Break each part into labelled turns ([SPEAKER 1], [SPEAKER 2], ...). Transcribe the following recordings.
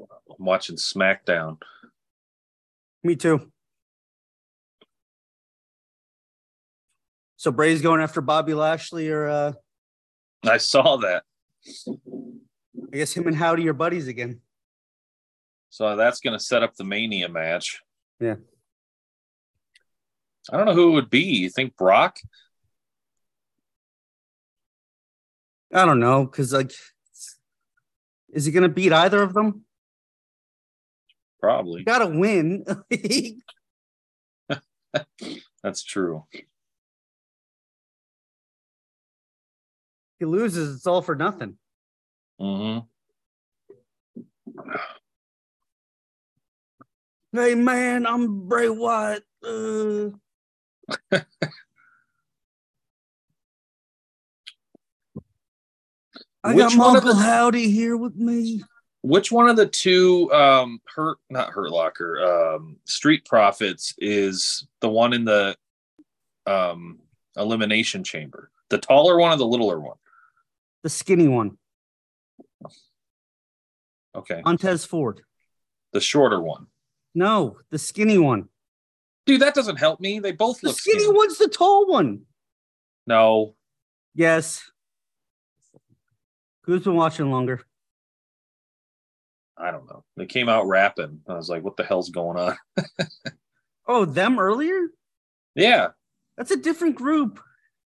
[SPEAKER 1] I'm watching SmackDown.
[SPEAKER 2] Me too. So Bray's going after Bobby Lashley, or uh,
[SPEAKER 1] I saw that.
[SPEAKER 2] I guess him and Howdy are buddies again.
[SPEAKER 1] So that's going to set up the Mania match.
[SPEAKER 2] Yeah.
[SPEAKER 1] I don't know who it would be. You think Brock?
[SPEAKER 2] I don't know, because like, is he going to beat either of them?
[SPEAKER 1] Probably.
[SPEAKER 2] Got to win.
[SPEAKER 1] That's true.
[SPEAKER 2] he loses, it's all for nothing.
[SPEAKER 1] hmm
[SPEAKER 2] Hey man, I'm Bray Wyatt. Uh, I got
[SPEAKER 1] Which
[SPEAKER 2] my
[SPEAKER 1] one of
[SPEAKER 2] uncle
[SPEAKER 1] the-
[SPEAKER 2] Howdy here with me.
[SPEAKER 1] Which one of the two um hurt not hurt locker um street profits is the one in the um elimination chamber? The taller one or the littler one?
[SPEAKER 2] The skinny one,
[SPEAKER 1] Okay.
[SPEAKER 2] Montez Ford.
[SPEAKER 1] The shorter one.
[SPEAKER 2] No, the skinny one.
[SPEAKER 1] Dude, that doesn't help me. They both
[SPEAKER 2] The
[SPEAKER 1] look
[SPEAKER 2] skinny
[SPEAKER 1] skinny.
[SPEAKER 2] one's the tall one.
[SPEAKER 1] No.
[SPEAKER 2] Yes. Who's been watching longer?
[SPEAKER 1] I don't know. They came out rapping. I was like, what the hell's going on?
[SPEAKER 2] Oh, them earlier?
[SPEAKER 1] Yeah,
[SPEAKER 2] That's a different group.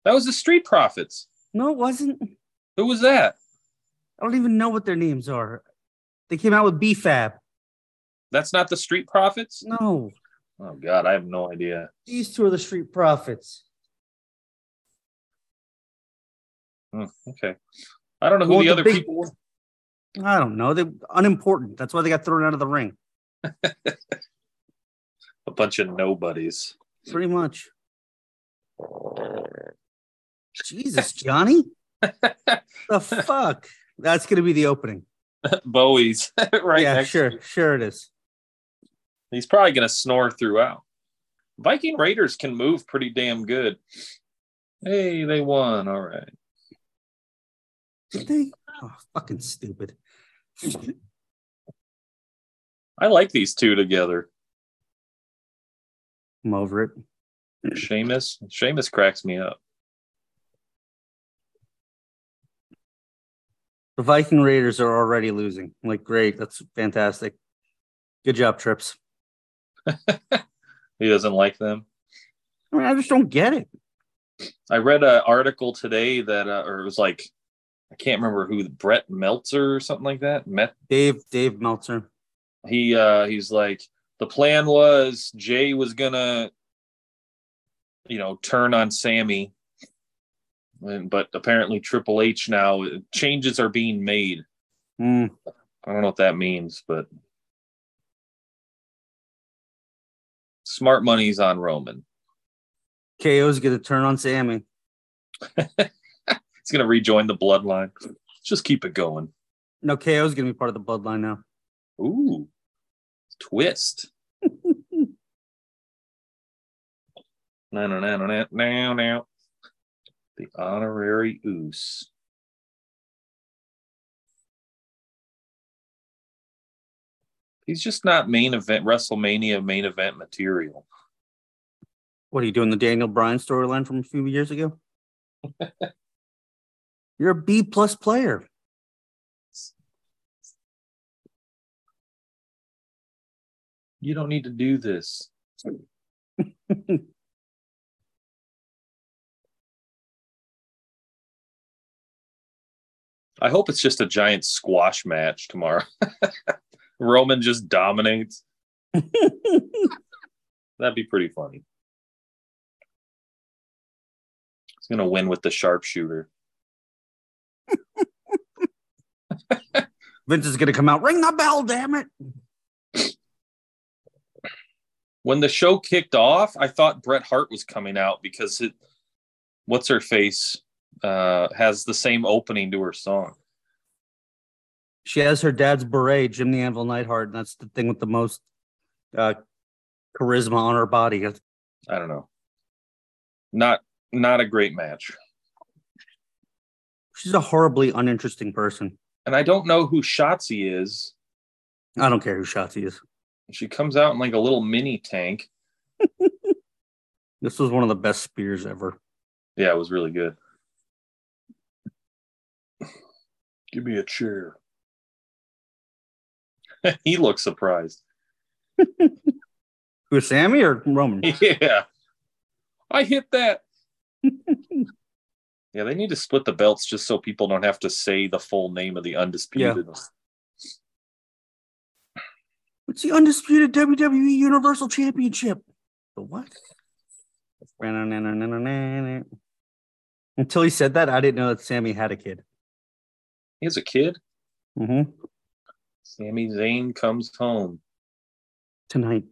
[SPEAKER 1] that was the Street Profits.
[SPEAKER 2] No, it wasn't.
[SPEAKER 1] Who was that?
[SPEAKER 2] I don't even know what their names are. They came out with BFAB.
[SPEAKER 1] That's not the Street Profits?
[SPEAKER 2] No,
[SPEAKER 1] Oh, God, I have no idea.
[SPEAKER 2] these two are the Street Profits.
[SPEAKER 1] Okay. I don't know who
[SPEAKER 2] Well,
[SPEAKER 1] the
[SPEAKER 2] the
[SPEAKER 1] other
[SPEAKER 2] big-
[SPEAKER 1] people were.
[SPEAKER 2] I don't know. They're unimportant. That's why they got thrown out of the ring.
[SPEAKER 1] A bunch of nobodies.
[SPEAKER 2] Pretty much. Jesus, Johnny. the fuck? That's going to be the opening.
[SPEAKER 1] Bowies. right
[SPEAKER 2] yeah,
[SPEAKER 1] next
[SPEAKER 2] sure.
[SPEAKER 1] to you.
[SPEAKER 2] Sure it is.
[SPEAKER 1] He's probably going to snore throughout. Viking Raiders can move pretty damn good. Hey, they won. All right.
[SPEAKER 2] Did they? Oh, fucking stupid.
[SPEAKER 1] I like these two together.
[SPEAKER 2] I'm over it.
[SPEAKER 1] Seamus. Seamus cracks me up.
[SPEAKER 2] The Viking Raiders are already losing. I'm like, great. That's fantastic. Good job, Trips.
[SPEAKER 1] He doesn't like them.
[SPEAKER 2] I mean, I just don't get it.
[SPEAKER 1] I read an article today that, uh, or it was like, I can't remember who Brett Meltzer or something like that. Met
[SPEAKER 2] Dave, Dave Meltzer.
[SPEAKER 1] he uh, he's like the plan was Jay was gonna, you know, turn on Sammy, and, but apparently Triple H now changes are being made.
[SPEAKER 2] Mm.
[SPEAKER 1] I don't know what that means, but smart money's on Roman.
[SPEAKER 2] KO's going to turn on Sammy.
[SPEAKER 1] He's gonna rejoin the bloodline. Just keep it going.
[SPEAKER 2] No, KO's going to be part of the bloodline now.
[SPEAKER 1] Ooh, twist. No, no, no, no, no, no, no. The honorary oos. He's just not main event WrestleMania main event material.
[SPEAKER 2] What are you doing? The Daniel Bryan storyline from a few years ago? You're a B plus player.
[SPEAKER 1] You don't need to do this. I hope it's just a giant squash match tomorrow. Roman just dominates. That'd be pretty funny. He's gonna win with the sharpshooter.
[SPEAKER 2] Vince is going to come out, ring the bell, damn it.
[SPEAKER 1] When the show kicked off, I thought Bret Hart was coming out because it, what's her face, uh, has the same opening to her song.
[SPEAKER 2] She has her dad's beret, Jim the Anvil Nightheart, and that's the thing with the most uh, charisma on her body. That's-
[SPEAKER 1] I don't know. Not not a great match,
[SPEAKER 2] She's a horribly uninteresting person.
[SPEAKER 1] and I don't know who Shotzi is.
[SPEAKER 2] I don't care who Shotzi is.
[SPEAKER 1] She comes out in like a little mini tank.
[SPEAKER 2] This was one of the best spears ever.
[SPEAKER 1] Yeah, it was really good. Give me a chair. he looks surprised.
[SPEAKER 2] Who Sammy or Roman?
[SPEAKER 1] Yeah. I hit that. yeah, they need to split the belts just so people don't have to say the full name of the undisputed.
[SPEAKER 2] It's the undisputed WWE Universal Championship. The what? Until he said that, I didn't know that Sammy had a kid.
[SPEAKER 1] He has a kid.
[SPEAKER 2] Mm-hmm.
[SPEAKER 1] Sammy Zayn comes home.
[SPEAKER 2] Tonight.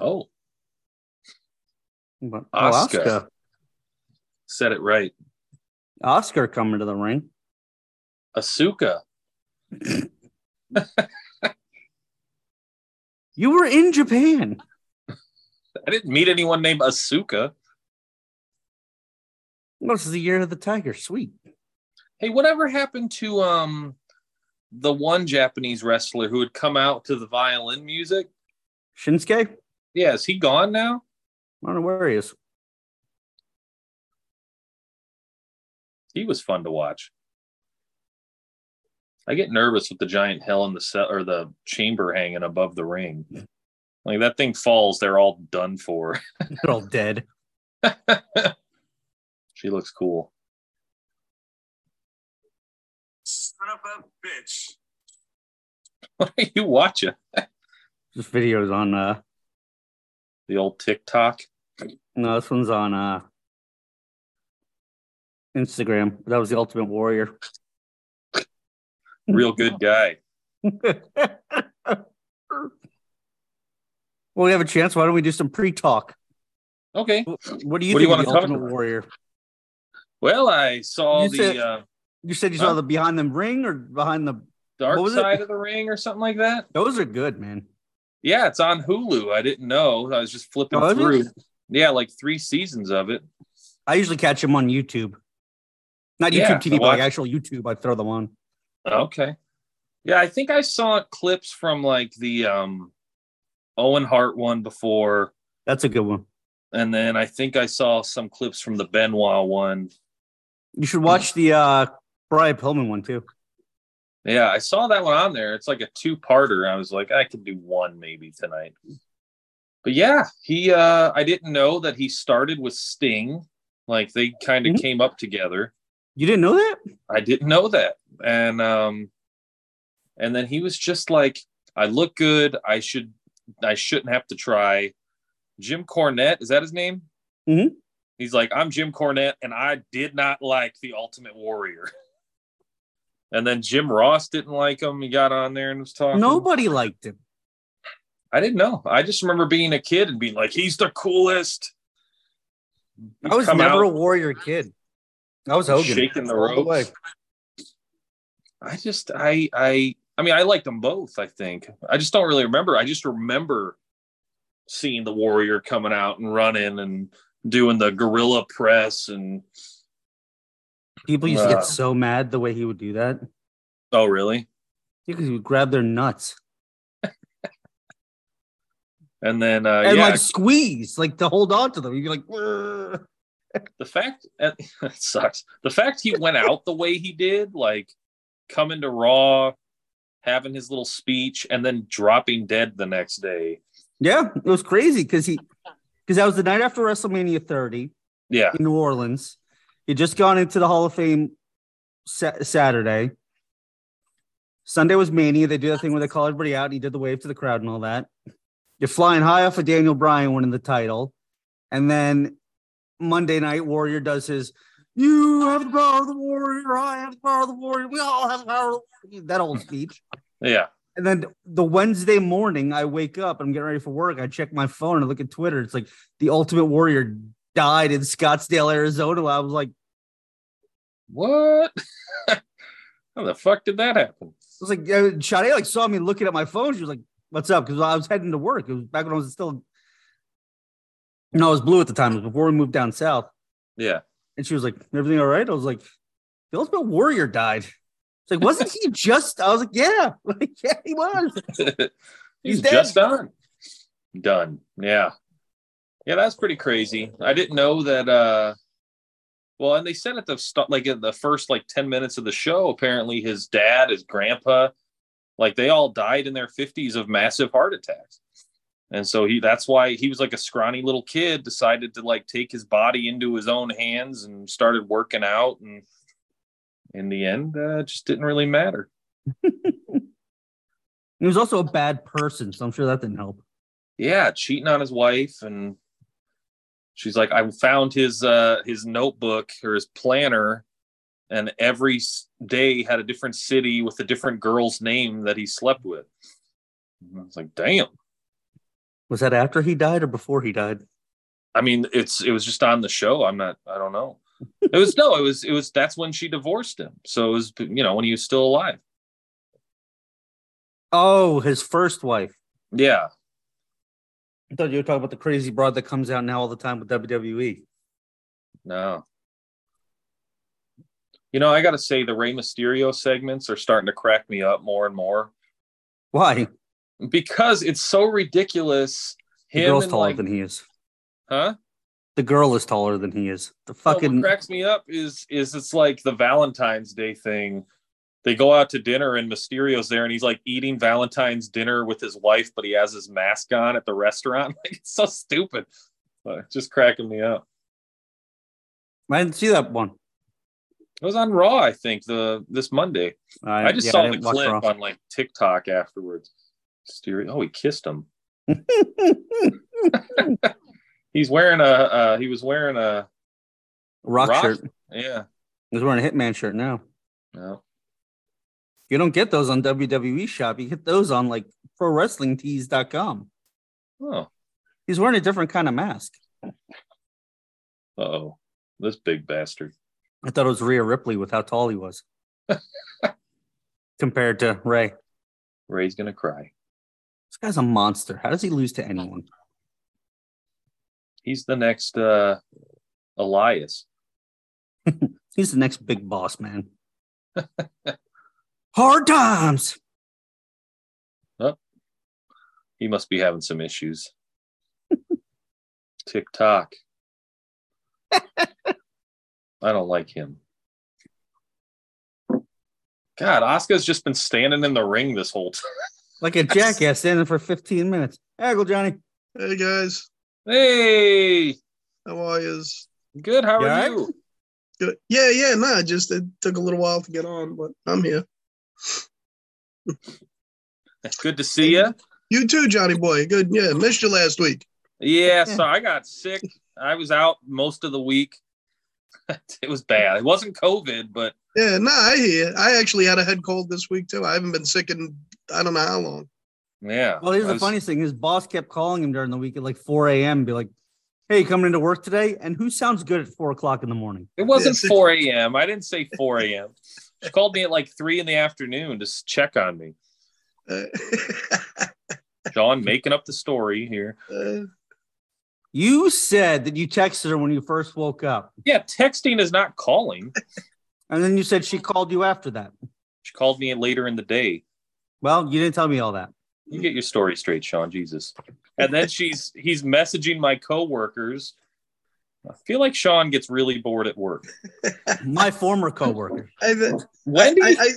[SPEAKER 1] Oh,
[SPEAKER 2] But, oh,
[SPEAKER 1] Asuka.
[SPEAKER 2] Oscar.
[SPEAKER 1] said it right.
[SPEAKER 2] Oscar coming to the ring.
[SPEAKER 1] Asuka.
[SPEAKER 2] You were in Japan.
[SPEAKER 1] I didn't meet anyone named Asuka.
[SPEAKER 2] This is the year of the tiger. Sweet.
[SPEAKER 1] Hey, whatever happened to um the one Japanese wrestler who had come out to the violin music?
[SPEAKER 2] Shinsuke? I
[SPEAKER 1] Yeah, is he gone now?
[SPEAKER 2] don't know where he is.
[SPEAKER 1] He was fun to watch. I get nervous with the giant hell in the cell or the chamber hanging above the ring. Like that thing falls, they're all done for.
[SPEAKER 2] They're all dead.
[SPEAKER 1] she looks cool.
[SPEAKER 3] Son of a bitch.
[SPEAKER 1] What are you watching?
[SPEAKER 2] This video is on uh
[SPEAKER 1] The old TikTok.
[SPEAKER 2] no, this one's on uh Instagram. That was the Ultimate Warrior.
[SPEAKER 1] Real
[SPEAKER 2] Oh.
[SPEAKER 1] good guy.
[SPEAKER 2] Well, we have a chance. Why don't we do some pre-talk?
[SPEAKER 1] Okay.
[SPEAKER 2] What do you
[SPEAKER 1] What do you
[SPEAKER 2] think
[SPEAKER 1] wanna
[SPEAKER 2] of the
[SPEAKER 1] talk
[SPEAKER 2] Ultimate
[SPEAKER 1] about?
[SPEAKER 2] Warrior?
[SPEAKER 1] Well, I saw
[SPEAKER 2] You
[SPEAKER 1] the
[SPEAKER 2] said-
[SPEAKER 1] uh,
[SPEAKER 2] You said you
[SPEAKER 1] Huh?
[SPEAKER 2] saw the behind the ring or behind the
[SPEAKER 1] dark
[SPEAKER 2] was it?
[SPEAKER 1] side of the ring or something like that.
[SPEAKER 2] those are good, man.
[SPEAKER 1] Yeah, it's on Hulu. I didn't know. I was just flipping
[SPEAKER 2] Oh, is it?
[SPEAKER 1] through. Yeah, like three seasons of it.
[SPEAKER 2] I usually catch them on YouTube. Not YouTube
[SPEAKER 1] Yeah, I
[SPEAKER 2] TV, but like
[SPEAKER 1] watch-
[SPEAKER 2] actual YouTube. I throw them on.
[SPEAKER 1] Okay. Yeah, I think I saw clips from like the um Owen Hart one before,
[SPEAKER 2] That's a good one.
[SPEAKER 1] and then I think I saw some clips from the Benoit one.
[SPEAKER 2] You
[SPEAKER 1] Hmm.
[SPEAKER 2] should watch the uh Brian Pillman one too.
[SPEAKER 1] Yeah, I saw that one on there. It's like a two-parter. I was like, I could do one maybe tonight. But yeah, he uh I didn't know that he started with Sting. Like they kind of
[SPEAKER 2] Mhm.
[SPEAKER 1] came up together.
[SPEAKER 2] You didn't know that?
[SPEAKER 1] I didn't know that. And um and then he was just like, I look good. I should I shouldn't have to try. Jim Cornette, is that his name?
[SPEAKER 2] Mhm.
[SPEAKER 1] He's like, I'm Jim Cornette, and I did not like the Ultimate Warrior. And then Jim Ross didn't like him. He got on there and was talking.
[SPEAKER 2] Nobody liked him.
[SPEAKER 1] I didn't know. I just remember being a kid and being like, he's the coolest.
[SPEAKER 2] I was
[SPEAKER 1] Come
[SPEAKER 2] never
[SPEAKER 1] out.
[SPEAKER 2] a warrior kid. I was Hogan.
[SPEAKER 1] shaking the
[SPEAKER 2] all the way.
[SPEAKER 1] ropes. I just I I I mean I liked them both. I think I just don't really remember. I just remember seeing the Warrior coming out and running and doing the gorilla press and
[SPEAKER 2] People used to
[SPEAKER 1] Nah.
[SPEAKER 2] get so mad the way he would do that.
[SPEAKER 1] oh really?
[SPEAKER 2] Because he would grab their nuts
[SPEAKER 1] And then uh,
[SPEAKER 2] and
[SPEAKER 1] yeah,
[SPEAKER 2] like squeeze, like to hold on to them. You'd be like, "Grr."
[SPEAKER 1] the fact it sucks. The fact he went out the way he did, like coming to Raw, having his little speech, and then dropping dead the next day.
[SPEAKER 2] yeah, it was crazy because he because that was the night after WrestleMania 30
[SPEAKER 1] Yeah,
[SPEAKER 2] in New Orleans. He just gone into the Hall of Fame sa- Saturday. Sunday was Mania. They do that thing where they call everybody out. And he did the wave to the crowd and all that. You're flying high off of Daniel Bryan winning the title. And then Monday night, Warrior does his, You have the power of the Warrior. I have the power of the Warrior. We all have the power of the Warrior. That old speech.
[SPEAKER 1] yeah.
[SPEAKER 2] And then the Wednesday morning, I wake up. I'm getting ready for work. I check my phone. I look at Twitter. It's like the Ultimate Warrior died in Scottsdale, Arizona. I was like, I
[SPEAKER 1] What? How the fuck did that happen?
[SPEAKER 2] was like, uh, Sade like saw me looking at my phone. She was like, "What's up?" Because I was heading to work. It was back when I was still. No, I was blue at the time. It was before we moved down south.
[SPEAKER 1] Yeah.
[SPEAKER 2] And she was like, "Everything all right?" I was like, "The Ultimate Warrior died." It's like, wasn't he just? I was like, yeah, like, yeah, he was.
[SPEAKER 1] He's,
[SPEAKER 2] He's dead.
[SPEAKER 1] just done. Done. Yeah. Yeah, that's pretty crazy. I didn't know that uh well, and they said at the st- like in the first like 10 minutes of the show, apparently his dad, his grandpa, like they all died in their 50s of massive heart attacks. And so he that's why he was like a scrawny little kid decided to like take his body into his own hands and started working out and in the end uh, it just didn't really matter.
[SPEAKER 2] He was also a bad person, so I'm sure that didn't help.
[SPEAKER 1] yeah cheating on his wife and she's like i found his uh his notebook or his planner and every s- day had a different city with a different girl's name that he slept with and i was like damn
[SPEAKER 2] Was that after he died or before he died?
[SPEAKER 1] i mean it's it was just on the show i'm not i don't know it was no it was it was that's when she divorced him so it was you know when he was still alive
[SPEAKER 2] Oh, his first wife.
[SPEAKER 1] yeah
[SPEAKER 2] I thought you were talking about the crazy broad that comes out now all the time with E. WWE.
[SPEAKER 1] no you know i gotta say the Rey mysterio segments are starting to crack me up more and more
[SPEAKER 2] Why?
[SPEAKER 1] because it's so ridiculous.
[SPEAKER 2] The
[SPEAKER 1] Him
[SPEAKER 2] girl's
[SPEAKER 1] and
[SPEAKER 2] taller
[SPEAKER 1] like,
[SPEAKER 2] than he is.
[SPEAKER 1] huh?
[SPEAKER 2] The girl is taller than he is. The
[SPEAKER 1] No,
[SPEAKER 2] fucking
[SPEAKER 1] what cracks me up is is it's like the Valentine's Day thing. They go out to dinner and Mysterio's there, and he's like eating Valentine's dinner with his wife, but he has his mask on at the restaurant. Like it's so stupid, but it's just cracking me up.
[SPEAKER 2] I didn't see that one.
[SPEAKER 1] It was on Raw, I think, the this Monday. I, just
[SPEAKER 2] yeah,
[SPEAKER 1] saw the
[SPEAKER 2] didn't watch
[SPEAKER 1] clip
[SPEAKER 2] Raw.
[SPEAKER 1] on like TikTok afterwards. Mysterio, oh, he kissed him. He's wearing a uh, he was wearing a
[SPEAKER 2] Rock,
[SPEAKER 1] Rock?
[SPEAKER 2] shirt.
[SPEAKER 1] yeah
[SPEAKER 2] He's wearing a Hitman shirt now.
[SPEAKER 1] no.
[SPEAKER 2] You don't get those on WWE shop. You get those on like prowrestlingtees.com.
[SPEAKER 1] Oh,
[SPEAKER 2] He's wearing a different kind of mask.
[SPEAKER 1] uh-oh. This big bastard.
[SPEAKER 2] I thought it was Rhea Ripley with how tall he was compared to Ray. This
[SPEAKER 1] Ray's going to cry.
[SPEAKER 2] guy's a monster. How does he lose to anyone?
[SPEAKER 1] He's the next uh Elias.
[SPEAKER 2] He's the next big boss, man. Hard times.
[SPEAKER 1] He must be having some issues. TikTok. I don't like him. God, Oscar's just been standing in the ring this whole time.
[SPEAKER 2] Like a jackass standing for 15 minutes. Aggle Johnny.
[SPEAKER 4] Hey guys,
[SPEAKER 1] Hey,
[SPEAKER 4] how are yous?
[SPEAKER 1] good. How
[SPEAKER 2] You
[SPEAKER 1] are
[SPEAKER 2] all
[SPEAKER 1] you?
[SPEAKER 4] Good. Yeah, yeah, nah, just it took a little while to get on, but I'm here.
[SPEAKER 1] Good to see you.
[SPEAKER 4] You too, Johnny boy. Good. Yeah, missed you last week.
[SPEAKER 1] Yeah, so I got sick. I was out most of the week. it was bad. It wasn't COVID, but
[SPEAKER 4] Yeah, nah, I hear. I actually had a head cold this week too. I haven't been sick in I don't know how long.
[SPEAKER 1] yeah.
[SPEAKER 2] Well, here's
[SPEAKER 1] I
[SPEAKER 2] the
[SPEAKER 1] was-
[SPEAKER 2] funniest thing. His boss kept calling him during the week at like 4 a.m. Be like, hey, you coming into work today? And who sounds good at 4 o'clock in the morning?
[SPEAKER 1] It wasn't
[SPEAKER 4] Yeah.
[SPEAKER 1] 4 a.m. I didn't say 4 a.m. She called me at like 3 in the afternoon to s- check on me.
[SPEAKER 4] Uh,
[SPEAKER 1] John making up the story here.
[SPEAKER 4] uh,
[SPEAKER 2] You said that you texted her when you first woke up.
[SPEAKER 1] Yeah, texting is not calling.
[SPEAKER 2] And then you said she called you after that.
[SPEAKER 1] She called me later in the day.
[SPEAKER 2] Well, you didn't tell me all that.
[SPEAKER 1] You get your story straight, Sean. Jesus. And then she's he's messaging my coworkers. I feel like Sean gets really bored at work.
[SPEAKER 2] My former coworker.
[SPEAKER 4] I, th- I,
[SPEAKER 1] Wendy,
[SPEAKER 4] I,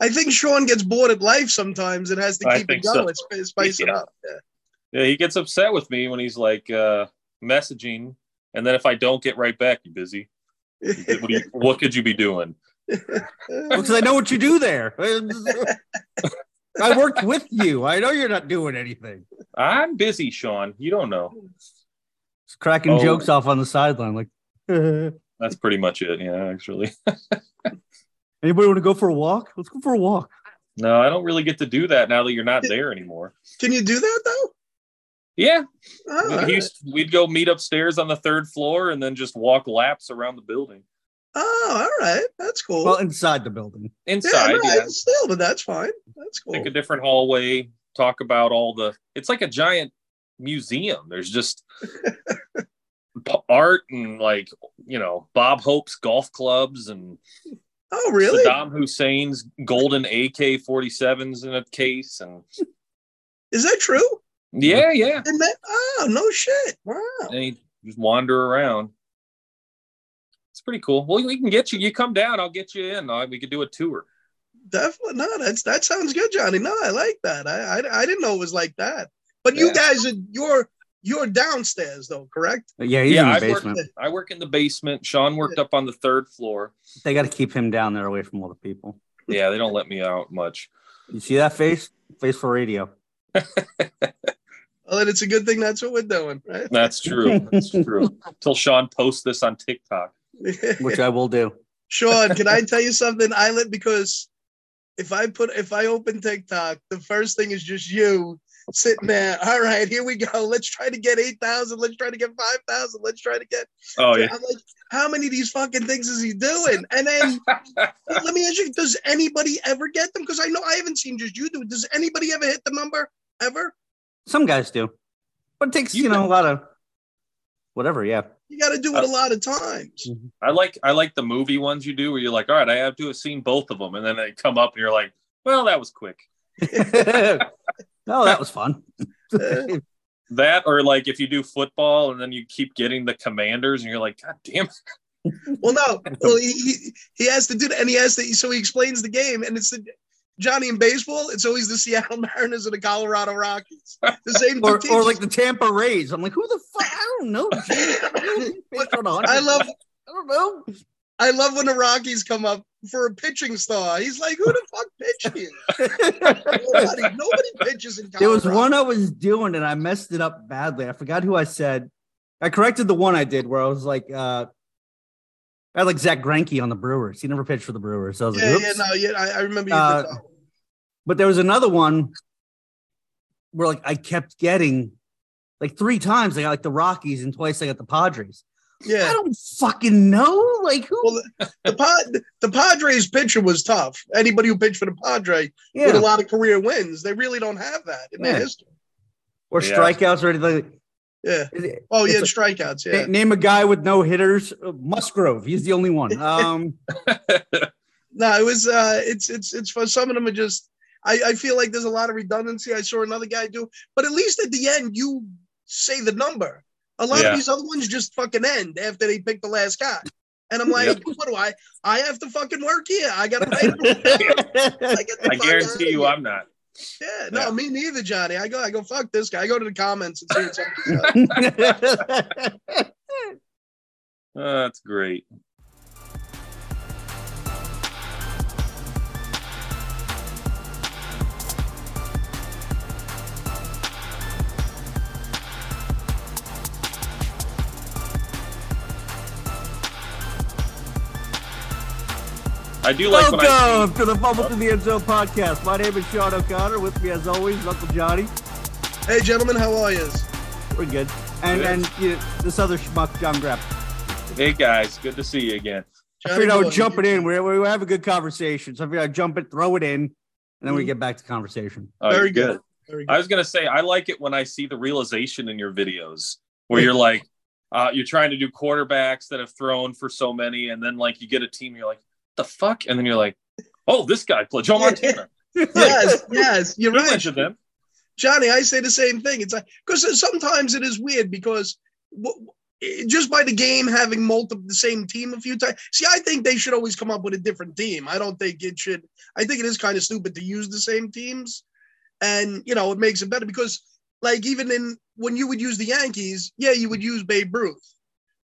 [SPEAKER 4] I think Sean gets bored at life sometimes and has to
[SPEAKER 1] I
[SPEAKER 4] keep it
[SPEAKER 1] think so.
[SPEAKER 4] going, sp- spice it
[SPEAKER 1] Yeah.
[SPEAKER 4] up. Yeah.
[SPEAKER 1] Yeah, he gets upset with me when he's like uh, messaging, and then if I don't get right back, you busy. You did- What, do you- what could you be doing?
[SPEAKER 4] Uh,
[SPEAKER 2] Because I know what you do there. I worked with you. I know you're not doing anything.
[SPEAKER 1] I'm busy, Sean. You don't know.
[SPEAKER 2] Just cracking
[SPEAKER 1] Oh.
[SPEAKER 2] jokes off on the sideline. Like, anybody
[SPEAKER 1] That's pretty much it. Yeah, actually.
[SPEAKER 2] want to go for a walk? Let's go for a walk.
[SPEAKER 1] No, I don't really get to do that now that you're not there anymore.
[SPEAKER 4] Can you do that though?
[SPEAKER 1] Yeah,
[SPEAKER 4] Oh,
[SPEAKER 1] we- he used- we'd go meet upstairs on the third floor and then just walk laps around the building
[SPEAKER 4] oh, all right. That's cool.
[SPEAKER 2] Well, inside the building.
[SPEAKER 1] inside.
[SPEAKER 4] no,
[SPEAKER 1] Yeah,
[SPEAKER 4] I- Still, but that's fine. That's cool.
[SPEAKER 1] take a different hallway. Talk about all the. It's like a giant museum. There's just p- art and like you know Bob Hope's golf clubs and
[SPEAKER 4] Oh, really?
[SPEAKER 1] Saddam Hussein's golden AK 47s in a case. And
[SPEAKER 4] Is that true?
[SPEAKER 1] yeah, yeah.
[SPEAKER 4] Didn't that? Oh, no shit. Wow.
[SPEAKER 1] And he just wander around. It's pretty cool. Well, we can get you. You come down, I'll get you in. I- We could do a tour.
[SPEAKER 4] Definitely. No, that's that sounds good, Johnny. No, I like that. I I, I didn't know it was like that. But you
[SPEAKER 1] Yeah.
[SPEAKER 4] guys, are, you're you're downstairs though, correct?
[SPEAKER 2] Yeah, he's
[SPEAKER 1] yeah,
[SPEAKER 2] in the
[SPEAKER 1] I work,
[SPEAKER 2] basement.
[SPEAKER 1] I work in the basement. Sean worked up on the third floor.
[SPEAKER 2] They got to keep him down there away from all the people.
[SPEAKER 1] Yeah, they don't let me out much.
[SPEAKER 2] You see that face? Face for radio.
[SPEAKER 4] Well, then it's a good thing that's what we're doing, right?
[SPEAKER 1] That's true. That's true. Until Sean posts this on TikTok.
[SPEAKER 2] which I will do.
[SPEAKER 4] Sean, can I tell you something? I let because if I put if I open TikTok, the first thing is just you sitting there. All right, here we go. Let's try to get eight thousand. Let's try to get five thousand. Let's try to get.
[SPEAKER 1] Oh yeah.
[SPEAKER 4] I'm like, how many of these fucking things is he doing? And then let me ask you: Does anybody ever get them? Because I know I haven't seen just you do. it. Does anybody ever hit the number ever?
[SPEAKER 2] Some guys do, but it takes you,
[SPEAKER 1] You
[SPEAKER 2] know a lot of whatever. Yeah,
[SPEAKER 4] You got to do it a lot of times.
[SPEAKER 1] I like I like the movie ones you do where you're like, all right, I have to have seen both of them, and then they come up and you're like, well, that was quick.
[SPEAKER 2] no, Oh, that was fun.
[SPEAKER 4] Uh,
[SPEAKER 1] That or like if you do football and then you keep getting the commanders and you're like, God damn it.
[SPEAKER 4] Well, no. Well, he, he he has to do that, and he has to. So he explains the game, and it's the Johnny in baseball. It's always the Seattle Mariners and the Colorado Rockies. The same two
[SPEAKER 2] or,
[SPEAKER 4] teams.
[SPEAKER 2] or like the Tampa Rays. I'm like, who the fuck? I don't know.
[SPEAKER 4] I
[SPEAKER 2] I I
[SPEAKER 4] love
[SPEAKER 2] don't know.
[SPEAKER 4] I love when the Rockies come up for a pitching star. He's like, who the fuck pitched here? Nobody, nobody pitches in
[SPEAKER 2] There
[SPEAKER 4] Colorado.
[SPEAKER 2] was one I was doing and I messed it up badly. I forgot who I said. I corrected the one I did where I was like, uh, I had like Zach Granke on the Brewers. He never pitched for the Brewers. So I was like,
[SPEAKER 4] Yeah, yeah,
[SPEAKER 2] oops.
[SPEAKER 4] no, yeah. I, I remember you.
[SPEAKER 2] Uh,
[SPEAKER 4] did that one.
[SPEAKER 2] But there was another one where like I kept getting like three times I got like the Rockies and twice I got the Padres. I
[SPEAKER 4] yeah.
[SPEAKER 2] don't fucking know. Like who?
[SPEAKER 4] Well, The pod, the Padres pitcher was tough. Anybody who pitched for the Padre with
[SPEAKER 2] yeah.
[SPEAKER 4] a lot of career wins, they really don't have that in
[SPEAKER 2] Yeah.
[SPEAKER 4] their history.
[SPEAKER 2] Or
[SPEAKER 1] Yeah.
[SPEAKER 2] strikeouts or anything.
[SPEAKER 4] Yeah.
[SPEAKER 2] like-
[SPEAKER 4] Oh yeah,
[SPEAKER 2] It's
[SPEAKER 4] strikeouts.
[SPEAKER 2] Na-
[SPEAKER 4] Yeah.
[SPEAKER 2] Name a guy with no hitters. Uh, Musgrove. He's the only one. Um,
[SPEAKER 4] No, it was. Uh, it's it's it's for some of them are just. I, I feel like there's a lot of redundancy. I saw another guy do, but at least at the end you say the number. A lot
[SPEAKER 1] Yeah.
[SPEAKER 4] of these other ones just fucking end after they pick the last guy, and I'm like,
[SPEAKER 1] Yep.
[SPEAKER 4] what do I? I have to fucking work here. I gotta pay. I, get the
[SPEAKER 1] I
[SPEAKER 4] fuck outta
[SPEAKER 1] guarantee you
[SPEAKER 4] here.
[SPEAKER 1] I'm not.
[SPEAKER 4] Yeah, no,
[SPEAKER 1] Yeah.
[SPEAKER 4] me neither, Johnny. I go, I go, fuck this guy. I go to the comments and see what's up.
[SPEAKER 1] Uh, that's great. I do like when I
[SPEAKER 2] Welcome to the Fumble to the End Zone podcast. My name is Sean O'Connor. With me, as always, is Uncle Johnny.
[SPEAKER 4] Hey, gentlemen, how are you?
[SPEAKER 2] We're good. And
[SPEAKER 1] Good.
[SPEAKER 2] and you know, this other schmuck, John Grapp.
[SPEAKER 1] Hey guys, good to see you again.
[SPEAKER 2] I figured I would jump it in. We we have a good conversation, so I figured I'd jump it, throw it in, and then we
[SPEAKER 4] Mhm.
[SPEAKER 2] get back to conversation.
[SPEAKER 1] Oh, you're
[SPEAKER 4] Very good. Very
[SPEAKER 1] I
[SPEAKER 4] good.
[SPEAKER 1] was gonna say I like it when I see the realization in your videos where you're like, uh, you're trying to do quarterbacks that have thrown for so many, and then like you get a team, you're like, the fuck, and then you're like, oh, this guy played Joe
[SPEAKER 4] Yeah.
[SPEAKER 1] Montana.
[SPEAKER 4] yes, yes, you're
[SPEAKER 1] He went
[SPEAKER 4] right.
[SPEAKER 1] to them.
[SPEAKER 4] Johnny, I say the same thing. It's like because sometimes it is weird because w- w- just by the game having multiple the same team a few times. See, I think they should always come up with a different team. I don't think it should. I think it is kind of stupid to use the same teams, and you know it makes it better because like even in when you would use the Yankees, yeah, you would use Babe Ruth.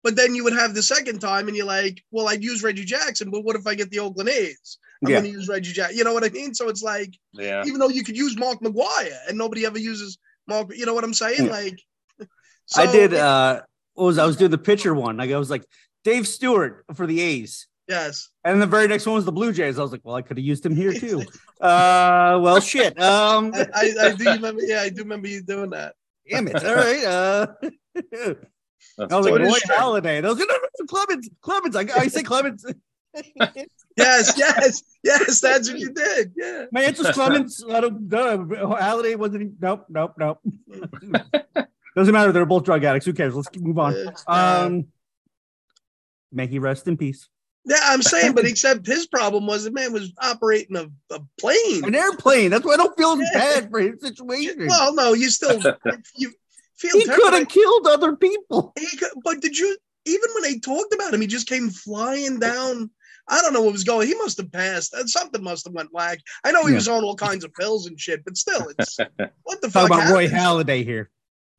[SPEAKER 4] But then you would have the second time, and you're like, "Well, I'd use Reggie Jackson, but what if I get the Oakland A's? I'm
[SPEAKER 2] Yeah.
[SPEAKER 4] going to use Reggie Jackson. You know what I mean? So it's like,
[SPEAKER 1] Yeah,
[SPEAKER 4] even though you could use Mark McGuire and nobody ever uses Mark. You know what I'm saying?
[SPEAKER 2] Yeah.
[SPEAKER 4] Like,
[SPEAKER 2] I
[SPEAKER 4] so-
[SPEAKER 2] did. Uh, what was I was doing the pitcher one? Like I was like Dave Stewart for the A's,
[SPEAKER 4] yes.
[SPEAKER 2] and the very next one was the Blue Jays. I was like, well, I could have used him here too. Uh, well, shit. Um,
[SPEAKER 4] I, I, I do remember. Yeah, I do remember you doing that.
[SPEAKER 2] damn it. All right. Uh, I
[SPEAKER 1] that's
[SPEAKER 2] was
[SPEAKER 1] funny.
[SPEAKER 2] like,
[SPEAKER 4] What is
[SPEAKER 2] Roy
[SPEAKER 4] shit?
[SPEAKER 2] Halladay. And I was like, no, no, no, Clemens, Clemens. I, I say Clemens.
[SPEAKER 4] Yes, yes, yes. That's what you did. Yeah.
[SPEAKER 2] My answer's Clemens. I don't know. Halladay wasn't. He, nope. Nope. Nope. Doesn't matter. They're Um, both drug addicts. Who cares? Let's keep- move on.
[SPEAKER 4] Uh,
[SPEAKER 2] Um, may he rest in peace.
[SPEAKER 4] Yeah, I'm saying, but except his problem was the man was operating a, a plane.
[SPEAKER 2] An airplane. That's why I don't feel
[SPEAKER 4] Yeah.
[SPEAKER 2] bad for his situation.
[SPEAKER 4] Well, no, you still you feel
[SPEAKER 2] he
[SPEAKER 4] terrible.
[SPEAKER 2] could have killed other people.
[SPEAKER 4] He could, but did you even when they talked about him, he just came flying down. I don't know what was going. He must have passed. Uh, Something must have went whack. I know he
[SPEAKER 2] Yeah.
[SPEAKER 4] was on all kinds of pills and shit, but still, it's what the
[SPEAKER 2] Talk
[SPEAKER 4] fuck.
[SPEAKER 2] about Roy
[SPEAKER 4] happened?
[SPEAKER 2] Halladay here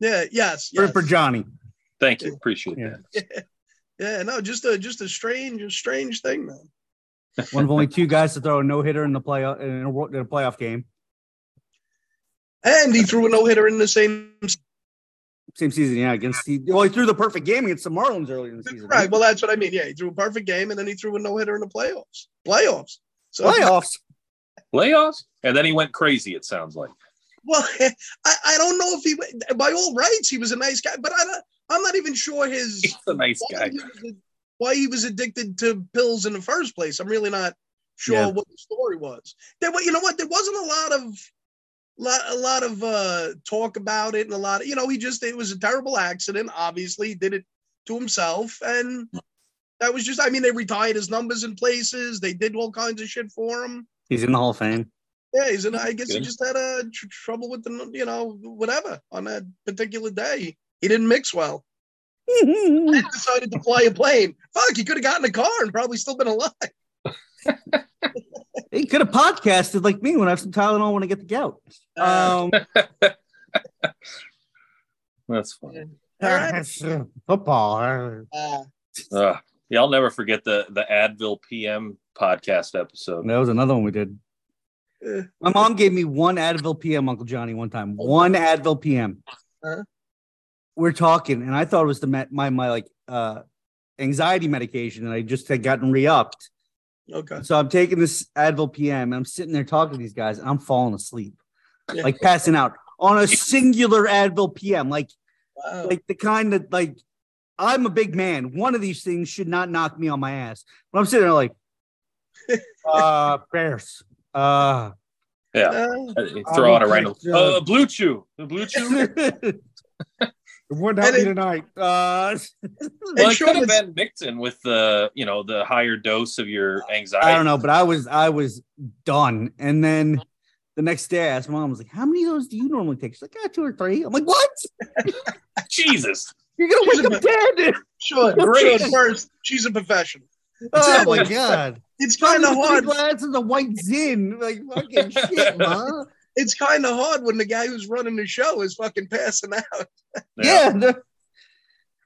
[SPEAKER 4] Yeah. Yes.
[SPEAKER 2] for-
[SPEAKER 4] yes.
[SPEAKER 2] for Johnny.
[SPEAKER 1] Thank you. Appreciate
[SPEAKER 2] Yeah.
[SPEAKER 1] that.
[SPEAKER 4] Yeah. No. Just a just a strange, a strange thing, man.
[SPEAKER 2] One of only two guys to throw a no hitter in the playoff in a, in a playoff game.
[SPEAKER 4] And he threw a no hitter in the same.
[SPEAKER 2] Same season, yeah. Against the well, he threw the perfect game against the Marlins early in the season.
[SPEAKER 4] Right. Well, that's what I mean. Yeah, he threw a perfect game, and then he threw a no hitter in the playoffs. Playoffs. So
[SPEAKER 2] playoffs.
[SPEAKER 1] Playoffs? And then he went crazy, it sounds like.
[SPEAKER 4] Well, I, I don't know if he by all rights he was a nice guy, but I don't, I'm not even sure his
[SPEAKER 1] He's a nice
[SPEAKER 4] why
[SPEAKER 1] guy.
[SPEAKER 4] he, was, why he was addicted to pills in the first place. I'm really not sure
[SPEAKER 2] Yeah.
[SPEAKER 4] what the story was. There, wa- you know what? There wasn't a lot of lot, a lot of uh, talk about it, and a lot. Of, you know, he just it was a terrible accident. Obviously, he did it to himself, and that was just. I mean, they retired his numbers in places. They did all kinds of shit for him.
[SPEAKER 2] He's in the Hall of Fame.
[SPEAKER 4] Yeah, he's in. I guess he
[SPEAKER 1] Good.
[SPEAKER 4] just had a tr- trouble with the, you know, whatever on that particular day. He didn't mix well. And decided to fly a plane. Fuck, he could have gotten a car and probably still been alive.
[SPEAKER 2] he could have podcasted like me when I have some Tylenol when I get the gout.
[SPEAKER 4] Uh,
[SPEAKER 2] Um,
[SPEAKER 1] That's funny.
[SPEAKER 4] all right.
[SPEAKER 2] football.
[SPEAKER 4] Uh,
[SPEAKER 1] Ugh. Yeah, I'll never forget the, the Advil PM podcast episode.
[SPEAKER 2] That was another one we did.
[SPEAKER 4] Uh. Oh.
[SPEAKER 2] My mom gave me one Advil PM, Uncle Johnny, one time. One Advil PM.
[SPEAKER 4] Huh?
[SPEAKER 2] We're talking, and I thought it was the met, my my like uh, anxiety medication, and I just had gotten re-upped.
[SPEAKER 4] okay.
[SPEAKER 2] So I'm taking this Advil PM, and I'm sitting there talking to these guys, and I'm falling asleep,
[SPEAKER 4] Yeah.
[SPEAKER 2] like passing out on a singular Advil PM, like
[SPEAKER 4] Wow.
[SPEAKER 2] like the kind that like I'm a big man. One of these things should not knock me on my ass. But I'm sitting there like, uh, prayers. Uh,
[SPEAKER 1] Yeah.
[SPEAKER 4] Uh,
[SPEAKER 1] Uh, Throw out a random
[SPEAKER 2] Okay, uh,
[SPEAKER 1] uh, blue chew. The blue chew.
[SPEAKER 2] it wouldn't
[SPEAKER 4] help me
[SPEAKER 2] tonight.
[SPEAKER 1] Well,
[SPEAKER 2] Uh,
[SPEAKER 4] And
[SPEAKER 1] it
[SPEAKER 4] sure
[SPEAKER 1] could have
[SPEAKER 4] was-
[SPEAKER 1] been Mixon with the you know the higher dose of your anxiety.
[SPEAKER 2] I don't know, but I was I was done. And then the next day, I asked my mom, I was like, "How many of those do you normally take?" She's like, "Ah, two or three. I'm like, "What?
[SPEAKER 1] Jesus,
[SPEAKER 2] You're gonna
[SPEAKER 4] She's
[SPEAKER 2] wake up dead?"
[SPEAKER 4] sure.
[SPEAKER 1] Great.
[SPEAKER 4] Sure. First, she's a professional.
[SPEAKER 2] Oh my god!
[SPEAKER 4] It's kind of
[SPEAKER 2] Three
[SPEAKER 4] hard.
[SPEAKER 2] glasses of white zin, like fucking shit, huh?
[SPEAKER 4] It's kind of hard when the guy who's running the show is fucking passing out.
[SPEAKER 2] Yeah, the-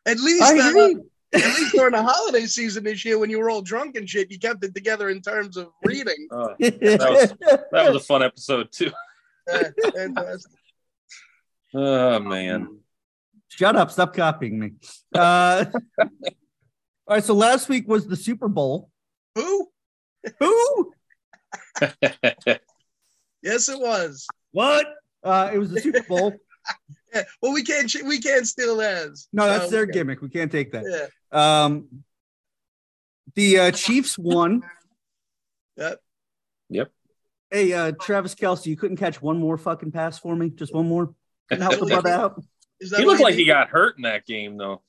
[SPEAKER 4] At least
[SPEAKER 2] I
[SPEAKER 4] uh,
[SPEAKER 2] agree.
[SPEAKER 4] at least during the holiday season this year, when you were all drunk and shit, you kept it together in terms of reading.
[SPEAKER 1] Uh,
[SPEAKER 2] that
[SPEAKER 1] that was a fun episode too.
[SPEAKER 4] Yeah, Uh, fantastic.
[SPEAKER 1] Oh man,
[SPEAKER 2] Shut up! Stop copying me. Uh, all right. So last week was the Super Bowl.
[SPEAKER 4] Who?
[SPEAKER 2] Who?
[SPEAKER 4] Yes, it was.
[SPEAKER 2] What? Uh, it was the Super Bowl.
[SPEAKER 4] Yeah. Well, we can't ch- we can't steal theirs.
[SPEAKER 2] No,
[SPEAKER 4] Uh,
[SPEAKER 2] that's their
[SPEAKER 4] we can't.
[SPEAKER 2] gimmick. We can't take that.
[SPEAKER 4] Yeah.
[SPEAKER 2] Um, the uh, Chiefs won.
[SPEAKER 4] Yep.
[SPEAKER 1] Yep.
[SPEAKER 2] Hey, uh, Travis Kelsey, you couldn't catch one more fucking pass for me? Just one more? Couldn't help the brother out.
[SPEAKER 4] Is
[SPEAKER 1] he
[SPEAKER 4] what
[SPEAKER 1] looked like he
[SPEAKER 4] did?
[SPEAKER 1] got hurt in that game though.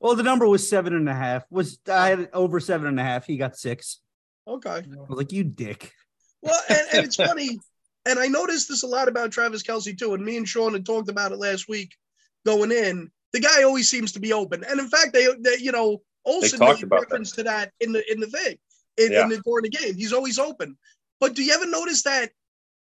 [SPEAKER 2] Well, the number was seven and a half. Was I had it over seven and a half? He got six.
[SPEAKER 4] Okay.
[SPEAKER 2] I was like, you dick.
[SPEAKER 4] Well, and, and it's funny, and I noticed this a lot about Travis Kelsey too. And me and Sean had talked about it last week. Going in, the guy always seems to be open, and in fact, they, they you know Olsen
[SPEAKER 1] talked
[SPEAKER 4] made
[SPEAKER 1] about
[SPEAKER 4] reference to that in the in the thing in,
[SPEAKER 1] Yeah.
[SPEAKER 4] in the during the game. He's always open. But do you ever notice that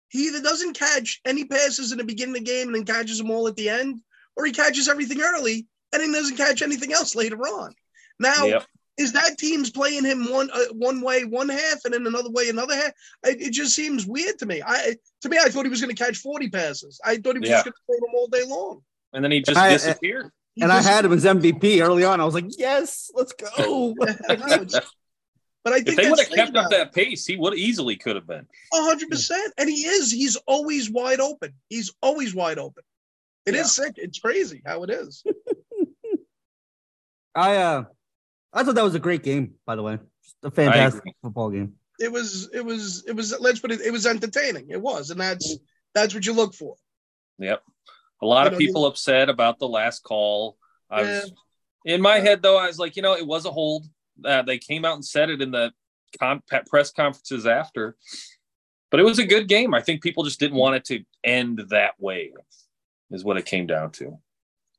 [SPEAKER 4] he either doesn't catch any passes in the beginning of the game and then catches them all at the end, or he catches everything early and then doesn't catch anything else later on? Now,
[SPEAKER 1] Yep.
[SPEAKER 4] is that team's playing him one uh, one way one half and then another way another half? It, it just seems weird to me. I to me, I thought he was going to catch forty passes. I thought he was just going to throw them all day long.
[SPEAKER 1] And then he just
[SPEAKER 2] I- I-
[SPEAKER 1] disappeared.
[SPEAKER 4] He
[SPEAKER 2] And I
[SPEAKER 4] just-
[SPEAKER 2] had him as MVP early on. I was like, yes, let's go.
[SPEAKER 4] I know, it's- but I
[SPEAKER 1] if
[SPEAKER 4] think
[SPEAKER 1] they would
[SPEAKER 4] that's
[SPEAKER 1] have
[SPEAKER 4] the
[SPEAKER 1] kept
[SPEAKER 4] thing
[SPEAKER 1] up
[SPEAKER 4] about it.
[SPEAKER 1] that pace, he would easily could have been.
[SPEAKER 4] A hundred percent, and he is. He's always wide open. He's always wide open. It is
[SPEAKER 1] Yeah.
[SPEAKER 4] sick. It's crazy how it is.
[SPEAKER 2] I uh, I thought that was a great game, by the way. Just a fantastic football game.
[SPEAKER 4] It was. It was. It was. Let's put it. It was entertaining. It was, and
[SPEAKER 1] Mm.
[SPEAKER 4] that's that's what you look for.
[SPEAKER 1] A lot
[SPEAKER 4] You
[SPEAKER 1] of
[SPEAKER 4] know, you-
[SPEAKER 1] people upset about the last call. I was in my head though. I was like, you know, it was a hold. Uh, they came out and said it in the con- pe- press conferences after. But it was a good game. I think people just didn't want it to end that way, is what it came down to.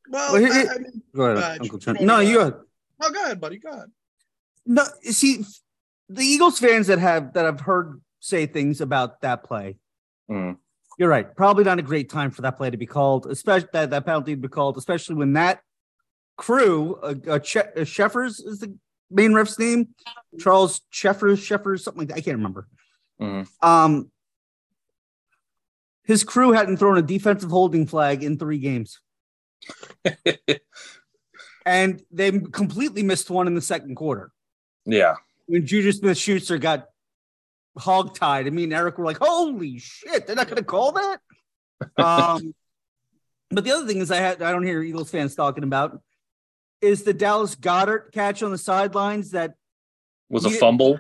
[SPEAKER 4] Well,
[SPEAKER 2] Well, he- he-
[SPEAKER 4] I, I mean,
[SPEAKER 2] Go ahead,
[SPEAKER 4] Uh,
[SPEAKER 2] Uncle Trent.
[SPEAKER 4] maybe
[SPEAKER 2] No,
[SPEAKER 4] not.
[SPEAKER 2] you go.
[SPEAKER 4] oh, go ahead, buddy. Go ahead.
[SPEAKER 2] No, see, the Eagles fans that have that I've heard say things about that play.
[SPEAKER 1] Mm.
[SPEAKER 2] You're right. Probably not a great time for that play to be called, especially that, that penalty to be called, especially when that crew, uh, uh, che- uh, Sheffers is the main ref's name, Charles Sheffers, Sheffers, something like that. I can't remember.
[SPEAKER 1] Mhm.
[SPEAKER 2] Um, his crew hadn't thrown a defensive holding flag in three games, and they completely missed one in the second quarter.
[SPEAKER 1] yeah.
[SPEAKER 2] when Juju Smith Schuster got hogtied, and me and Eric were like, holy shit, they're not gonna call that. Um, but the other thing is I had I don't hear Eagles fans talking about is the Dallas Goddard catch on the sidelines that
[SPEAKER 1] Was a
[SPEAKER 2] You-
[SPEAKER 1] fumble.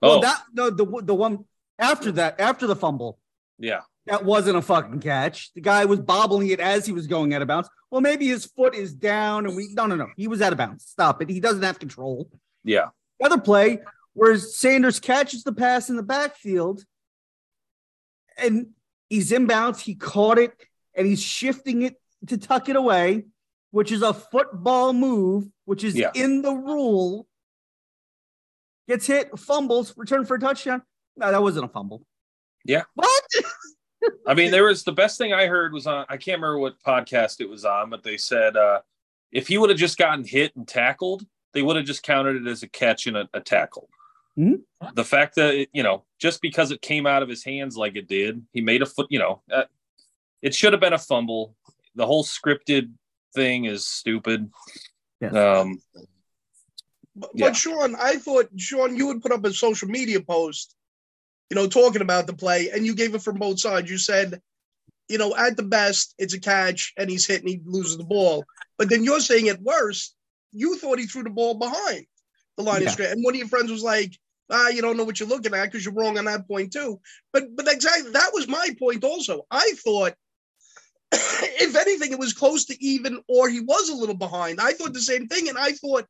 [SPEAKER 2] well
[SPEAKER 1] oh,
[SPEAKER 2] that no the the one after that after the fumble
[SPEAKER 1] yeah.
[SPEAKER 2] that wasn't a fucking catch the guy was bobbling it as he was going out of bounds well maybe his foot is down and we no no no he was out of bounds stop it he doesn't have control
[SPEAKER 1] Yeah.
[SPEAKER 2] other play where Sanders catches the pass in the backfield and he's inbounds. He caught it and he's shifting it to tuck it away, which is a football move, which is
[SPEAKER 1] Yeah.
[SPEAKER 2] in the rule. Gets hit, fumbles, return for a touchdown. No, that wasn't a fumble.
[SPEAKER 1] Yeah.
[SPEAKER 2] What?
[SPEAKER 1] I mean, there was the best thing I heard was on, I can't remember what podcast it was on, but they said uh, if he would have just gotten hit and tackled, they would have just counted it as a catch and a, a tackle.
[SPEAKER 2] Mhm.
[SPEAKER 1] The fact that, it, you know, just because it came out of his hands like it did, he made a foot, you know, uh, it should have been a fumble. The whole scripted thing is stupid.
[SPEAKER 2] Yes.
[SPEAKER 1] Um,
[SPEAKER 4] But,
[SPEAKER 1] Yeah.
[SPEAKER 4] but Sean, I thought Sean, you would put up a social media post, you know, talking about the play, and you gave it from both sides. You said, you know, at the best, it's a catch, and he's hit and he loses the ball. But then you're saying at worst, you thought he threw the ball behind the line
[SPEAKER 2] Yeah.
[SPEAKER 4] of scrimmage, and one of your friends was like, "Ah, you don't know what you're looking at because you're wrong on that point too." But but exactly that was my point also. I thought. If anything, it was close to even, or he was a little behind. I thought the same thing, and I thought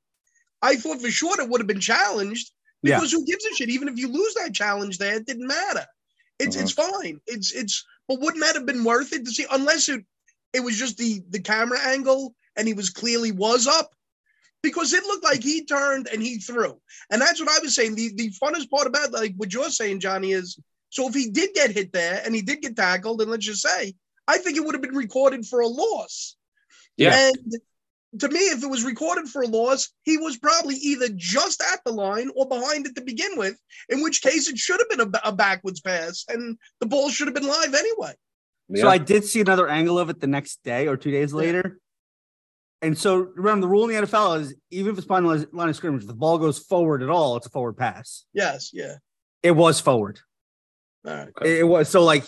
[SPEAKER 4] I thought for sure it would have been challenged
[SPEAKER 2] Yeah.
[SPEAKER 4] because who gives a shit? Even if you lose that challenge there, it didn't matter. It's it's fine. It's it's but wouldn't that have been worth it to see unless it it was just the the camera angle and he was clearly was up because it looked like he turned and he threw. And that's what I was saying. The the funnest part about like what you're saying, Johnny, is so if he did get hit there and he did get tackled, and let's just say, I think it would have been recorded for a loss.
[SPEAKER 1] Yeah.
[SPEAKER 4] And to me, if it was recorded for a loss, he was probably either just at the line or behind it to begin with, in which case it should have been a, a backwards pass and the ball should have been live anyway.
[SPEAKER 1] yeah.
[SPEAKER 2] So I did see another angle of it the next day or two days later. And so remember, the rule in the NFL is even if it's behind the line of scrimmage, if the ball goes forward at all, it's a forward pass.
[SPEAKER 4] Yes, yeah.
[SPEAKER 2] It was forward.
[SPEAKER 4] All right.
[SPEAKER 1] Okay.
[SPEAKER 2] It was so like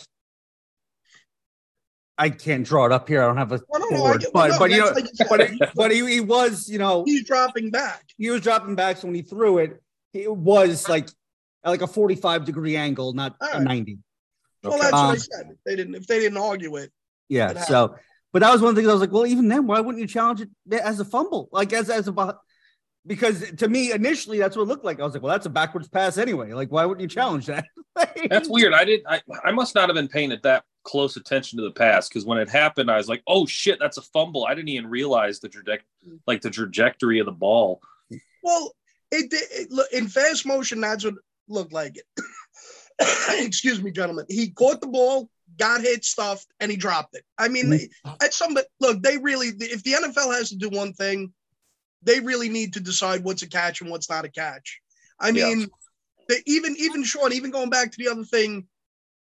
[SPEAKER 2] I can't draw it up here. I don't have a
[SPEAKER 4] Well, no, no, I
[SPEAKER 2] board,
[SPEAKER 4] get-
[SPEAKER 2] but
[SPEAKER 4] no,
[SPEAKER 2] but you know,
[SPEAKER 4] that's like you
[SPEAKER 2] but
[SPEAKER 4] said,
[SPEAKER 2] it, but he, he was you know
[SPEAKER 4] he's dropping back.
[SPEAKER 2] he was dropping back. So when he threw it, it was like at like a forty five degree angle, not a
[SPEAKER 4] Alright.
[SPEAKER 2] ninety.
[SPEAKER 4] Well, that's what I
[SPEAKER 2] Um,
[SPEAKER 4] said. If they didn't if they didn't argue it.
[SPEAKER 2] Yeah.
[SPEAKER 4] That
[SPEAKER 2] So, but that was one thing that I was like, well, even then, why wouldn't you challenge it as a fumble? Like as as a bu- because to me initially that's what it looked like. I was like, well, that's a backwards pass anyway. Like why wouldn't you challenge that?
[SPEAKER 1] That's weird. I didn't. I, I must not have been paying it that close attention to the pass because when it happened, I was like, "Oh shit, that's a fumble." I didn't even realize the trajectory,
[SPEAKER 4] Mm.
[SPEAKER 1] like the trajectory of the ball.
[SPEAKER 4] Well, it, did- it, look in fast motion. That's what it looked like it. Excuse me, gentlemen. He caught the ball, got hit, stuffed, and he dropped it. I mean,
[SPEAKER 2] Mhm.
[SPEAKER 4] at some but look, they really. If the NFL has to do one thing, they really need to decide what's a catch and what's not a catch. I
[SPEAKER 1] Yeah.
[SPEAKER 4] mean, they, even even Sean, even going back to the other thing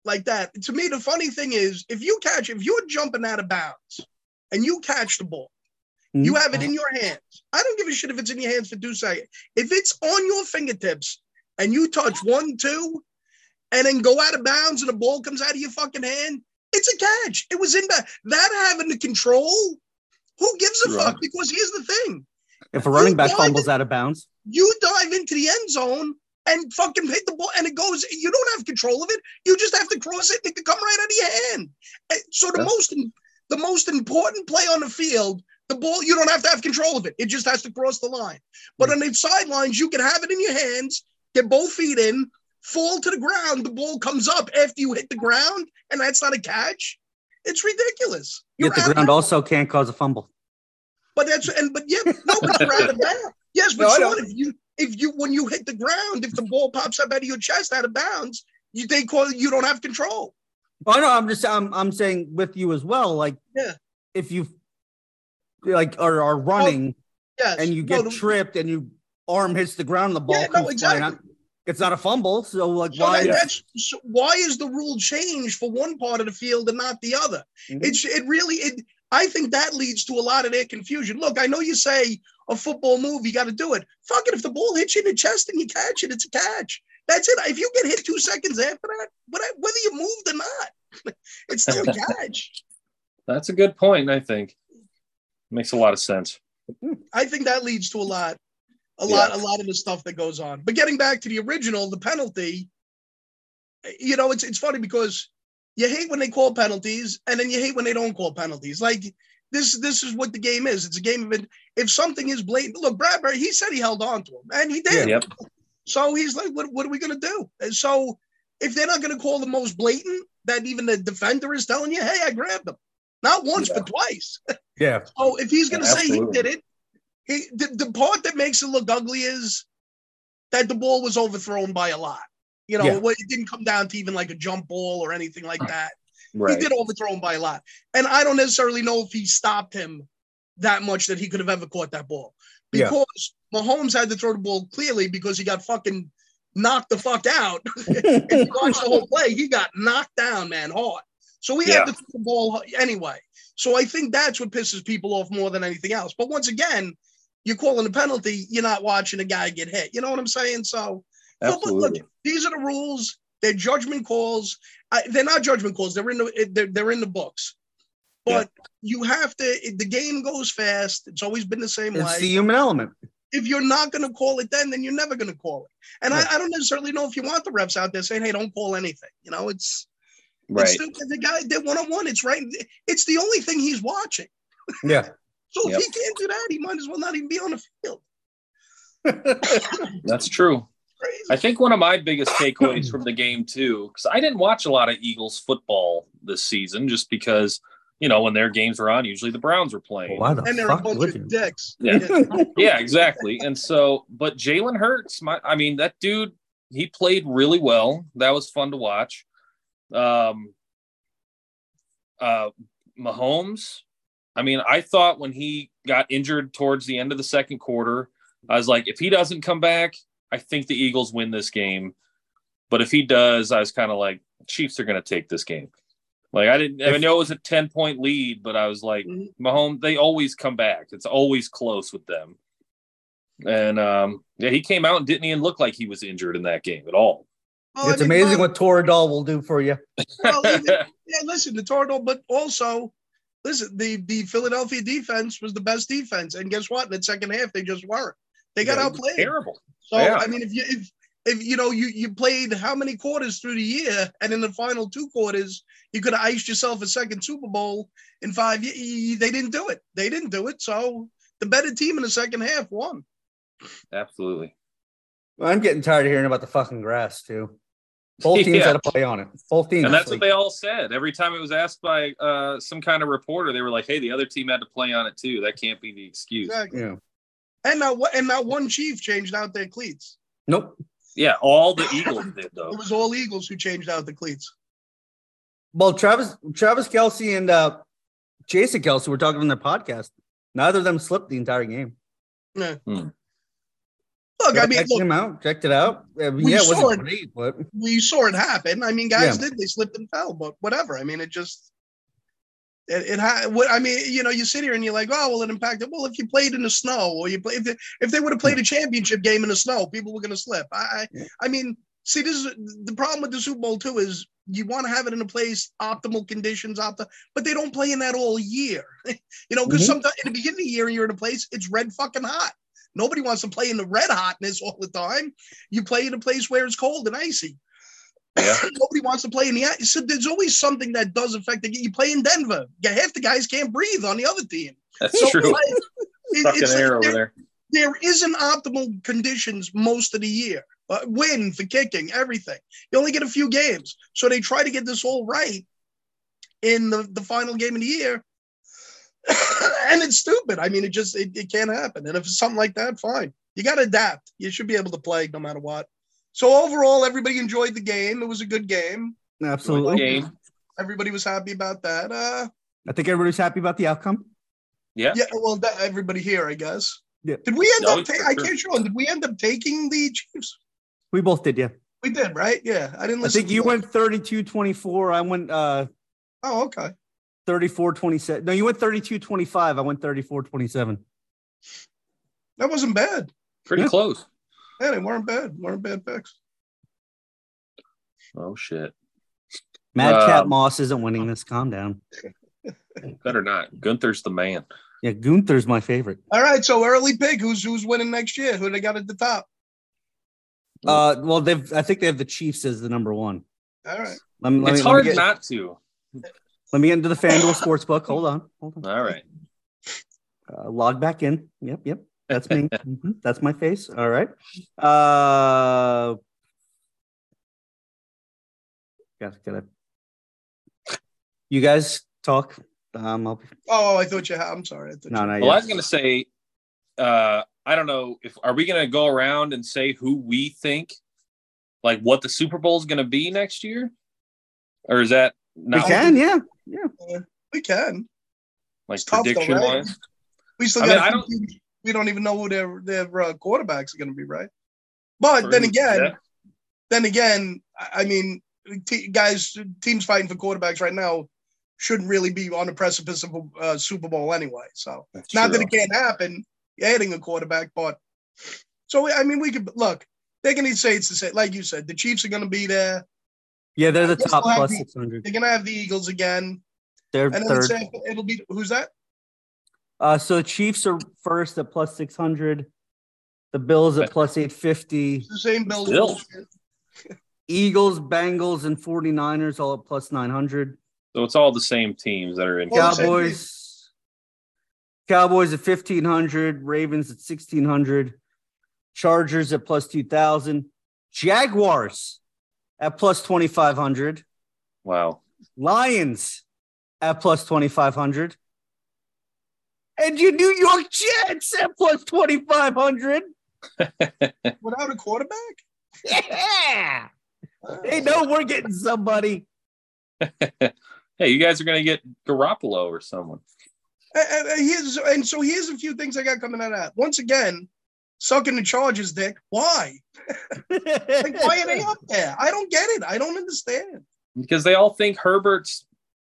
[SPEAKER 4] like that. To me, the funny thing is, if you catch, if you're jumping out of bounds and you catch the ball, you
[SPEAKER 2] Mm-hmm.
[SPEAKER 4] have it in your hands. I don't give a shit if it's in your hands for two seconds. If it's on your fingertips and you touch one, two, and then go out of bounds and the ball comes out of your fucking hand, it's a catch. It was in that. That having the control, who gives a
[SPEAKER 1] Right.
[SPEAKER 4] fuck? Because here's the thing
[SPEAKER 2] If a running back
[SPEAKER 4] Why did-
[SPEAKER 2] fumbles out of bounds,
[SPEAKER 4] you dive into the end zone and fucking hit the ball and it goes you don't have control of it you just have to cross it and it can come right out of your hand And Eh, so the
[SPEAKER 1] Yeah.
[SPEAKER 4] most the most important play on the field The ball, you don't have to have control of it. It just has to cross the line. But on the sidelines, you can have it in your hands, get both feet in, fall to the ground. The ball comes up after you hit the ground, and that's not a catch. It's ridiculous.
[SPEAKER 2] Yet the
[SPEAKER 4] out of
[SPEAKER 2] ground
[SPEAKER 4] bounds.
[SPEAKER 2] also can't cause a fumble.
[SPEAKER 4] But that's and but yeah, no, but you're out of bounds. Yes, but
[SPEAKER 1] No, I
[SPEAKER 4] Sean, if you if you when you hit the ground, if the ball pops up out of your chest out of bounds, you they call you don't have control.
[SPEAKER 2] Oh no, I'm just I'm I'm saying with you as well. Like
[SPEAKER 4] Yeah.
[SPEAKER 2] if you like are, are running
[SPEAKER 4] Yes,
[SPEAKER 2] and you
[SPEAKER 4] Oh, No,
[SPEAKER 2] get
[SPEAKER 4] the-
[SPEAKER 2] tripped and you arm hits the ground, the ball
[SPEAKER 4] Yeah, no,
[SPEAKER 2] comes flying
[SPEAKER 4] exactly.
[SPEAKER 2] out. It's not a fumble, so like
[SPEAKER 4] So
[SPEAKER 2] why?
[SPEAKER 4] that- that's so why is the rule changed for one part of the field and not the other?
[SPEAKER 2] Mhm.
[SPEAKER 4] It's it really it. I think that leads to a lot of their confusion. Look, I know you say a football move, you got to do it. Fuck it, if the ball hits you in the chest and you catch it, it's a catch. That's it. If you get hit two seconds after that, what- whether you moved or not, it's still a catch.
[SPEAKER 1] That's a good point. I think makes a lot of sense.
[SPEAKER 4] I think that leads to a lot, a lot, a lot of the stuff that goes on. But getting back to the original, the penalty, you know, it's it's funny because you hate when they call penalties, and then you hate when they don't call penalties. Like this, this is what the game is. It's a game of it. If something is blatant, look, Bradbury, he said he held on to him, and he did.
[SPEAKER 1] Yep.
[SPEAKER 4] So he's like, what, what are we going to do? And so if they're not going to call the most blatant, that even the defender is telling you, hey, I grabbed him. Not once, but twice.
[SPEAKER 2] Yeah.
[SPEAKER 4] So Oh, if he's going to
[SPEAKER 1] Yeah,
[SPEAKER 4] say he
[SPEAKER 1] absolutely.
[SPEAKER 4] did it, he, the, the part that makes it look ugly is that the ball was overthrown by a lot. You know,
[SPEAKER 2] Yeah.
[SPEAKER 4] it wa- it didn't come down to even like a jump ball or anything like that.
[SPEAKER 1] Right.
[SPEAKER 4] He did overthrow him by a lot. And I don't necessarily know if he stopped him that much that he could have ever caught that ball.
[SPEAKER 2] Yeah.
[SPEAKER 4] Because Mahomes had to throw the ball clearly because he got fucking knocked the fuck out. if you watch the whole play, he got knocked down, man, hard. So we
[SPEAKER 1] Yeah.
[SPEAKER 4] had to throw the ball anyway. So I think that's what pisses people off more than anything else. But once again, you're calling a penalty, you're not watching a guy get hit. You know what I'm saying? So
[SPEAKER 1] Absolutely.
[SPEAKER 4] these are the rules. They're judgment calls. I, they're not judgment calls. They're in the they're, they're in the books. But you have to. The game goes fast. It's always been the same
[SPEAKER 2] it's
[SPEAKER 4] way.
[SPEAKER 2] the human element.
[SPEAKER 4] if you're not going to call it, then then you're never going to call it. And
[SPEAKER 2] Right.
[SPEAKER 4] I, I don't necessarily know if you want the refs out there saying, "Hey, don't call anything." You know, it's
[SPEAKER 1] Right.
[SPEAKER 4] it's the, the guy they're one on one. It's right. It's the only thing he's watching.
[SPEAKER 2] Yeah.
[SPEAKER 4] So
[SPEAKER 1] Yep.
[SPEAKER 4] if he can't do that, he might as well not even be on the field.
[SPEAKER 1] That's true.
[SPEAKER 4] Crazy.
[SPEAKER 1] I think one of my biggest takeaways from the game too, because I didn't watch a lot of Eagles football this season, just because you know when their games were on, usually the Browns were playing.
[SPEAKER 2] Why the
[SPEAKER 4] and they're a
[SPEAKER 2] fuck
[SPEAKER 4] bunch
[SPEAKER 2] would you?
[SPEAKER 4] of dicks.
[SPEAKER 1] Yeah. Yeah, exactly. And so, but Jalen Hurts, my, I mean, that dude, he played really well. That was fun to watch. Um, uh, Mahomes, I mean, I thought when he got injured towards the end of the second quarter, I was like, if he doesn't come back, I think the Eagles win this game. But if he does, I was kind of like, Chiefs are going to take this game. Like I didn't, I know it was a ten point lead, but I was like,
[SPEAKER 4] Mhm.
[SPEAKER 1] Mahomes, they always come back. It's always close with them. And um, yeah, he came out and didn't even look like he was injured in that game at all.
[SPEAKER 4] Well, I
[SPEAKER 2] it's
[SPEAKER 4] mean,
[SPEAKER 2] amazing
[SPEAKER 4] well,
[SPEAKER 2] what Toradol will do for you.
[SPEAKER 4] well, even- yeah, listen, the Tornado, but also listen, the the Philadelphia defense was the best defense, and guess what? In the second half, they just weren't. They got
[SPEAKER 1] Yeah, he was
[SPEAKER 4] outplayed.
[SPEAKER 1] Terrible.
[SPEAKER 4] So
[SPEAKER 1] Yeah.
[SPEAKER 4] I mean, if you if if you know you you played how many quarters through the year, and in the final two quarters, you could have iced yourself a second Super Bowl in five years. They didn't do it. They didn't do it. So the better team in the second half won.
[SPEAKER 1] Absolutely.
[SPEAKER 2] I'm getting tired of hearing about the fucking grass too. Both teams
[SPEAKER 1] Yeah.
[SPEAKER 2] had to play on it. Both teams.
[SPEAKER 1] And that's
[SPEAKER 2] like,
[SPEAKER 1] what they all said. Every time it was asked by uh, some kind of reporter, they were like, "Hey, the other team had to play on it too. That can't be the excuse."
[SPEAKER 4] Exactly.
[SPEAKER 2] yeah.
[SPEAKER 4] And now and now one chief changed out their cleats.
[SPEAKER 2] Nope.
[SPEAKER 1] Yeah, all the Eagles did though.
[SPEAKER 4] It was all Eagles who changed out the cleats.
[SPEAKER 2] Well, Travis, Travis Kelsey and uh, Jason Kelsey were talking on their podcast. Neither of them slipped the entire game.
[SPEAKER 4] Look, I mean,
[SPEAKER 2] checked
[SPEAKER 4] look,
[SPEAKER 2] him out, checked it out. I mean,
[SPEAKER 4] We
[SPEAKER 2] yeah, it
[SPEAKER 4] saw it.
[SPEAKER 2] wasn't great, but
[SPEAKER 4] we saw it happen. I mean, guys did they slipped and fell, but whatever. I mean, it just it, it ha- what I mean, you know, you sit here and you're like, oh, well, it impacted. Well, if you played in the snow, or you play if they, if they would have played a championship game in the snow, people were going to slip. I I, I mean, see, this is the problem with the Super Bowl too is you want to have it in a place optimal conditions, opti- but they don't play in that all year. you know, because
[SPEAKER 2] Mhm.
[SPEAKER 4] sometimes in the beginning of the year, you're in a place it's red fucking hot. Nobody wants to play in the red hotness all the time. You play in a place where it's cold and icy.
[SPEAKER 1] Yeah.
[SPEAKER 4] Nobody wants to play in the ice. So there's always something that does affect the game. You play in Denver. Yeah, Half the guys can't breathe on the other team.
[SPEAKER 1] That's true.
[SPEAKER 4] Like, it-
[SPEAKER 1] Fucking
[SPEAKER 4] it's like
[SPEAKER 1] air over
[SPEAKER 4] there-
[SPEAKER 1] there.
[SPEAKER 4] there isn't optimal conditions most of the year. Uh, wind for kicking, everything. You only get a few games, so they try to get this all right in the, the final game of the year. and it's stupid. I mean, it just it, it can't happen. And if it's something like that, fine. You got to adapt. You should be able to play no matter what. So overall, everybody enjoyed the game. It was a good game.
[SPEAKER 2] Absolutely.
[SPEAKER 1] Good game.
[SPEAKER 4] Everybody was happy about that. Uh,
[SPEAKER 2] I think everybody's happy about the outcome.
[SPEAKER 1] Yeah.
[SPEAKER 4] Yeah, well, that, everybody here, I guess.
[SPEAKER 2] Yeah.
[SPEAKER 4] Did we end
[SPEAKER 1] No,
[SPEAKER 4] up?
[SPEAKER 1] for
[SPEAKER 4] Ta- I
[SPEAKER 1] sure.
[SPEAKER 4] can't show. Did we end up taking the Chiefs?
[SPEAKER 2] We both did, yeah.
[SPEAKER 4] We did, right? Yeah, I didn't
[SPEAKER 2] I
[SPEAKER 4] listen.
[SPEAKER 2] think
[SPEAKER 4] to
[SPEAKER 2] you
[SPEAKER 4] that.
[SPEAKER 2] went 32 24. I went uh,
[SPEAKER 4] Oh, okay.
[SPEAKER 2] 34 27. No, you went 32 25. I went 34 27.
[SPEAKER 4] That wasn't bad.
[SPEAKER 1] Pretty
[SPEAKER 2] Yeah.
[SPEAKER 1] close.
[SPEAKER 4] Yeah, they weren't bad. weren't bad picks.
[SPEAKER 1] Oh shit.
[SPEAKER 2] Mad Cat
[SPEAKER 1] Um,
[SPEAKER 2] Moss isn't winning this. Calm down.
[SPEAKER 1] Better not. Gunther's the man.
[SPEAKER 2] Yeah, Gunther's my favorite.
[SPEAKER 4] All right, so early pick. Who's who's winning next year? Who they got at the top?
[SPEAKER 2] Uh, well, they've. I think they have the Chiefs as the number one.
[SPEAKER 4] All right.
[SPEAKER 2] Let me, let
[SPEAKER 1] it's
[SPEAKER 2] me,
[SPEAKER 1] hard
[SPEAKER 2] let me, get,
[SPEAKER 1] not to.
[SPEAKER 2] let me get into the FanDuel Sportsbook. Hold on. Hold on.
[SPEAKER 1] All right.
[SPEAKER 2] Uh, log back in. Yep, yep. That's me. Mhm. That's my face. All right. Uh, gotta, gotta. You guys talk. Um, I'll,
[SPEAKER 4] Oh, I thought you had. I'm sorry. I thought
[SPEAKER 2] no,
[SPEAKER 4] you-
[SPEAKER 2] not
[SPEAKER 1] Well, I was
[SPEAKER 2] yet.
[SPEAKER 1] gonna say, uh, I don't know if are we gonna go around and say who we think, like what the Super Bowl is gonna be next year, or is that
[SPEAKER 2] We
[SPEAKER 1] not
[SPEAKER 2] can, yeah.
[SPEAKER 4] we can.
[SPEAKER 1] like
[SPEAKER 4] It's tough though,
[SPEAKER 1] prediction
[SPEAKER 4] right?
[SPEAKER 1] wise?
[SPEAKER 4] We still
[SPEAKER 1] I
[SPEAKER 4] got.
[SPEAKER 1] mean, I
[SPEAKER 4] a few teams. We don't even know who their their uh, quarterbacks are going to be, right? But then again, then again, I- I mean, t- guys, teams fighting for quarterbacks right now shouldn't really be on the precipice of a uh, Super Bowl anyway. So, not that it can't happen, you're adding a quarterback, but so I mean, we could look. They're going to say it's the same, like you said. The Chiefs are going to be there.
[SPEAKER 2] Yeah, they're the
[SPEAKER 4] Yes,
[SPEAKER 2] top
[SPEAKER 4] we'll have
[SPEAKER 2] plus
[SPEAKER 4] the-
[SPEAKER 2] six hundred.
[SPEAKER 4] They're going to have the Eagles again,
[SPEAKER 2] They're
[SPEAKER 4] and then it's,
[SPEAKER 2] third.
[SPEAKER 4] uh, it'll be who's that?
[SPEAKER 2] Uh, so the Chiefs are first at plus six hundred. The Bills at plus eight fifty.
[SPEAKER 4] It's the same Bills.
[SPEAKER 1] Bills.
[SPEAKER 2] Eagles, Bengals, and 49ers all at plus nine hundred.
[SPEAKER 1] So it's all the same teams that are in.
[SPEAKER 4] Well, it's-
[SPEAKER 2] Cowboys. Cowboys at fifteen hundred. Ravens at sixteen hundred. Chargers at plus two thousand. Jaguars at plus twenty five hundred.
[SPEAKER 1] wow.
[SPEAKER 2] Lions at plus twenty five hundred. And your New York Jets at plus twenty five hundred.
[SPEAKER 4] Without a quarterback,
[SPEAKER 2] Yeah.
[SPEAKER 4] Uh,
[SPEAKER 2] Hey, no, we're getting somebody.
[SPEAKER 1] Hey, you guys are gonna get Garoppolo or someone.
[SPEAKER 4] And, and- and Uh, here's and so here's a few things I got coming out of that. Once again, sucking the Chargers dick. Why? Like, why are they up there? I don't get it. I don't understand.
[SPEAKER 1] because they all think Herbert's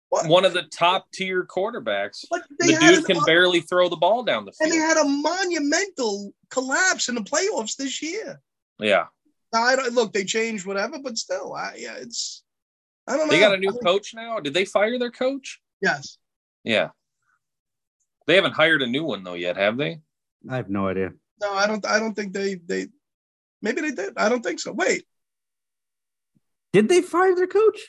[SPEAKER 4] What?
[SPEAKER 1] one of the top tier quarterbacks.
[SPEAKER 4] But they
[SPEAKER 1] The
[SPEAKER 4] had
[SPEAKER 1] dude
[SPEAKER 4] an
[SPEAKER 1] can
[SPEAKER 4] up-
[SPEAKER 1] barely throw the ball down the
[SPEAKER 4] and they
[SPEAKER 1] field.
[SPEAKER 4] had a monumental collapse in the playoffs this year.
[SPEAKER 1] Yeah,
[SPEAKER 4] Now, I don't, look, they changed whatever, but still, I yeah, it's I don't know.
[SPEAKER 1] they got a new coach now. Did they fire their coach?
[SPEAKER 4] yes.
[SPEAKER 1] Yeah, they haven't hired a new one though yet, have they?
[SPEAKER 2] I have no idea.
[SPEAKER 4] No, I don't. I don't think they they. Maybe they did. I don't think so. Wait,
[SPEAKER 2] Did they fire their coach?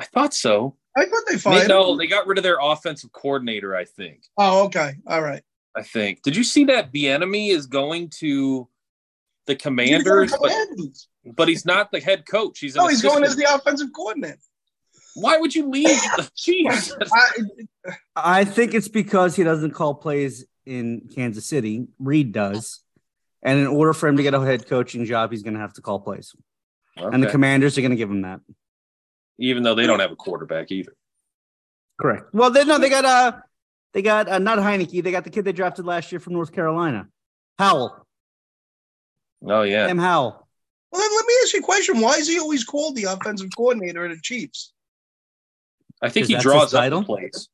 [SPEAKER 1] I thought so.
[SPEAKER 4] I thought they
[SPEAKER 1] They,
[SPEAKER 4] fired.
[SPEAKER 1] no,
[SPEAKER 4] him.
[SPEAKER 1] they got rid of their offensive coordinator. I think.
[SPEAKER 4] Oh, okay. All right.
[SPEAKER 1] I think. Did you see that Bienemy is going to the Commanders, but,
[SPEAKER 4] Commanders.
[SPEAKER 1] but he's not the head coach. He's an
[SPEAKER 4] No, he's going as
[SPEAKER 1] assistant.
[SPEAKER 4] the offensive coordinator.
[SPEAKER 1] Why would you leave the Chiefs?
[SPEAKER 4] I,
[SPEAKER 2] I think it's because he doesn't call plays in Kansas City. Reed does. And in order for him to get a head coaching job, he's going to have to call plays. And the
[SPEAKER 1] Okay.
[SPEAKER 2] commanders are going to give him that.
[SPEAKER 1] Even though they don't have a quarterback either.
[SPEAKER 2] Correct. Well, they no, they got uh they got uh, not Heineke, they got the kid they drafted last year from North Carolina. Howell.
[SPEAKER 1] Oh yeah.
[SPEAKER 2] M. Howell.
[SPEAKER 4] well, then let me ask you a question. Why is he always called the offensive coordinator of the Chiefs?
[SPEAKER 1] I think
[SPEAKER 2] Is
[SPEAKER 1] he
[SPEAKER 2] that his
[SPEAKER 1] draws up
[SPEAKER 2] title?
[SPEAKER 1] the plays.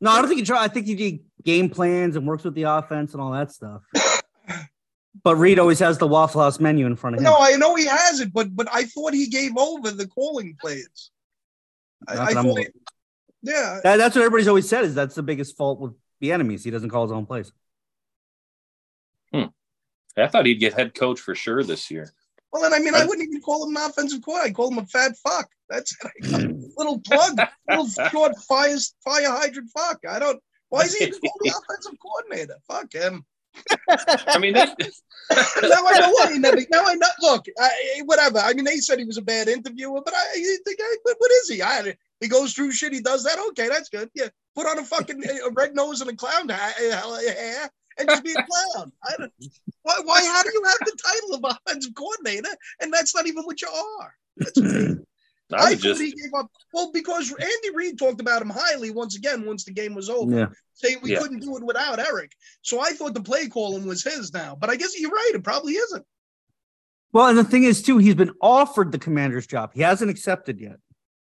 [SPEAKER 2] No, I don't think he tried. I think he did game plans and works with the offense and all that stuff. But Reed always has the Waffle House menu in front of him.
[SPEAKER 4] No, I know he has it, but but I thought he gave over the calling plays. I,
[SPEAKER 2] Not
[SPEAKER 4] I
[SPEAKER 2] that I'm
[SPEAKER 4] thought,
[SPEAKER 2] aware.
[SPEAKER 4] he- yeah.
[SPEAKER 2] That- that's what everybody's always said is that's the biggest fault with the enemies. He doesn't call his own plays.
[SPEAKER 1] I thought he'd get head coach for sure this year.
[SPEAKER 4] Well, then I mean, I wouldn't even call him an offensive coordinator. I call him a fat fuck. That's it. little plug, little short fire fire hydrant fuck. I don't. Why is he the offensive coordinator? Fuck him.
[SPEAKER 1] I mean, they,
[SPEAKER 4] now I know why he never. Now I know. Look, I, eh, whatever. I mean, they said he was a bad interviewer, but I I think, I, what, what is he? I, he goes through shit. He does that. Okay, that's good. Yeah, put on a fucking eh, a red nose and a clown hat, eh, hair and just be a clown. I don't. Why? Why? How do you have the title of offensive coordinator and that's not even what you are? That's
[SPEAKER 1] I
[SPEAKER 4] I
[SPEAKER 1] would
[SPEAKER 4] thought
[SPEAKER 1] just
[SPEAKER 4] he gave up. Well, because Andy Reid talked about him highly once again once the game was over,
[SPEAKER 2] Yeah.
[SPEAKER 4] saying we
[SPEAKER 1] Yeah.
[SPEAKER 4] couldn't do it without Eric. So I thought the play calling was his now, but I guess you're right. It probably isn't.
[SPEAKER 2] Well, and the thing is, too, he's been offered the commander's job. He hasn't accepted yet.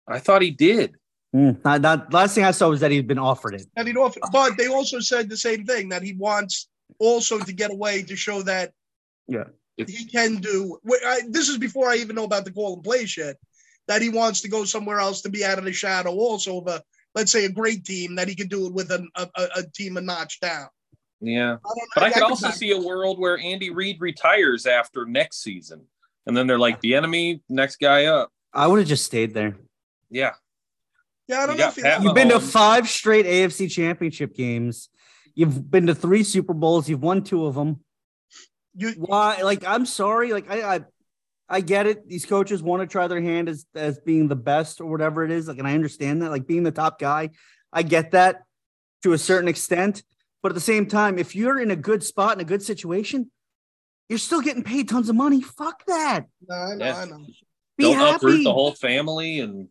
[SPEAKER 1] I thought he did.
[SPEAKER 2] Not- not- last thing I saw was that he'd been offered it.
[SPEAKER 4] That he'd offer, but they also said the same thing that he wants also to get away to show that
[SPEAKER 2] Yeah.
[SPEAKER 4] he can do. wh- I, this is before I even know about the call and play shit. That he wants to go somewhere else to be out of the shadow, also of a let's say a great team that he could do it with an, a, a, a team a notch down.
[SPEAKER 1] Yeah.
[SPEAKER 4] I don't,
[SPEAKER 1] But I could
[SPEAKER 4] can
[SPEAKER 1] also
[SPEAKER 4] back-
[SPEAKER 1] see a world where Andy Reid retires after next season. And then they're like, the enemy, next guy up.
[SPEAKER 2] I would have just stayed there.
[SPEAKER 1] Yeah.
[SPEAKER 4] Yeah, I don't
[SPEAKER 1] You
[SPEAKER 4] know
[SPEAKER 1] got
[SPEAKER 4] if he
[SPEAKER 1] Pat
[SPEAKER 2] You've been to
[SPEAKER 1] Mahomes.
[SPEAKER 2] five straight AFC championship games. You've been to three Super Bowls. You've won two of them.
[SPEAKER 4] You,
[SPEAKER 2] Why? Like, I'm sorry. Like, I, I, I get it. These coaches want to try their hand as as being the best or whatever it is. Like, and I understand that. Like, being the top guy, I get that to a certain extent. But at the same time, if you're in a good spot in a good situation, you're still getting paid tons of money. Fuck that.
[SPEAKER 4] no, I know,
[SPEAKER 1] Yeah.
[SPEAKER 4] I know.
[SPEAKER 2] Be
[SPEAKER 1] Don't
[SPEAKER 2] happy.
[SPEAKER 1] uproot the whole family. And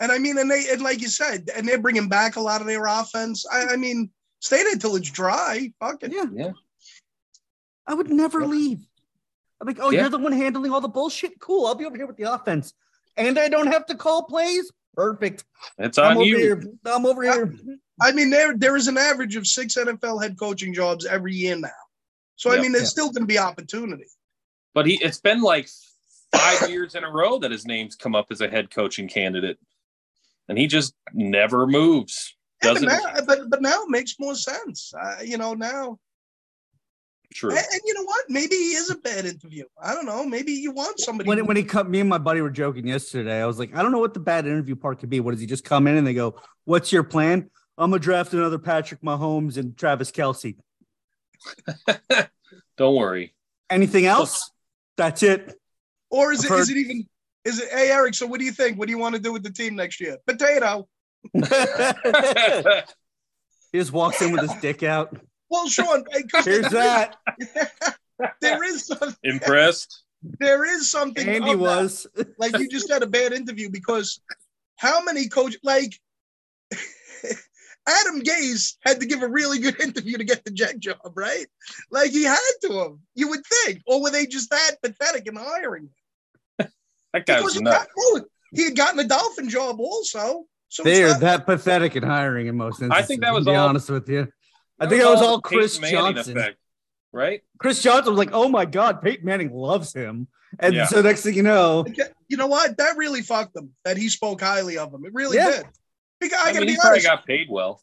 [SPEAKER 4] And I mean, and they, and like you said, and they're bringing back a lot of their offense. I, I mean, stay there till it's dry. Fuck it.
[SPEAKER 2] yeah.
[SPEAKER 1] Yeah.
[SPEAKER 2] I would never
[SPEAKER 1] Yeah.
[SPEAKER 2] leave. I'm like, oh,
[SPEAKER 1] Yeah.
[SPEAKER 2] you're the one handling all the bullshit. Cool. I'll be over here with the offense. And I don't have to call plays. Perfect.
[SPEAKER 1] it's
[SPEAKER 2] I'm
[SPEAKER 1] on
[SPEAKER 2] over
[SPEAKER 1] you.
[SPEAKER 2] here. I'm over here.
[SPEAKER 4] I mean, there there is an average of six NFL head coaching jobs every year now. So I
[SPEAKER 1] Yeah.
[SPEAKER 4] mean, there's
[SPEAKER 2] Yeah.
[SPEAKER 4] still going to be opportunity.
[SPEAKER 1] But he, it's been like five years in a row that his name's come up as a head coaching candidate. And he just never moves.
[SPEAKER 4] Yeah, but,
[SPEAKER 1] Doesn't
[SPEAKER 4] now, but but now it makes more sense. Uh, you know now,
[SPEAKER 1] true.
[SPEAKER 4] and, and you know what? Maybe he is a bad interview. I don't know. Maybe you want somebody.
[SPEAKER 2] When, when he cut me and my buddy were joking yesterday, I was like, I don't know what the bad interview part could be. What does he just come in and they go, What's your plan? I'm gonna draft another Patrick Mahomes and Travis Kelsey.
[SPEAKER 1] Don't worry.
[SPEAKER 2] Anything else? That's it.
[SPEAKER 4] or is
[SPEAKER 2] I've
[SPEAKER 4] it,
[SPEAKER 2] heard-
[SPEAKER 4] is it even? Is it? Hey, Eric. So what do you think? What do you want to do with the team next year? Potato.
[SPEAKER 2] he just walks in with his dick out.
[SPEAKER 4] Well, Sean. hey, 'cause
[SPEAKER 2] Here's that.
[SPEAKER 4] there is some,
[SPEAKER 1] Impressed?
[SPEAKER 4] there is something.
[SPEAKER 2] Andy
[SPEAKER 4] of that.
[SPEAKER 2] was.
[SPEAKER 4] like you just had a bad interview because how many coach like Adam Gase had to give a really good interview to get the Jet job, right? Like he had to have, you would think. Or were they just that pathetic in hiring? him?
[SPEAKER 1] That guy
[SPEAKER 4] Because
[SPEAKER 1] was
[SPEAKER 4] he,
[SPEAKER 1] nuts.
[SPEAKER 4] got- look, he had gotten a Dolphin job also. So it's
[SPEAKER 2] They are
[SPEAKER 4] not-
[SPEAKER 2] that pathetic in hiring in most instances.
[SPEAKER 1] I think that was
[SPEAKER 2] to be
[SPEAKER 1] all-
[SPEAKER 2] honest with you. I think that was all
[SPEAKER 1] the
[SPEAKER 2] Chris
[SPEAKER 1] Peyton Manning
[SPEAKER 2] Johnson.
[SPEAKER 1] effect, right?
[SPEAKER 2] Chris Johnson was like, "Oh my God, Peyton Manning loves him," and
[SPEAKER 1] Yeah.
[SPEAKER 2] so next thing you know,
[SPEAKER 4] you know what? That really fucked him that he spoke highly of him. It really
[SPEAKER 2] Yeah.
[SPEAKER 4] did. Because I,
[SPEAKER 1] I,
[SPEAKER 4] gotta
[SPEAKER 1] mean, he
[SPEAKER 4] be
[SPEAKER 1] probably
[SPEAKER 4] honest,
[SPEAKER 1] got paid well.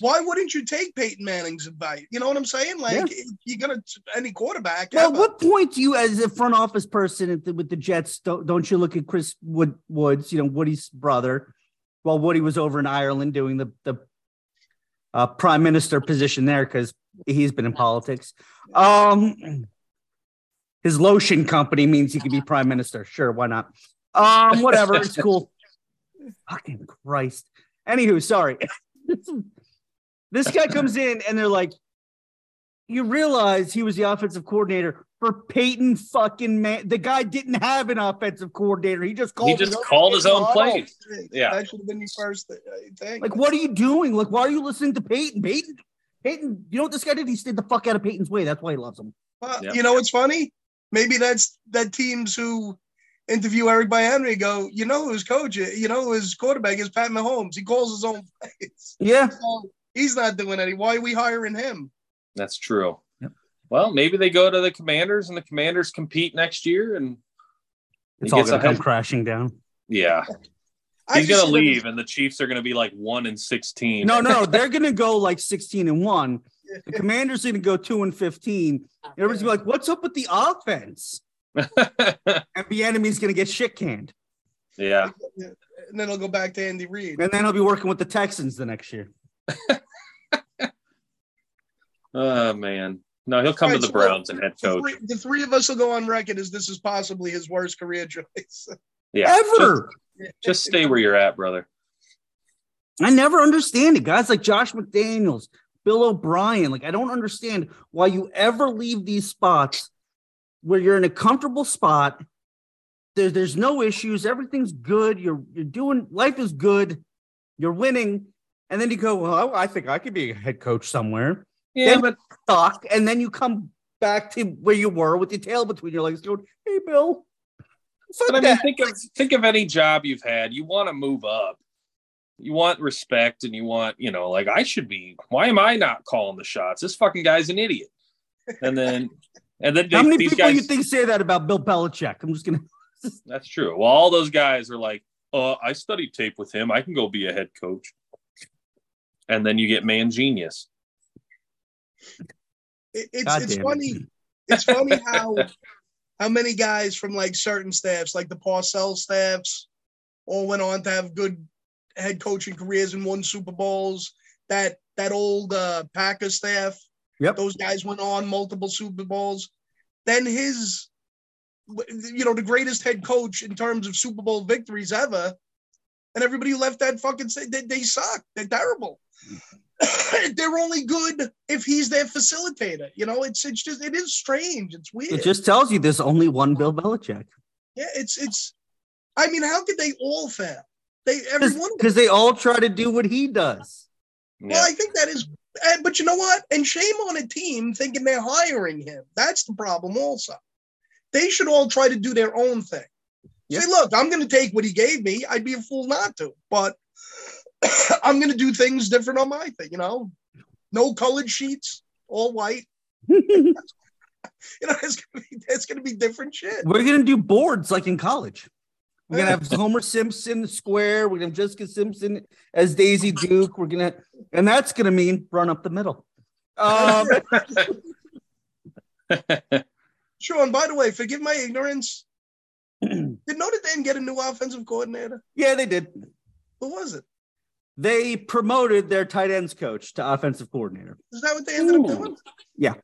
[SPEAKER 4] why wouldn't you take Peyton Manning's advice? You know what I'm saying? Like you're gonna any quarterback.
[SPEAKER 2] well,
[SPEAKER 4] ever.
[SPEAKER 2] what point do you, as a front office person at the, with the Jets, don't, don't you look at Chris Wood, Woods, you know Woody's brother, while Woody was over in Ireland doing the the uh, prime minister position there because he's been in politics. Um, his lotion company means he could be prime minister. Sure, why not? Um, whatever, it's cool. Fucking Christ. Anywho, sorry. this guy comes in and they're like, you realize he was the offensive coordinator for Peyton fucking man. The guy didn't have an offensive coordinator. He just called.
[SPEAKER 1] He
[SPEAKER 2] his
[SPEAKER 1] just
[SPEAKER 2] own
[SPEAKER 1] called his own
[SPEAKER 2] model.
[SPEAKER 1] plays. Yeah.
[SPEAKER 4] That should have been your first uh, thing.
[SPEAKER 2] Like, what are you doing? Like, why are you listening to Peyton? Peyton, Peyton. You know what this guy did? He stayed the fuck out of Peyton's way. That's why he loves him.
[SPEAKER 4] Well,
[SPEAKER 1] Yeah.
[SPEAKER 4] you know what's funny? Maybe that's that teams who interview Eric by Henry go, you know who's coach, uh, you know his quarterback is Pat Mahomes. He calls his own plays.
[SPEAKER 2] Yeah.
[SPEAKER 4] So he's not doing any. Why are we hiring him?
[SPEAKER 1] That's true.
[SPEAKER 2] Yep.
[SPEAKER 1] Well, maybe they go to the Commanders and the Commanders compete next year, and
[SPEAKER 2] It's
[SPEAKER 1] He
[SPEAKER 2] all
[SPEAKER 1] gets
[SPEAKER 2] gonna
[SPEAKER 1] a
[SPEAKER 2] come
[SPEAKER 1] head-
[SPEAKER 2] crashing down.
[SPEAKER 1] yeah,
[SPEAKER 4] I
[SPEAKER 1] he's
[SPEAKER 4] just
[SPEAKER 1] gonna
[SPEAKER 4] see them-
[SPEAKER 1] leave, and the Chiefs are gonna be like one and sixteen.
[SPEAKER 2] No, no, they're gonna go like 16 and one. The commander's gonna go two and 15. And everybody's gonna be like, what's up with the offense? And the enemy's gonna get shit canned.
[SPEAKER 1] yeah,
[SPEAKER 4] And then he'll go back to Andy Reid.
[SPEAKER 2] And then he'll be working with the Texans the next year.
[SPEAKER 1] Oh man. No, he'll come
[SPEAKER 4] All
[SPEAKER 1] to the
[SPEAKER 4] right, so we'll-
[SPEAKER 1] Browns and head
[SPEAKER 4] The
[SPEAKER 1] coach.
[SPEAKER 4] three, the three of us will go on record as this is possibly his worst career choice.
[SPEAKER 1] Yeah.
[SPEAKER 2] Ever.
[SPEAKER 1] Just, just stay where you're at, brother.
[SPEAKER 2] I never understand it. Guys like Josh McDaniels, Bill O'Brien. Like, I don't understand why you ever leave these spots where you're in a comfortable spot. There, there's no issues. Everything's good. You're you're doing life is good. You're winning. And then you go, well, I I think I could be a head coach somewhere.
[SPEAKER 1] Yeah,
[SPEAKER 2] Then-
[SPEAKER 1] but
[SPEAKER 2] Suck. And then you come back to where you were with your tail between your legs going, hey, Bill. Fuck
[SPEAKER 1] but I mean,
[SPEAKER 2] that.
[SPEAKER 1] think of think of any job you've had. You want to move up. You want respect, and you want you know, like I should be. Why am I not calling the shots? This fucking guy's an idiot. And then, and then
[SPEAKER 2] How
[SPEAKER 1] they-
[SPEAKER 2] many
[SPEAKER 1] these
[SPEAKER 2] people
[SPEAKER 1] guys.
[SPEAKER 2] you think say that about Bill Belichick? I'm just gonna
[SPEAKER 1] that's true. Well, all those guys are like, "Oh, I studied tape with him. I can go be a head coach." And then you get man genius.
[SPEAKER 4] It- it's
[SPEAKER 2] God
[SPEAKER 4] it's
[SPEAKER 2] damn it.
[SPEAKER 4] funny. It's funny how how many guys from like certain staffs, like the Parcells staffs, all went on to have good head coaching careers and won Super Bowls. That that old uh, Packers staff,
[SPEAKER 2] Yep.
[SPEAKER 4] those guys went on multiple Super Bowls. Then his, you know, the greatest head coach in terms of Super Bowl victories ever, and everybody who left that fucking state, they, they suck. They're terrible. They're only good if he's their facilitator. You know, it's it's just it is strange. It's weird.
[SPEAKER 2] It just tells you there's only one Bill Belichick
[SPEAKER 4] Yeah, it's it's. I mean, how could they all fail? They everyone.
[SPEAKER 2] because they all try to do what he does.
[SPEAKER 4] Well, I think that is. eh, But you know what? And shame on a team thinking they're hiring him. That's the problem. Also, they should all try to do their own thing.
[SPEAKER 2] Yep.
[SPEAKER 4] Say, look, I'm going to take what he gave me. I'd be a fool not to, but I'm going to do things different on my thing. You know, no colored sheets, all white.
[SPEAKER 2] We're
[SPEAKER 4] You know, it's going to be it's going to be different shit.
[SPEAKER 2] gonna do boards like in college. We're gonna have Homer Simpson square. We're gonna have Jessica Simpson as Daisy Duke. We're gonna, and that's gonna mean run up the middle. Um,
[SPEAKER 1] Yeah.
[SPEAKER 4] Sean, by the way, forgive my ignorance. Did Notre Dame get a new offensive coordinator?
[SPEAKER 2] yeah, they did.
[SPEAKER 4] Who was it?
[SPEAKER 2] They promoted their tight ends coach to offensive coordinator.
[SPEAKER 4] Is that what they ended up
[SPEAKER 1] Ooh.
[SPEAKER 4] doing?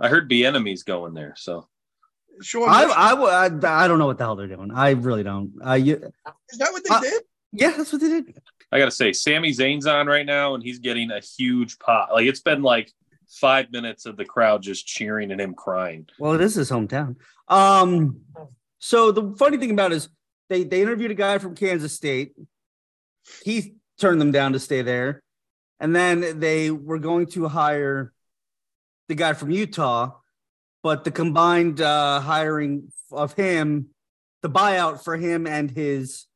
[SPEAKER 1] I heard the enemy's going there, so
[SPEAKER 4] Sean,
[SPEAKER 2] I, I, wa- I, I don't know what the hell they're doing. I really don't. I, you-
[SPEAKER 4] is that what they
[SPEAKER 2] I-
[SPEAKER 4] did?
[SPEAKER 2] yeah, that's what they did.
[SPEAKER 1] I gotta say, Sammy Zayn's on right now, and he's getting a huge pot. Like it's been like five minutes of the crowd just cheering and him crying.
[SPEAKER 2] Well, it is his hometown. Um, so the funny thing about it is they they interviewed a guy from Kansas State. He turned them down to stay there, and then they were going to hire the guy from Utah, but the combined uh, hiring of him, the buyout for him and his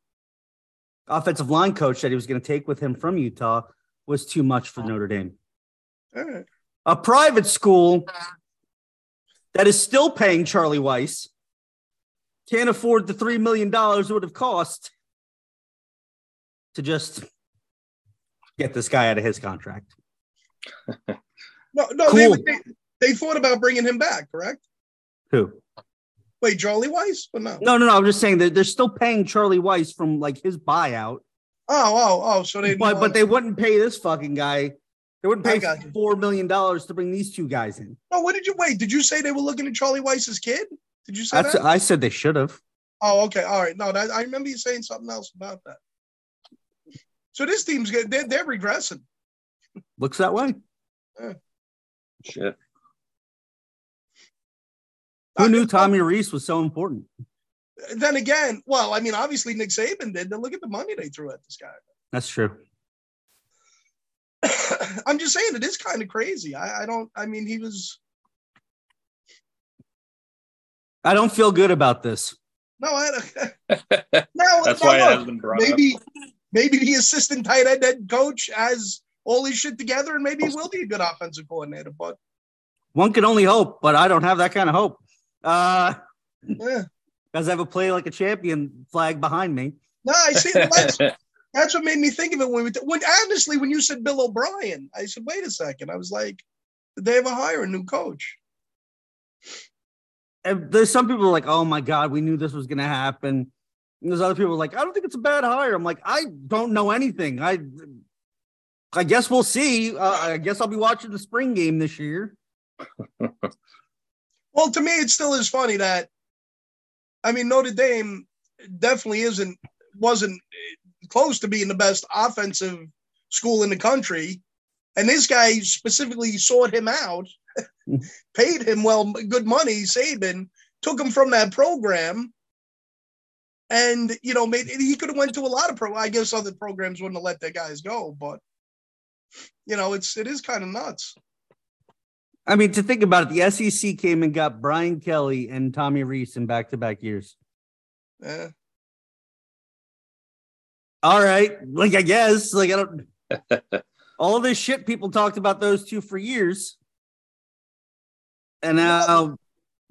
[SPEAKER 2] offensive line coach that he was going to take with him from Utah was too much for Notre Dame
[SPEAKER 4] All right.
[SPEAKER 2] a private school that is still paying Charlie Weiss can't afford the three million dollars it would have cost to just get this guy out of his contract.
[SPEAKER 4] No, no, they,
[SPEAKER 2] Cool.
[SPEAKER 4] they, they thought about bringing him back, correct?
[SPEAKER 2] Who?
[SPEAKER 4] Wait, Charlie Weiss? But no.
[SPEAKER 2] No, no, no. I'm just saying that they're still paying Charlie Weiss from like his buyout,
[SPEAKER 4] Oh, oh, oh. So they.
[SPEAKER 2] but but they wouldn't pay this fucking guy. They wouldn't
[SPEAKER 4] I
[SPEAKER 2] pay
[SPEAKER 4] got you.
[SPEAKER 2] four million dollars to bring these two guys in.
[SPEAKER 4] No, what did you wait? Did you say they were looking at Charlie Weiss's kid? Did you say
[SPEAKER 2] That's
[SPEAKER 4] that?
[SPEAKER 2] I said they should have.
[SPEAKER 4] oh, okay. All right. No, that, I remember you saying something else about that. So this team's good. They're, they're regressing.
[SPEAKER 2] Looks that way.
[SPEAKER 1] Shit.
[SPEAKER 2] Who knew Tommy Reese was so important?
[SPEAKER 4] Then again, well, I mean, obviously Nick Saban did. Then look at the money they threw at this guy.
[SPEAKER 2] That's true.
[SPEAKER 4] I'm just saying it is kind of crazy. I, I don't. I mean, he was.
[SPEAKER 2] I don't feel good about this.
[SPEAKER 4] No, I don't. no,
[SPEAKER 1] That's
[SPEAKER 4] no,
[SPEAKER 1] why it
[SPEAKER 4] look,
[SPEAKER 1] has been brought up.
[SPEAKER 4] maybe maybe the assistant tight end head coach has all his shit together, and maybe he will be a good offensive coordinator. But
[SPEAKER 2] One can only hope, but I don't have that kind of hope. Uh,
[SPEAKER 4] yeah.
[SPEAKER 2] guys, I have a play like a champion flag behind me.
[SPEAKER 4] no, I see. That's, that's what made me think of it when we when honestly when you said Bill O'Brien, I said, wait a second. I was like, did they ever hire a new coach?
[SPEAKER 2] And there's some people like, oh my God, we knew this was going to happen. And there's other people like, I don't think it's a bad hire. I'm like, I don't know anything. I I guess we'll see. Uh, I guess I'll be watching the spring game this year.
[SPEAKER 4] Well, to me, it still is funny that, I mean, Notre Dame definitely isn't wasn't close to being the best offensive school in the country, and this guy specifically sought him out, paid him well, good money. Saban took him from that program, and you know, made he could have went to a lot of pro. I guess other programs wouldn't have let their guys go, but you know, it's it is kind of nuts.
[SPEAKER 2] I mean, to think about it, the SEC came and got Brian Kelly and Tommy Reese in back to back years.
[SPEAKER 4] Yeah.
[SPEAKER 2] All right. Like, I guess, like, I don't, all this shit people talked about those two for years. And now,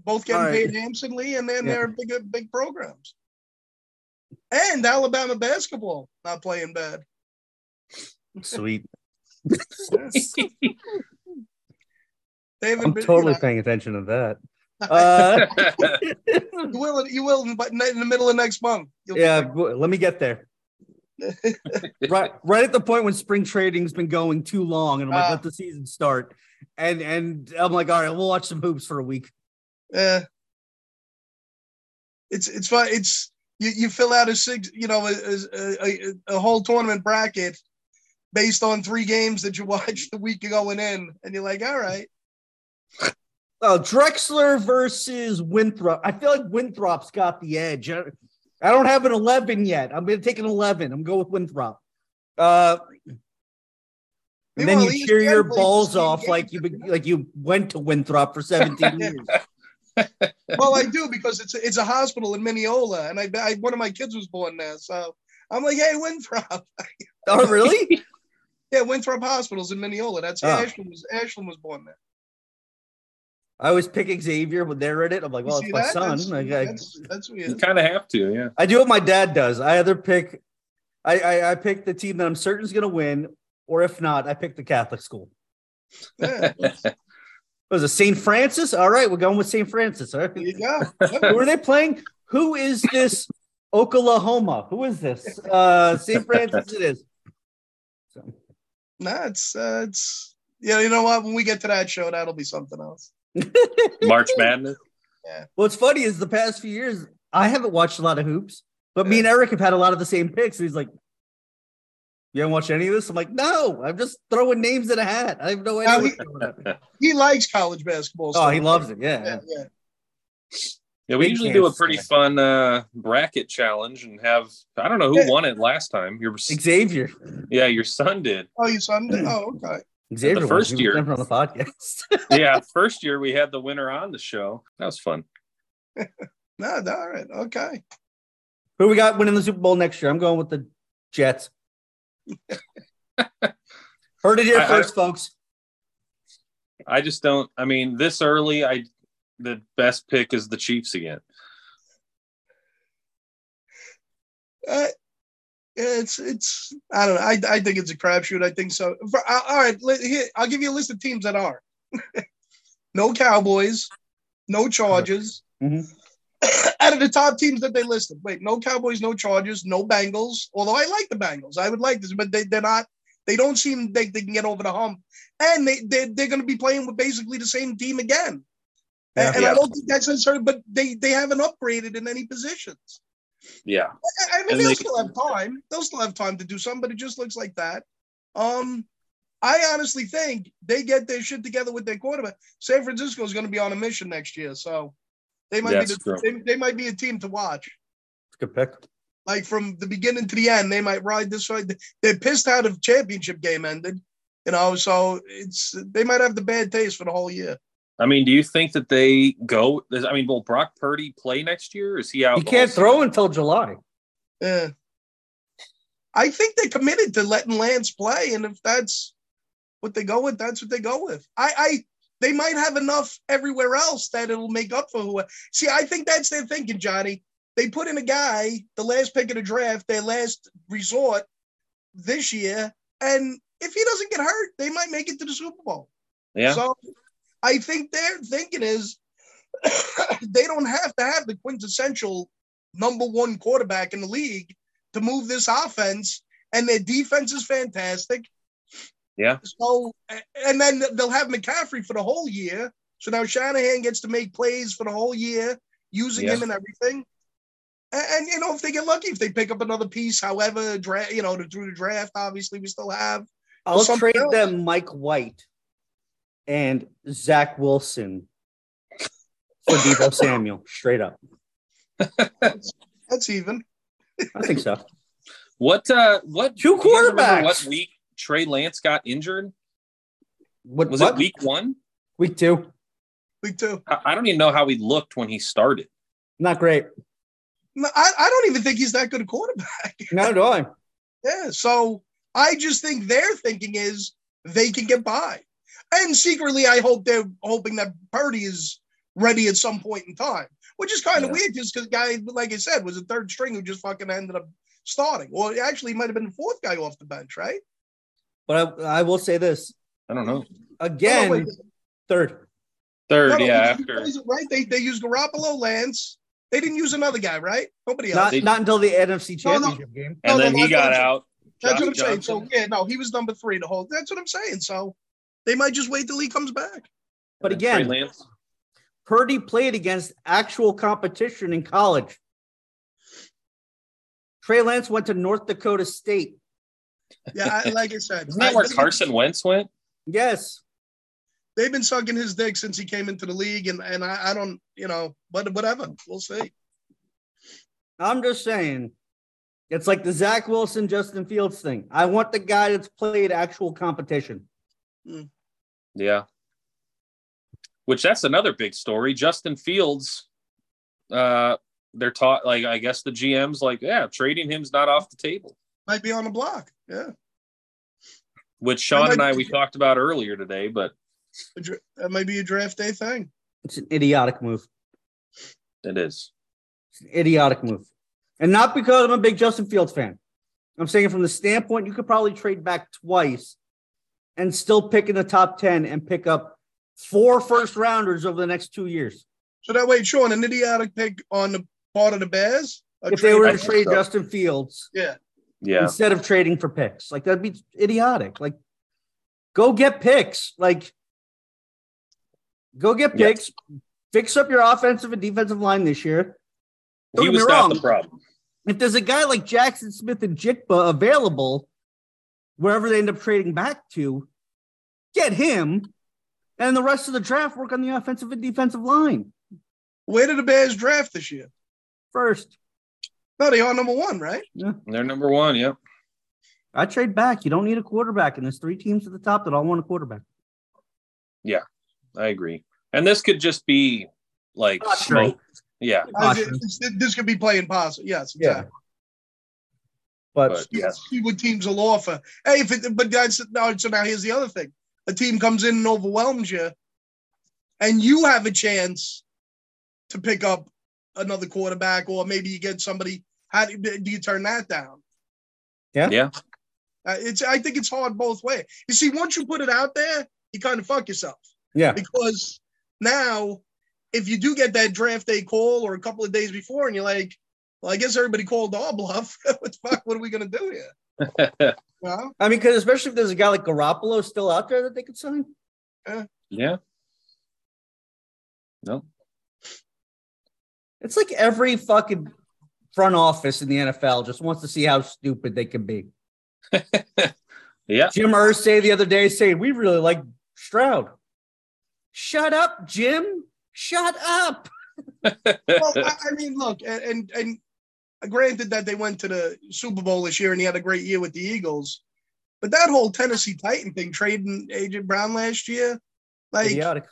[SPEAKER 4] both getting
[SPEAKER 2] All right.
[SPEAKER 4] paid handsomely, and then
[SPEAKER 2] Yeah.
[SPEAKER 4] they're big big programs. And Alabama basketball not playing bad.
[SPEAKER 2] sweet.
[SPEAKER 4] They haven't
[SPEAKER 2] I'm
[SPEAKER 4] been you
[SPEAKER 2] totally
[SPEAKER 4] know,
[SPEAKER 2] paying attention to that. Uh,
[SPEAKER 4] you will you will but in the middle of next month. You'll be
[SPEAKER 2] yeah,
[SPEAKER 4] like,
[SPEAKER 2] w- let me get there. right, right at the point when spring trading's been going too long, and I'm like,
[SPEAKER 4] Ah.
[SPEAKER 2] let the season start, and and I'm like, all right, we'll watch some hoops for a week.
[SPEAKER 4] eh. It's it's fun. It's you, you fill out a six you know a, a, a, a whole tournament bracket based on three games that you watched the week going in, and you're like, all right,
[SPEAKER 2] Oh, Drexler versus Winthrop. I feel like Winthrop's got the edge. I I don't have an 11 yet. I'm going to take an 11. I'm going with Winthrop. Uh, and then
[SPEAKER 4] Meanwhile,
[SPEAKER 2] you cheer
[SPEAKER 4] ESPN
[SPEAKER 2] your
[SPEAKER 4] plays
[SPEAKER 2] balls
[SPEAKER 4] the same
[SPEAKER 2] off
[SPEAKER 4] game.
[SPEAKER 2] like you be- like you went to Winthrop for 17 years.
[SPEAKER 4] well, I do because it's it's a hospital in Mineola, and I, I one of my kids was born there, so I'm like, hey, Winthrop,
[SPEAKER 2] Oh, really?
[SPEAKER 4] yeah, Winthrop Hospital's in Mineola. That's where
[SPEAKER 2] Oh.
[SPEAKER 4] Ashland was Ashland was born there.
[SPEAKER 2] I always pick Xavier when they're in it. I'm like,
[SPEAKER 4] You
[SPEAKER 2] well, it's
[SPEAKER 4] see
[SPEAKER 2] my
[SPEAKER 4] that?
[SPEAKER 2] son.
[SPEAKER 4] That's,
[SPEAKER 2] Like, I,
[SPEAKER 4] that's, that's
[SPEAKER 1] you
[SPEAKER 4] weird.
[SPEAKER 1] kind of have to, yeah.
[SPEAKER 2] I do what my dad does. I either pick, I I, I pick the team that I'm certain is going to win, or if not, I pick the Catholic school.
[SPEAKER 4] Yeah,
[SPEAKER 2] What Was it St. Francis? All right, we're going with St. Francis. All right.
[SPEAKER 4] there you go.
[SPEAKER 2] Who are they playing? Who is this Oklahoma? Who is this? Uh St. Francis it is. So,
[SPEAKER 4] Nah, it's uh, it's yeah. You know what? When we get to that show, that'll be something else.
[SPEAKER 1] March Madness.
[SPEAKER 2] what's funny is the past few years I haven't watched a lot of hoops, but me and Eric have had a lot of the same picks. And he's like, You haven't watched any of this? I'm like, no, I'm just throwing names in a hat. I have no idea.
[SPEAKER 4] Now
[SPEAKER 2] what's going on."
[SPEAKER 4] He likes college basketball.
[SPEAKER 2] Oh,
[SPEAKER 4] so-
[SPEAKER 2] he loves it.
[SPEAKER 4] Yeah,
[SPEAKER 2] Yeah.
[SPEAKER 4] yeah.
[SPEAKER 1] Yeah, we
[SPEAKER 2] Big
[SPEAKER 1] usually do a
[SPEAKER 2] chance.
[SPEAKER 1] pretty fun uh, bracket challenge and have I don't know who
[SPEAKER 4] Yeah.
[SPEAKER 1] won it last time. Your
[SPEAKER 2] Xavier.
[SPEAKER 1] yeah, your son did.
[SPEAKER 4] Oh, your son? did? Oh, okay.
[SPEAKER 2] Xavier won.
[SPEAKER 1] first
[SPEAKER 2] He was
[SPEAKER 1] year.
[SPEAKER 2] never on the podcast.
[SPEAKER 1] Yeah, first year we had the winner on the show. That was fun.
[SPEAKER 4] No, no, all right. Okay.
[SPEAKER 2] Who we got winning the Super Bowl next year? I'm going with the Jets. Heard it here
[SPEAKER 1] I- I-
[SPEAKER 2] first, folks.
[SPEAKER 1] I just don't. I mean, this early, I the best pick is the Chiefs again.
[SPEAKER 4] Uh, yeah, it's it's. I don't know. I, I think it's a crapshoot. I think so. For- I- all right. Let, here, I'll give you a list of teams that are. no Cowboys, no Chargers.
[SPEAKER 2] Mhm.
[SPEAKER 4] Out of the top teams that they listed, wait, no Cowboys, no Chargers, no Bengals. Although I like the Bengals, I would like this, but they, they're not. They don't seem like they can get over the hump, and they they they're going to be playing with basically the same team again.
[SPEAKER 2] Yeah.
[SPEAKER 4] And, and
[SPEAKER 1] Yeah.
[SPEAKER 4] I don't think that's necessary, but they they haven't upgraded in any positions.
[SPEAKER 1] Yeah,
[SPEAKER 4] I I mean,
[SPEAKER 1] And
[SPEAKER 4] they'll
[SPEAKER 1] they-
[SPEAKER 4] still have time. They'll still have time to do something, but it just looks like that. Um, I honestly think they get their shit together with their quarterback. San Francisco is going to be on a mission next year, so they might
[SPEAKER 1] That's
[SPEAKER 4] be
[SPEAKER 1] true.
[SPEAKER 4] the, they, they might be a team to watch.
[SPEAKER 2] Good pick.
[SPEAKER 4] Like from the beginning to the end, they might ride this ride. They're pissed out of championship game ended, you know. So it's they might have the bad taste for the whole year.
[SPEAKER 1] I mean, do you think that they go? I mean, will Brock Purdy play next year? Is he out?
[SPEAKER 2] He can't throw until July.
[SPEAKER 4] Yeah. Eh. I think they're committed to letting Lance play, and if that's what they go with, that's what they go with. I, I they might have enough everywhere else that it'll make up for who. See, I think that's their thinking, Johnny. They put in a guy, the last pick of the draft, their last resort this year, and if he doesn't get hurt, they might make it to the Super Bowl.
[SPEAKER 1] Yeah,
[SPEAKER 4] So I think their thinking is they don't have to have the quintessential number one quarterback in the league to move this offense, and their defense is fantastic.
[SPEAKER 1] Yeah.
[SPEAKER 4] So, and then they'll have McCaffrey for the whole year. So now Shanahan gets to make plays for the whole year using
[SPEAKER 1] Yeah.
[SPEAKER 4] him and everything. And, and, you know, if they get lucky, if they pick up another piece, however, draft, you know, through the draft, obviously we still have.
[SPEAKER 2] I'll
[SPEAKER 4] something
[SPEAKER 2] trade
[SPEAKER 4] else.
[SPEAKER 2] them Mike White and Zach Wilson for Debo Samuel. Straight up,
[SPEAKER 4] That's even.
[SPEAKER 2] I think so.
[SPEAKER 1] What uh what do you
[SPEAKER 2] Two
[SPEAKER 1] guys remember
[SPEAKER 2] quarterbacks.
[SPEAKER 1] What week Trey Lance got injured?
[SPEAKER 2] What
[SPEAKER 1] Was
[SPEAKER 2] what?
[SPEAKER 1] it week one?
[SPEAKER 2] Week two?
[SPEAKER 4] Week two.
[SPEAKER 1] I I don't even know how he looked when he started.
[SPEAKER 2] Not great.
[SPEAKER 4] No, I, I don't even think he's that good a quarterback.
[SPEAKER 2] Not at all.
[SPEAKER 4] Yeah. So I just think their thinking is they can get by. And secretly, I hope they're hoping that Purdy is ready at some point in time, which is kind of
[SPEAKER 1] Yeah.
[SPEAKER 4] weird just because guy, like I said, was a third string who just fucking ended up starting. Or actually, he might have been the fourth guy off the bench, right?
[SPEAKER 2] But I, I will say this
[SPEAKER 1] I don't know.
[SPEAKER 2] again.
[SPEAKER 4] Oh, wait.
[SPEAKER 2] third.
[SPEAKER 1] Third,
[SPEAKER 4] No, no,
[SPEAKER 1] yeah,
[SPEAKER 4] he- he
[SPEAKER 1] after
[SPEAKER 4] plays it right? They, they used Garoppolo, Lance. They didn't use another guy, right? Nobody else.
[SPEAKER 2] Not
[SPEAKER 1] They-
[SPEAKER 2] not until the NFC
[SPEAKER 4] No, no.
[SPEAKER 2] Championship game.
[SPEAKER 4] no,
[SPEAKER 1] and then
[SPEAKER 4] no,
[SPEAKER 1] he
[SPEAKER 4] that's what
[SPEAKER 1] got
[SPEAKER 4] I'm-
[SPEAKER 1] out.
[SPEAKER 4] That's
[SPEAKER 1] Josh
[SPEAKER 4] what I'm saying. So
[SPEAKER 1] Johnson.
[SPEAKER 4] yeah, no, he was number three to hold. That's what I'm saying. So they might just wait till he comes back.
[SPEAKER 2] But
[SPEAKER 1] And then
[SPEAKER 2] again-
[SPEAKER 1] Trey Lance.
[SPEAKER 2] Purdy played against actual competition in college. Trey Lance went to North Dakota State.
[SPEAKER 4] Yeah, I, like I said,
[SPEAKER 1] Isn't that
[SPEAKER 4] I
[SPEAKER 1] where
[SPEAKER 4] think
[SPEAKER 1] Carson Wentz went?
[SPEAKER 2] Yes.
[SPEAKER 4] they've been sucking his dick since he came into the league, and and I, I don't, you know, but whatever, we'll see.
[SPEAKER 2] I'm just saying, it's like the Zach Wilson, Justin Fields thing. I want the guy that's played actual competition.
[SPEAKER 1] Yeah. Which that's another big story. Justin Fields, uh, they're taught like I guess the GM's like, yeah, trading him's not off the table.
[SPEAKER 4] Might be on the block. Yeah,
[SPEAKER 1] Which Sean and
[SPEAKER 4] might-
[SPEAKER 1] I we talked about earlier today, but
[SPEAKER 4] A dra- that might be a draft day thing.
[SPEAKER 2] It's an idiotic move.
[SPEAKER 1] it is.
[SPEAKER 2] It's an idiotic move. And not because I'm a big Justin Fields fan. I'm saying from the standpoint, you could probably trade back twice and still pick in the top 10 and pick up four first rounders over the next two years.
[SPEAKER 4] So that way, Sean, an idiotic pick on the part of the Bears. a
[SPEAKER 2] if they
[SPEAKER 4] trade-
[SPEAKER 2] were
[SPEAKER 1] I
[SPEAKER 2] to
[SPEAKER 1] think
[SPEAKER 2] trade
[SPEAKER 1] so.
[SPEAKER 2] Justin Fields
[SPEAKER 4] yeah,
[SPEAKER 1] Yeah.
[SPEAKER 2] instead of trading for picks, like that'd be idiotic. Like, go get picks. Like, go get
[SPEAKER 1] Yeah.
[SPEAKER 2] picks. Fix up your offensive and defensive line this year. Don't
[SPEAKER 1] He
[SPEAKER 2] get me
[SPEAKER 1] was not
[SPEAKER 2] wrong.
[SPEAKER 1] the problem.
[SPEAKER 2] If there's a guy like Jackson Smith and Jigba available, wherever they end up trading back to, get him, and the rest of the draft work on the offensive and defensive line
[SPEAKER 4] where did the Bears draft this year?
[SPEAKER 2] first.
[SPEAKER 4] No, they are number one, right?
[SPEAKER 1] They're number one, yeah.
[SPEAKER 2] I trade back. You don't need a quarterback, and there's three teams at the top that all want a quarterback.
[SPEAKER 1] I agree. And this could just be like
[SPEAKER 2] Not true.
[SPEAKER 1] smoke. Yeah.
[SPEAKER 4] I
[SPEAKER 2] Awesome.
[SPEAKER 4] was- This could be playing possum. Yes,
[SPEAKER 2] Yeah.
[SPEAKER 4] exactly.
[SPEAKER 1] But
[SPEAKER 2] But
[SPEAKER 1] yeah.
[SPEAKER 4] see what teams will offer. Hey, if it, but that's now. So now here's the other thing: a team comes in and overwhelms you, and you have a chance to pick up another quarterback, or maybe you get somebody. How do, do you turn that down?
[SPEAKER 2] Yeah.
[SPEAKER 1] Yeah.
[SPEAKER 4] Uh, it's. I think it's hard both ways. You see, once you put it out there, you kind of fuck yourself
[SPEAKER 2] yeah,
[SPEAKER 4] because now if you do get that draft day call or a couple of days before and you're like well i guess everybody called all bluff what the fuck what are we going to do here well,
[SPEAKER 2] I mean, because especially if there's a guy like Garoppolo still out there that they could sign.
[SPEAKER 1] yeah. No.
[SPEAKER 2] It's like every fucking front office in the NFL just wants to see how stupid they can be.
[SPEAKER 1] Yeah.
[SPEAKER 2] Jim Irsay the other day saying, "We really like Stroud." Shut up, Jim. Shut up.
[SPEAKER 4] well I, I mean look and, and and granted that they went to the super bowl this year and he had a great year with the eagles but that whole tennessee titan thing trading agent brown last year like
[SPEAKER 2] Idiotic.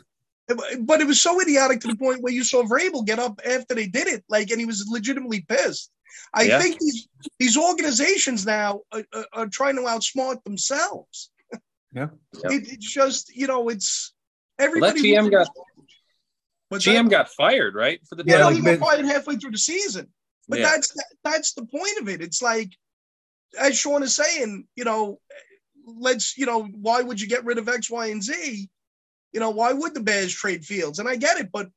[SPEAKER 4] but it was so idiotic to the point where you saw Vrabel get up after they did it, like, and he was legitimately pissed. I
[SPEAKER 1] Yeah.
[SPEAKER 4] think these these organizations now are, are, are trying to outsmart themselves.
[SPEAKER 2] Yeah.
[SPEAKER 1] Yeah.
[SPEAKER 4] It, it's just you know it's everybody.
[SPEAKER 1] GM got-
[SPEAKER 4] What's that?
[SPEAKER 1] GM got fired, right? For the
[SPEAKER 2] Yeah,
[SPEAKER 4] Yeah,
[SPEAKER 1] Titans?
[SPEAKER 2] like
[SPEAKER 4] he
[SPEAKER 2] mid-
[SPEAKER 4] got fired halfway through the season. But
[SPEAKER 1] Yeah.
[SPEAKER 4] that's that, that's the point of it. It's like, as Sean is saying, you know, let's you know, why would you get rid of X, Y, and Z? You know, why would the Bears trade Fields? And I get it, but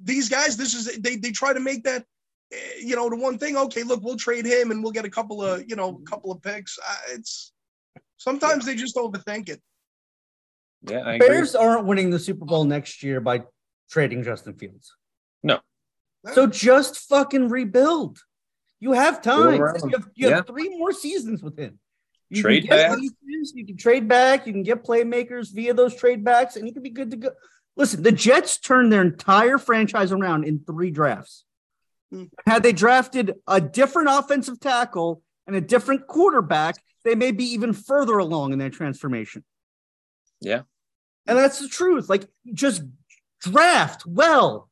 [SPEAKER 4] these guys, this is they they try to make that, eh, you know, the one thing. Okay, look, we'll trade him and we'll get a couple of you know, couple of picks. Uh, it's Sometimes they just overthink it.
[SPEAKER 1] Yeah, I agree.
[SPEAKER 2] Bears aren't winning the Super Bowl next year by trading Justin Fields.
[SPEAKER 1] No.
[SPEAKER 2] So just fucking rebuild. You have time. You
[SPEAKER 1] around.
[SPEAKER 2] have, you have three more seasons with him. You can
[SPEAKER 1] Trade
[SPEAKER 2] get
[SPEAKER 1] back.
[SPEAKER 2] pieces, you can trade back. You can get playmakers via those trade backs, and you can be good to go. Listen, the Jets turned their entire franchise around in three drafts.
[SPEAKER 4] Hmm.
[SPEAKER 2] Had they drafted a different offensive tackle and a different quarterback, they may be even further along in their transformation.
[SPEAKER 1] Yeah.
[SPEAKER 2] And that's the truth. Like, just draft well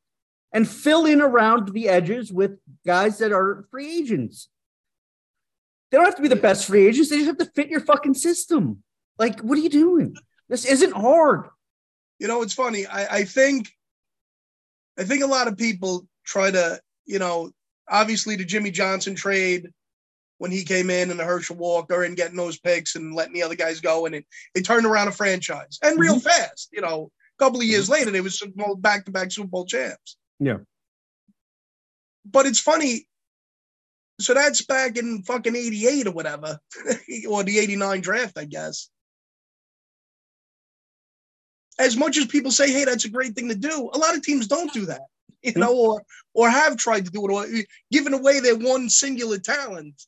[SPEAKER 2] and fill in around the edges with guys that are free agents. They don't have to be the best free agents. They just have to fit your fucking system. Like, what are you doing? This isn't hard.
[SPEAKER 4] You know, it's funny. I, I think, I think a lot of people try to, you know, obviously the Jimmy Johnson trade when he came in and the Herschel Walker and getting those picks and letting the other guys go and it, it turned around a franchise and real fast. You know, a couple of years later they was back to back Super Bowl champs.
[SPEAKER 2] Yeah.
[SPEAKER 4] But it's funny. So that's back in fucking '88 or whatever, or the '89 draft, I guess. as much as people say, "Hey, that's a great thing to do," a lot of teams don't do that, you know, or or have tried to do it, or uh, giving away their one singular talent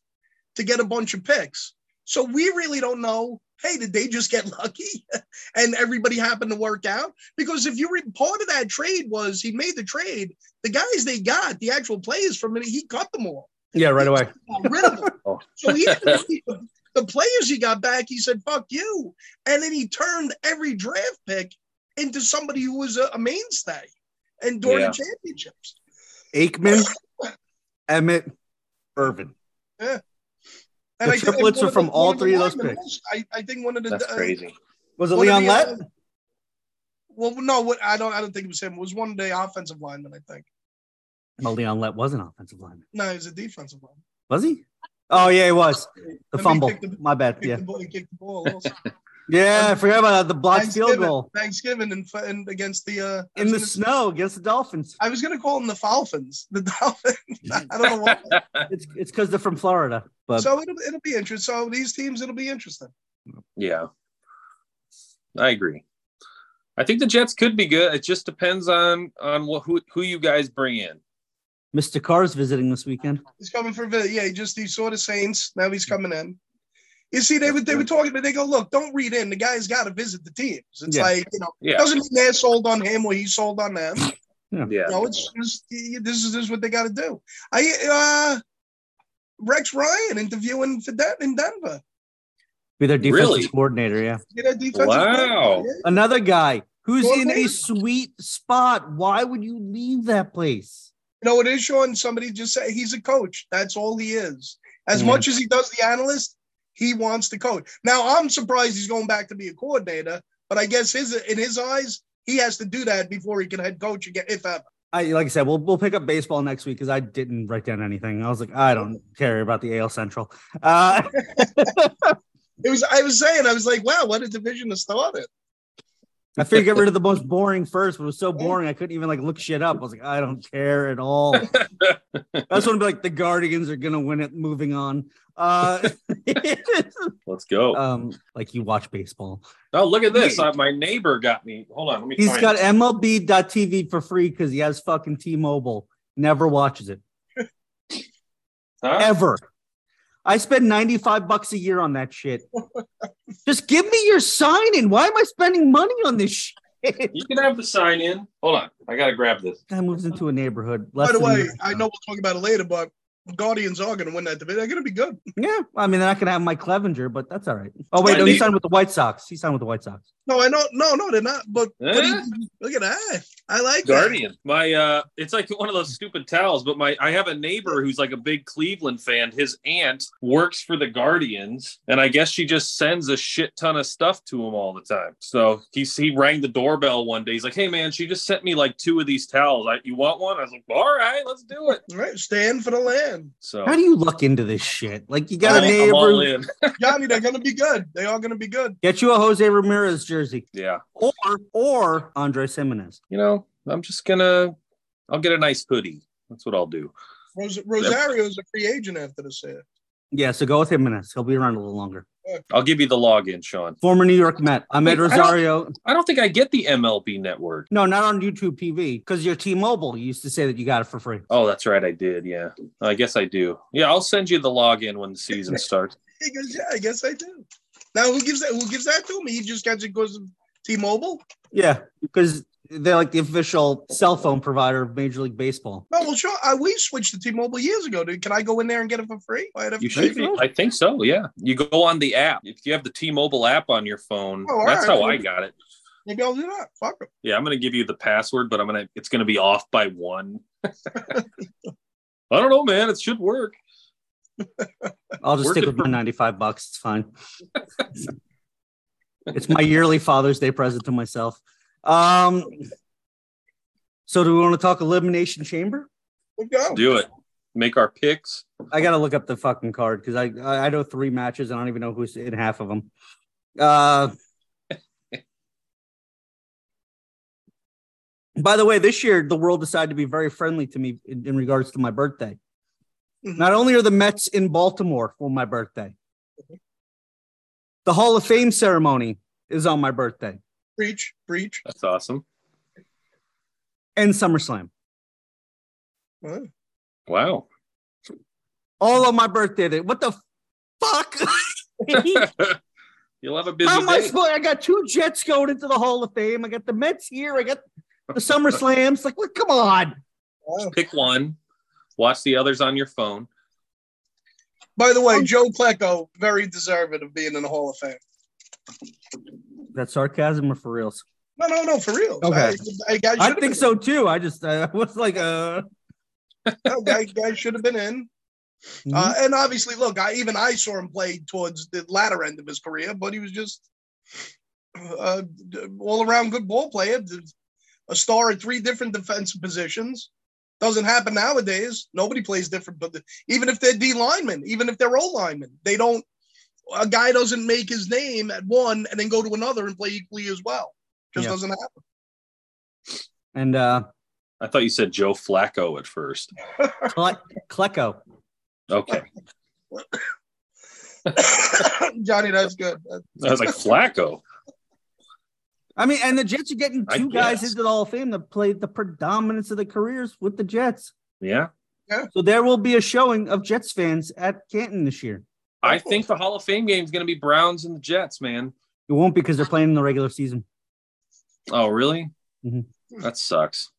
[SPEAKER 4] to get a bunch of picks. So we really don't know. Hey, did they just get lucky, and everybody happened to work out? Because if you re- part of that trade was he made the trade, the guys they got, the actual players from it, he cut them all,
[SPEAKER 2] Yeah, right away.
[SPEAKER 4] got rid of them.
[SPEAKER 1] Oh.
[SPEAKER 4] So even if he, the players he got back, he said, fuck you. And then he turned every draft pick into somebody who was a, a mainstay and during
[SPEAKER 1] Yeah.
[SPEAKER 4] the championships.
[SPEAKER 2] Aikman, Emmett, Irvin.
[SPEAKER 4] And
[SPEAKER 2] The
[SPEAKER 4] I think that's
[SPEAKER 2] triplets
[SPEAKER 4] one
[SPEAKER 2] are
[SPEAKER 4] of the-
[SPEAKER 2] from all
[SPEAKER 4] one of the
[SPEAKER 2] three of those
[SPEAKER 4] linemen
[SPEAKER 2] picks.
[SPEAKER 4] was- I, I think one of the
[SPEAKER 1] That's
[SPEAKER 4] uh,
[SPEAKER 1] crazy.
[SPEAKER 2] Was it
[SPEAKER 4] one of
[SPEAKER 2] Leon
[SPEAKER 4] the,
[SPEAKER 2] Lett?
[SPEAKER 4] uh, well, no, what I don't I don't think it was him. It was one of the offensive linemen, I think.
[SPEAKER 2] well, Leon Lett was an offensive lineman.
[SPEAKER 4] No, he was a defensive lineman.
[SPEAKER 2] Was he? Oh, yeah, he was. The
[SPEAKER 4] Let me
[SPEAKER 2] fumble.
[SPEAKER 4] pick the-
[SPEAKER 2] My bad.
[SPEAKER 4] Kicked
[SPEAKER 2] Yeah.
[SPEAKER 4] the ball, he kicked the ball also.
[SPEAKER 2] Yeah, I forgot about that. The blocked field
[SPEAKER 4] Thanksgiving.
[SPEAKER 2] goal
[SPEAKER 4] Thanksgiving and, and against the uh I
[SPEAKER 2] in the
[SPEAKER 4] was gonna-
[SPEAKER 2] snow against the Dolphins.
[SPEAKER 4] I was gonna call them the Falcons. The Dolphins. I don't know why.
[SPEAKER 2] It's it's because they're from Florida. But
[SPEAKER 4] so it'll, it'll be interesting. So these teams, it'll be interesting.
[SPEAKER 1] Yeah. I agree. I think the Jets could be good. It just depends on on what who who you guys bring in.
[SPEAKER 2] Mr. Carr's visiting this weekend.
[SPEAKER 4] He's coming for Villa. Yeah, he just he saw the Saints. Now he's coming in. You see, they were they were talking, but they go, look, don't read in. The guy's got to visit the teams. It's
[SPEAKER 2] Yeah.
[SPEAKER 4] like you know,
[SPEAKER 2] Oh,
[SPEAKER 1] Yeah.
[SPEAKER 4] doesn't mean they're sold on him or he's sold on them.
[SPEAKER 1] Yeah.
[SPEAKER 4] No, it's just y- this is this is what they got to do. I uh, Rex Ryan interviewing for Den- in Denver.
[SPEAKER 2] Be their defensive
[SPEAKER 1] Really?
[SPEAKER 2] coordinator, yeah.
[SPEAKER 4] You know, defensive
[SPEAKER 1] Wow.
[SPEAKER 4] coordinator, yeah.
[SPEAKER 2] Another guy who's in a
[SPEAKER 4] Coordinator?
[SPEAKER 2] sweet spot. Why would you leave that place?
[SPEAKER 4] You know what it is, Sean? Somebody just said he's a coach. That's all he is. As
[SPEAKER 2] Yeah.
[SPEAKER 4] much as he does the analyst, he wants to coach. Now I'm surprised he's going back to be a coordinator, but I guess his in his eyes, he has to do that before he can head coach again, if ever.
[SPEAKER 2] I like I said, we'll we'll pick up baseball next week because I didn't write down anything. I was like, I don't care about the AL Central. Uh,
[SPEAKER 4] It was I was saying, I was like, wow, what a division to start in.
[SPEAKER 2] I figured get rid of the most boring first, but it was so boring I couldn't even like look shit up. I was like, I don't care at all. I just want to be like the Guardians are gonna win it. Moving on. Uh,
[SPEAKER 1] Let's go.
[SPEAKER 2] um, like you watch baseball.
[SPEAKER 1] oh, look at this. Uh, my neighbor got me. Hold on. Let me
[SPEAKER 2] He's
[SPEAKER 1] find
[SPEAKER 2] got
[SPEAKER 1] it.
[SPEAKER 2] MLB.TV for free because he has fucking T-Mobile. Never watches it
[SPEAKER 1] Huh?
[SPEAKER 2] ever. I spend 95 bucks a year on that shit. Just give me your sign in. Why am I spending money on this shit?
[SPEAKER 1] You can have the sign in. Hold on. I gotta grab this.
[SPEAKER 2] Guy moves into a neighborhood.
[SPEAKER 4] By
[SPEAKER 2] less
[SPEAKER 4] the
[SPEAKER 2] than
[SPEAKER 4] way,
[SPEAKER 2] a-
[SPEAKER 4] I know we'll talk about it later, but Guardians are gonna win that division. They're gonna be good.
[SPEAKER 2] Yeah, I mean, they're not going to have Mike Clevenger, but that's all right. Oh wait,
[SPEAKER 1] My
[SPEAKER 2] no, he
[SPEAKER 1] neighbor-
[SPEAKER 2] signed with the White Sox. He signed with the White Sox.
[SPEAKER 4] No, I know no, no, they're not. But, but he-
[SPEAKER 1] Eh?
[SPEAKER 4] look at that. I like that.
[SPEAKER 1] Guardian. My uh it's like one of those stupid towels, but my I have a neighbor who's like a big Cleveland fan. His aunt works for the Guardians, and I guess she just sends a shit ton of stuff to him all the time. So he he rang the doorbell one day. He's like, Hey man, she just sent me like two of these towels. I, you want one? I was like, All right, let's do it.
[SPEAKER 4] All right, stand for the land.
[SPEAKER 1] So
[SPEAKER 2] How do you look into this shit? Like you got a
[SPEAKER 1] Oh. I'm- I'm all
[SPEAKER 2] neighbor.
[SPEAKER 1] in.
[SPEAKER 4] Johnny, they're gonna be good. They are gonna be good.
[SPEAKER 2] Get you a Jose Ramirez jersey,
[SPEAKER 1] Yeah.
[SPEAKER 2] or or Andre Jimenez.
[SPEAKER 1] You know, I'm just gonna I'll get a nice hoodie. That's what I'll do.
[SPEAKER 4] Ros- Rosario's a free agent after this year.
[SPEAKER 2] Yeah, so go with Jimenez. He'll be around a little longer.
[SPEAKER 1] I'll give you the login, Sean.
[SPEAKER 2] Former New York Met. I'm Ed
[SPEAKER 1] Wait, I don't-
[SPEAKER 2] Rosario.
[SPEAKER 1] I don't think I get the MLB network.
[SPEAKER 2] No, not on YouTube TV because your T-Mobile used to say that you got it for free.
[SPEAKER 1] Oh, that's right. I did. Yeah. I guess I do. Yeah. I'll send you the login when the season starts.
[SPEAKER 4] He goes, yeah, I guess I do. Now who gives that? Who gives that to me? He just got it because of T-Mobile.
[SPEAKER 2] Yeah, because they're like the official cell phone provider of Major League Baseball.
[SPEAKER 4] No, well, sure. I, we switched to T-Mobile years ago, dude. Can I go in there and get it for free? Why I'd have
[SPEAKER 1] You
[SPEAKER 4] to
[SPEAKER 1] should.
[SPEAKER 4] pay
[SPEAKER 1] Be,
[SPEAKER 4] for it?
[SPEAKER 1] I think so. Yeah. You go on the app. If you have the T Mobile app on your phone,
[SPEAKER 4] Oh, all
[SPEAKER 1] that's
[SPEAKER 4] right.
[SPEAKER 1] how I got it.
[SPEAKER 4] Maybe I'll do that. Fuck it.
[SPEAKER 1] Yeah. I'm going to give you the password, but I'm going to, it's going to be off by one. I don't know, man. It should work.
[SPEAKER 2] I'll just
[SPEAKER 1] Worth
[SPEAKER 2] stick
[SPEAKER 1] it
[SPEAKER 2] with my 95 bucks. It's fine. it's my yearly Father's Day present to myself. Um, so do we want to talk elimination chamber?
[SPEAKER 4] We'll
[SPEAKER 2] Oh.
[SPEAKER 4] go.
[SPEAKER 1] Do it. Make our picks.
[SPEAKER 2] I gotta look up the fucking card because I, I I know three matches. and I don't even know who's in half of them. Uh, by the way, this year the world decided to be very friendly to me in, in regards to my birthday.
[SPEAKER 4] Mhm.
[SPEAKER 2] Not only are the Mets in Baltimore for my birthday, the Hall of Fame ceremony is on my birthday
[SPEAKER 4] Breach, breach.
[SPEAKER 1] That's awesome.
[SPEAKER 2] and SummerSlam.
[SPEAKER 4] Huh?
[SPEAKER 1] Wow.
[SPEAKER 2] All on my birthday. Day. What the fuck?
[SPEAKER 1] You'll have a busy
[SPEAKER 2] How am I
[SPEAKER 1] day.
[SPEAKER 2] supposed? I got two Jets going into the Hall of Fame. I got the Mets here. I got the Summer Slams. Like, look, come on.
[SPEAKER 4] Wow.
[SPEAKER 1] Pick one. Watch the others on your phone.
[SPEAKER 4] By the
[SPEAKER 2] Oh.
[SPEAKER 4] way, Joe Klecko, very deserving of being in the Hall of Fame.
[SPEAKER 2] That's sarcasm or for reals?
[SPEAKER 4] No, no, no, for real.
[SPEAKER 2] Okay.
[SPEAKER 4] I, I, guy
[SPEAKER 2] I
[SPEAKER 4] should've
[SPEAKER 2] think so too. I just I was like, uh,
[SPEAKER 4] been- no, guy, guy should have been in.
[SPEAKER 2] mm-hmm.
[SPEAKER 4] Uh, and obviously, look, I even I saw him play towards the latter end of his career, but he was just uh, all around good ball player, a star at three different defensive positions. Doesn't happen nowadays. Nobody plays different, but even if they're D linemen, even if they're O linemen, they don't. A guy doesn't make his name at one and then go to another and play equally as well. Just
[SPEAKER 2] Yeah.
[SPEAKER 4] doesn't happen.
[SPEAKER 2] and uh,
[SPEAKER 1] I thought you said Joe Flacco at first.
[SPEAKER 2] Cle- Klecko.
[SPEAKER 1] Okay.
[SPEAKER 4] Johnny, that's good. That's-
[SPEAKER 1] I was like, Flacco.
[SPEAKER 2] I mean, and the Jets are getting
[SPEAKER 1] I
[SPEAKER 2] two guys
[SPEAKER 1] guess.
[SPEAKER 2] into the Hall of Fame that played the predominance of their careers with the Jets.
[SPEAKER 1] Yeah.
[SPEAKER 2] So there will be a showing of Jets fans at Canton this year.
[SPEAKER 1] I think the Hall of Fame game is going to be Browns and the Jets, man.
[SPEAKER 2] It won't because they're playing in the regular season.
[SPEAKER 1] Oh, really?
[SPEAKER 2] Mhm.
[SPEAKER 1] That sucks.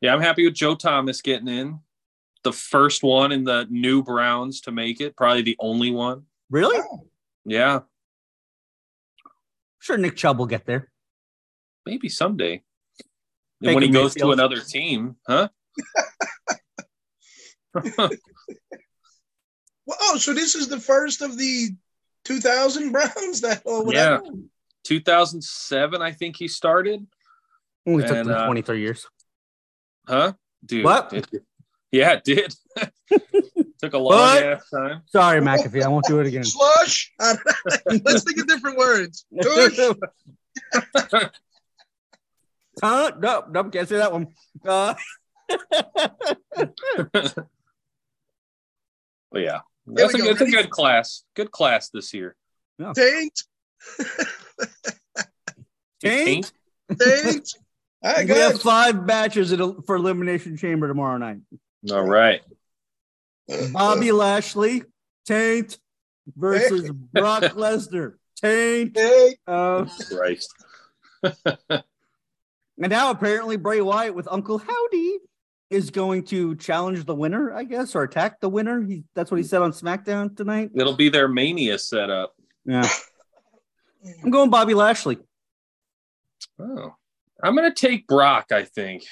[SPEAKER 1] Yeah, I'm happy with Joe Thomas getting in. The first one in the new Browns to make it, probably the only one.
[SPEAKER 2] Really?
[SPEAKER 1] Yeah,
[SPEAKER 2] sure Nick Chubb will get there.
[SPEAKER 1] maybe someday.
[SPEAKER 2] Baker
[SPEAKER 1] And when he goes to
[SPEAKER 2] Mayfield.
[SPEAKER 1] another team, huh?
[SPEAKER 4] Well, oh, so this is the first of the 2000 Browns that or whatever.
[SPEAKER 1] 2007, I think he started.
[SPEAKER 2] Only took
[SPEAKER 1] And,
[SPEAKER 2] them
[SPEAKER 1] uh,
[SPEAKER 2] 23 years.
[SPEAKER 1] Huh? Dude.
[SPEAKER 2] What?
[SPEAKER 1] it- yeah, it did. Took a long
[SPEAKER 2] What?
[SPEAKER 1] ass time.
[SPEAKER 2] Sorry, McAfee. I won't do it
[SPEAKER 1] Hmm.
[SPEAKER 2] again.
[SPEAKER 4] Slush. Let's think of different words. Tush.
[SPEAKER 2] uh, no, no, can't say that one. Uh,
[SPEAKER 1] But yeah.
[SPEAKER 4] There
[SPEAKER 1] That's a,
[SPEAKER 4] we go.
[SPEAKER 1] good, that's a
[SPEAKER 4] Ready?
[SPEAKER 1] good class. Good class this year.
[SPEAKER 4] Taint.
[SPEAKER 2] Tank,
[SPEAKER 4] Taint. All right,
[SPEAKER 2] we have
[SPEAKER 4] good.
[SPEAKER 2] five matches at a, for Elimination Chamber tomorrow night.
[SPEAKER 1] All right.
[SPEAKER 2] Bobby Lashley, Taint versus Brock Lesnar, Taint.
[SPEAKER 4] Taint.
[SPEAKER 2] Uh,
[SPEAKER 1] Christ.
[SPEAKER 2] and now apparently Bray Wyatt with Uncle Howdy is going to challenge the winner, I guess, or attack the winner. He, that's what he said on SmackDown tonight.
[SPEAKER 1] It'll be their mania setup.
[SPEAKER 2] Yeah, I'm going Bobby Lashley.
[SPEAKER 1] Oh. I'm gonna take Brock, I think.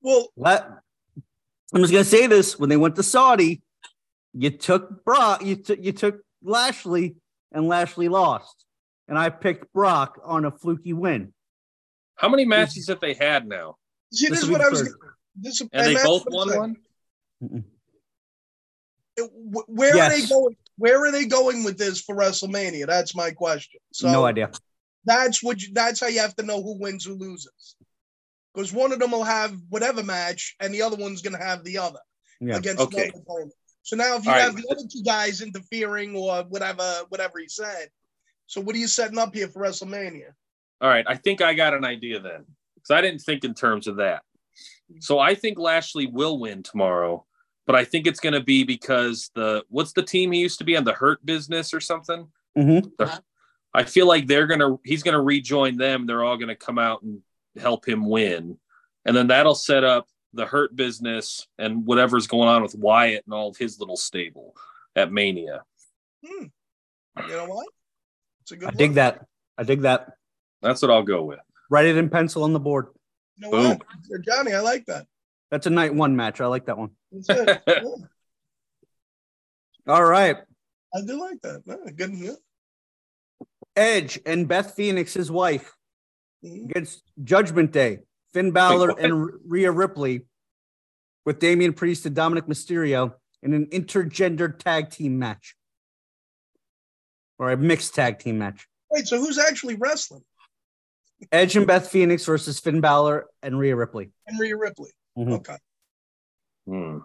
[SPEAKER 4] Well,
[SPEAKER 2] Let, I'm just gonna say this: when they went to Saudi, you took Brock, you took you took Lashley, and Lashley lost, and I picked Brock on a fluky win.
[SPEAKER 1] How many matches have they had now?
[SPEAKER 4] see,
[SPEAKER 2] This
[SPEAKER 4] this is
[SPEAKER 2] will be
[SPEAKER 4] what
[SPEAKER 2] the
[SPEAKER 4] I was.
[SPEAKER 2] third.
[SPEAKER 4] This,
[SPEAKER 1] And they
[SPEAKER 4] that's
[SPEAKER 1] both
[SPEAKER 4] what I'm
[SPEAKER 1] won
[SPEAKER 4] saying.
[SPEAKER 1] one?
[SPEAKER 4] It- wh- Where are they
[SPEAKER 2] Yes.
[SPEAKER 4] going? Where are they going with this for WrestleMania? That's my question. So
[SPEAKER 2] no idea.
[SPEAKER 4] That's what. You, that's how you have to know who wins who loses. Because one of them will have whatever match, and the other one's going to have the other
[SPEAKER 2] Yeah.
[SPEAKER 4] against
[SPEAKER 1] Okay.
[SPEAKER 4] another opponent. So now if you
[SPEAKER 1] All right.
[SPEAKER 4] have the other two guys interfering or whatever, whatever he said. So what are you setting up here for WrestleMania?
[SPEAKER 1] All right, I think I got an idea then because I didn't think in terms of that. So I think Lashley will win tomorrow, but I think it's going to be because the what's the team he used to be on the Hurt Business or something.
[SPEAKER 2] Mm-hmm.
[SPEAKER 1] I feel like they're gonna he's gonna rejoin them. They're all gonna come out and help him win, and then that'll set up the Hurt Business and whatever's going on with Wyatt and all of his little stable at Mania.
[SPEAKER 4] You know what? It's a good
[SPEAKER 2] I dig
[SPEAKER 4] look.
[SPEAKER 2] that. I dig that.
[SPEAKER 1] That's what I'll go with.
[SPEAKER 2] Write it in pencil on the board.
[SPEAKER 4] You know
[SPEAKER 1] Boom.
[SPEAKER 4] what? Johnny, I like that.
[SPEAKER 2] That's a night one match. I like that one.
[SPEAKER 4] That's it. Yeah,
[SPEAKER 2] All right.
[SPEAKER 4] I do like that. Yeah, good. Yeah.
[SPEAKER 2] Edge and Beth Phoenix, his wife,
[SPEAKER 4] Mhm.
[SPEAKER 2] against Judgment Day, Finn Balor
[SPEAKER 1] Wait, what?
[SPEAKER 2] and Rhea Ripley with Damian Priest and Dominic Mysterio in an intergender tag team match or a mixed tag team match.
[SPEAKER 4] Wait, so who's actually wrestling?
[SPEAKER 2] Edge and Beth Phoenix versus Finn Balor and Rhea Ripley.
[SPEAKER 4] And Rhea Ripley.
[SPEAKER 1] Mm-hmm.
[SPEAKER 2] Mhm.
[SPEAKER 4] Okay.
[SPEAKER 1] Hmm.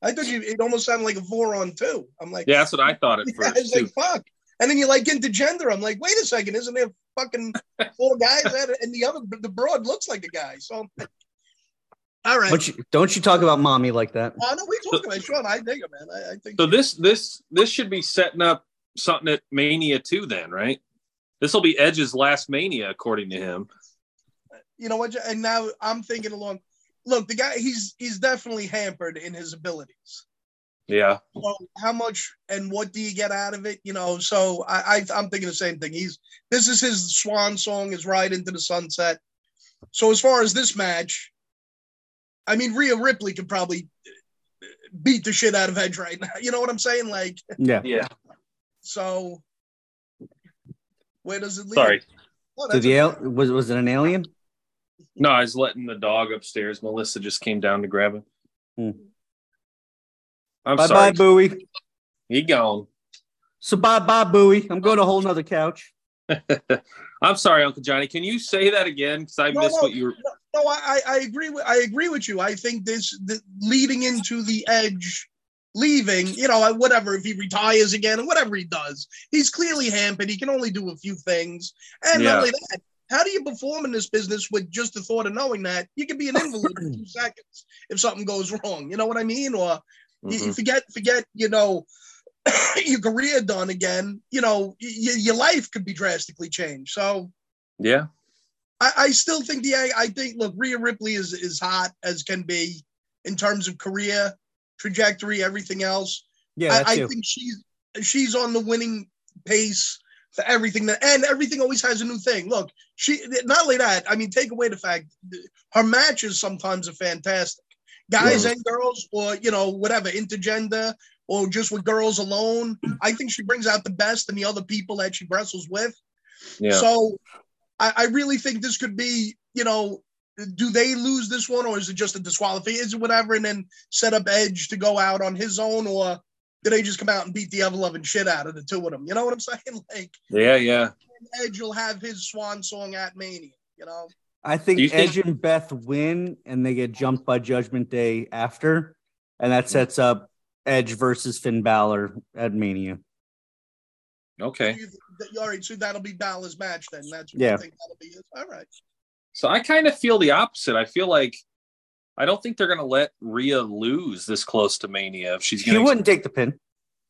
[SPEAKER 4] I thought you, it almost sounded like a Voron too. I'm like,
[SPEAKER 1] Yeah, that's what I thought at
[SPEAKER 4] Yeah, I was
[SPEAKER 1] first. Too.
[SPEAKER 4] like, fuck. And then you're like into gender. I'm like, wait a second, isn't there fucking four guys at it? And the other, the broad looks like a guy. So, all right.
[SPEAKER 2] Don't you, don't you talk about mommy like that?
[SPEAKER 4] I know we talking about Sean. I dig it, man. I, I think
[SPEAKER 1] So this this this should be setting up something at Mania too. Then right, this will be Edge's last Mania according to him.
[SPEAKER 4] you know what. And now I'm thinking along. Look, the guy, he's he's definitely hampered in his abilities.
[SPEAKER 1] Yeah,
[SPEAKER 4] So how much and what do you get out of it? You know. So I, I I'm thinking the same thing. He's this is his swan song. Is ride into the sunset. So as far as this match, I mean Rhea Ripley could probably beat the shit out of Edge right now. You know what I'm saying? Like
[SPEAKER 2] Yeah.
[SPEAKER 1] yeah.
[SPEAKER 4] so. Where does it lead?
[SPEAKER 1] Sorry,
[SPEAKER 4] No,
[SPEAKER 2] Did
[SPEAKER 4] that's
[SPEAKER 2] the al- was was it an alien?
[SPEAKER 1] no, I was letting the dog upstairs. Melissa just came down to grab him.
[SPEAKER 2] Hmm.
[SPEAKER 1] I'm
[SPEAKER 2] bye
[SPEAKER 1] sorry,
[SPEAKER 2] bye Bowie.
[SPEAKER 1] he gone.
[SPEAKER 2] So bye bye Bowie. I'm going to a whole nother couch.
[SPEAKER 1] I'm sorry, Uncle Johnny. Can you say that again? Because I
[SPEAKER 4] No,
[SPEAKER 1] missed
[SPEAKER 4] no.
[SPEAKER 1] what you were.
[SPEAKER 4] No, I, I I agree with I agree with you. I think this the, leading into the edge leaving, you know, I- whatever if he retires again and whatever he does, he's clearly hampered. He can only do a few things, and
[SPEAKER 1] Yeah.
[SPEAKER 4] not only that, how do you perform in this business with just the thought of knowing that you could be an invalid in two seconds if something goes wrong? You know what I mean? Or you, you
[SPEAKER 1] Mhm.
[SPEAKER 4] forget forget you know your career done again. You know, y- y- your life could be drastically changed. So.
[SPEAKER 1] Yeah,
[SPEAKER 4] I, I still think the I, I think look Rhea Ripley is is hot as can be in terms of career trajectory, everything else.
[SPEAKER 2] Yeah,
[SPEAKER 4] I,
[SPEAKER 2] that
[SPEAKER 4] I
[SPEAKER 2] too.
[SPEAKER 4] think she's she's on the winning pace for everything that and everything always has a new thing. Look, she not only that, I mean, take away the fact th- her matches sometimes are fantastic. Guys and girls, or you know, whatever, intergender, or just with girls alone. I think she brings out the best in the other people that she wrestles with.
[SPEAKER 1] yeah.
[SPEAKER 4] So I, I really think this could be, you know, do they lose this one or is it just a disqualify? Is it whatever? And then set up Edge to go out on his own or do they just come out and beat the ever loving shit out of the two of them? You know what I'm saying? Like
[SPEAKER 1] yeah, yeah.
[SPEAKER 4] Edge will have his swan song at Mania, you know?
[SPEAKER 2] I think
[SPEAKER 1] Do you think-
[SPEAKER 2] Edge and Beth win and they get jumped by Judgment Day after. And
[SPEAKER 1] Hmm.
[SPEAKER 2] that sets up Edge versus Finn Balor at Mania.
[SPEAKER 1] Okay.
[SPEAKER 4] You th- that- All right, so that'll be Balor's match then. That's what
[SPEAKER 2] Yeah.
[SPEAKER 4] you think that'll be. All right.
[SPEAKER 1] So I kind of feel the opposite. I feel like I don't think they're going to let Rhea lose this close to Mania. If she's
[SPEAKER 2] She
[SPEAKER 1] going, to
[SPEAKER 2] wouldn't take the pin.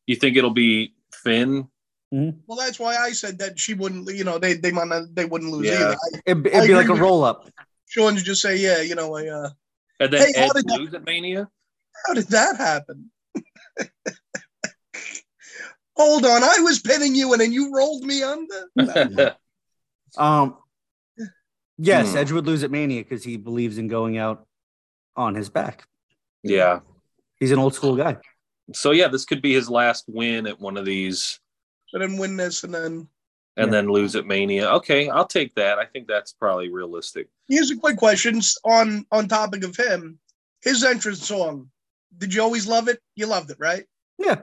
[SPEAKER 1] you think it'll be Finn?
[SPEAKER 4] Well, that's why I said that she wouldn't, you know, they they might not, they wouldn't lose
[SPEAKER 1] Yeah.
[SPEAKER 4] either. I,
[SPEAKER 2] It'd, be-
[SPEAKER 4] I
[SPEAKER 2] it'd be
[SPEAKER 4] agree
[SPEAKER 2] like a
[SPEAKER 4] with you.
[SPEAKER 2] roll up.
[SPEAKER 4] Sean's just say, yeah, you know, I, uh,
[SPEAKER 1] And then
[SPEAKER 4] Hey, how
[SPEAKER 1] Edge
[SPEAKER 4] did that-
[SPEAKER 1] lose at Mania?
[SPEAKER 4] How did that happen? Hold on, I was pinning you and then you rolled me under.
[SPEAKER 2] Um, yes,
[SPEAKER 1] Hmm.
[SPEAKER 2] Edge would lose at Mania because he believes in going out on his back.
[SPEAKER 1] yeah.
[SPEAKER 2] He's an old school guy.
[SPEAKER 1] So yeah, this could be his last win at one of these,
[SPEAKER 4] So then win this and then
[SPEAKER 1] and
[SPEAKER 2] Yeah.
[SPEAKER 1] then lose at Mania. Okay, I'll take that. I think that's probably realistic.
[SPEAKER 4] here's a quick question s- on on topic of him. His entrance song. Did you always love it? You loved it, right?
[SPEAKER 2] Yeah.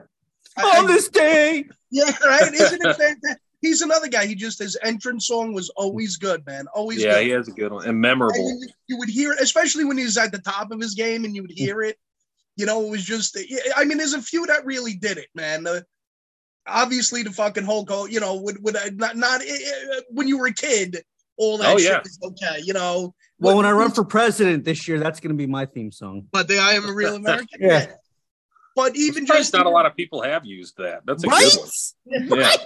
[SPEAKER 4] I-
[SPEAKER 2] on
[SPEAKER 4] I-
[SPEAKER 2] this day,
[SPEAKER 4] yeah, right. Isn't it fantastic? He's another guy. He just his entrance song was always good, man. Always
[SPEAKER 1] yeah,
[SPEAKER 4] good.
[SPEAKER 1] he has a good one and
[SPEAKER 4] And
[SPEAKER 1] memorable.
[SPEAKER 4] you, you would hear it, especially when he was at the top of his game and you would hear it. You know, it was just. I mean, there's a few that really did it, man. The, obviously, the fucking Hulk. Hogan, You know, would would I not not eh, when you were a kid, all that
[SPEAKER 1] Oh,
[SPEAKER 4] shit
[SPEAKER 1] yeah.
[SPEAKER 4] was okay. You know.
[SPEAKER 2] Well, when I
[SPEAKER 4] But-
[SPEAKER 2] run for president this year, that's going to be my theme song.
[SPEAKER 4] but the I am a real American.
[SPEAKER 2] Yeah.
[SPEAKER 4] But even
[SPEAKER 1] Even just
[SPEAKER 4] just
[SPEAKER 1] not a lot of people have used that. That's a
[SPEAKER 2] Right?
[SPEAKER 1] good one. Yeah.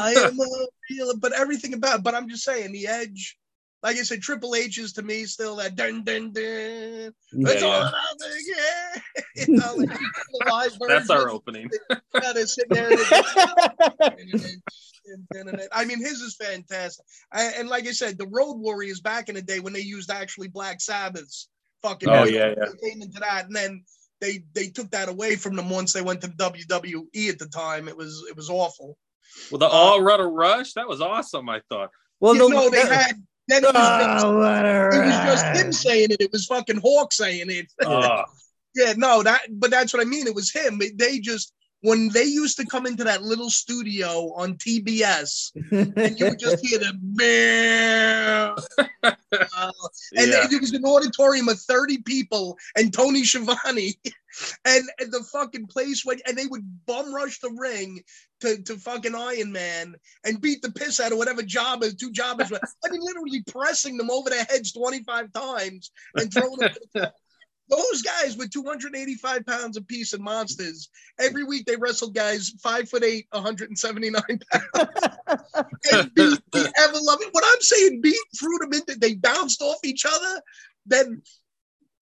[SPEAKER 4] I am a real, but everything about. But I'm just saying the edge. Like I said, Triple H is to me still that dun dun dun.
[SPEAKER 2] Mm.
[SPEAKER 4] That's
[SPEAKER 1] Yeah,
[SPEAKER 4] all
[SPEAKER 1] yeah.
[SPEAKER 4] about it, yeah. You know, like, the live
[SPEAKER 1] That's our
[SPEAKER 4] version,
[SPEAKER 1] opening.
[SPEAKER 4] kinda sitting there and it's- I mean, his is fantastic. I, and like I said, the Road Warriors back in the day when they used actually Black Sabbaths, fucking.
[SPEAKER 1] Oh, yeah, yeah.
[SPEAKER 4] They came into that, and then they they took that away from them once they went to WWE at the time. It was it was awful.
[SPEAKER 1] Well, the All Rudder Rush, that was awesome, I thought.
[SPEAKER 2] Well,
[SPEAKER 4] no,
[SPEAKER 2] no,
[SPEAKER 4] they had. Then it was,
[SPEAKER 2] Oh, what a
[SPEAKER 4] it was just him
[SPEAKER 2] rush.
[SPEAKER 4] saying it. It was fucking Hawk saying it.
[SPEAKER 1] Ah,
[SPEAKER 4] Yeah, no, that but that's what I mean. It was him. They- They just when they used to come into that little studio on TBS, and you would just hear the meow. Uh, and
[SPEAKER 1] yeah.
[SPEAKER 4] it was an auditorium of 30 people and Tony Schiavone and, and the fucking place went and they would bum rush the ring to, to fucking Iron Man and beat the piss out of whatever jobbers, two jobbers were. I mean, literally pressing them over their heads 25 times and throwing them. to the ground. Those guys were 285 pounds apiece and monsters. Every week they wrestled guys five foot eight, 179 and beat the ever loving. What I'm saying, beat threw them into. They bounced off each other. Then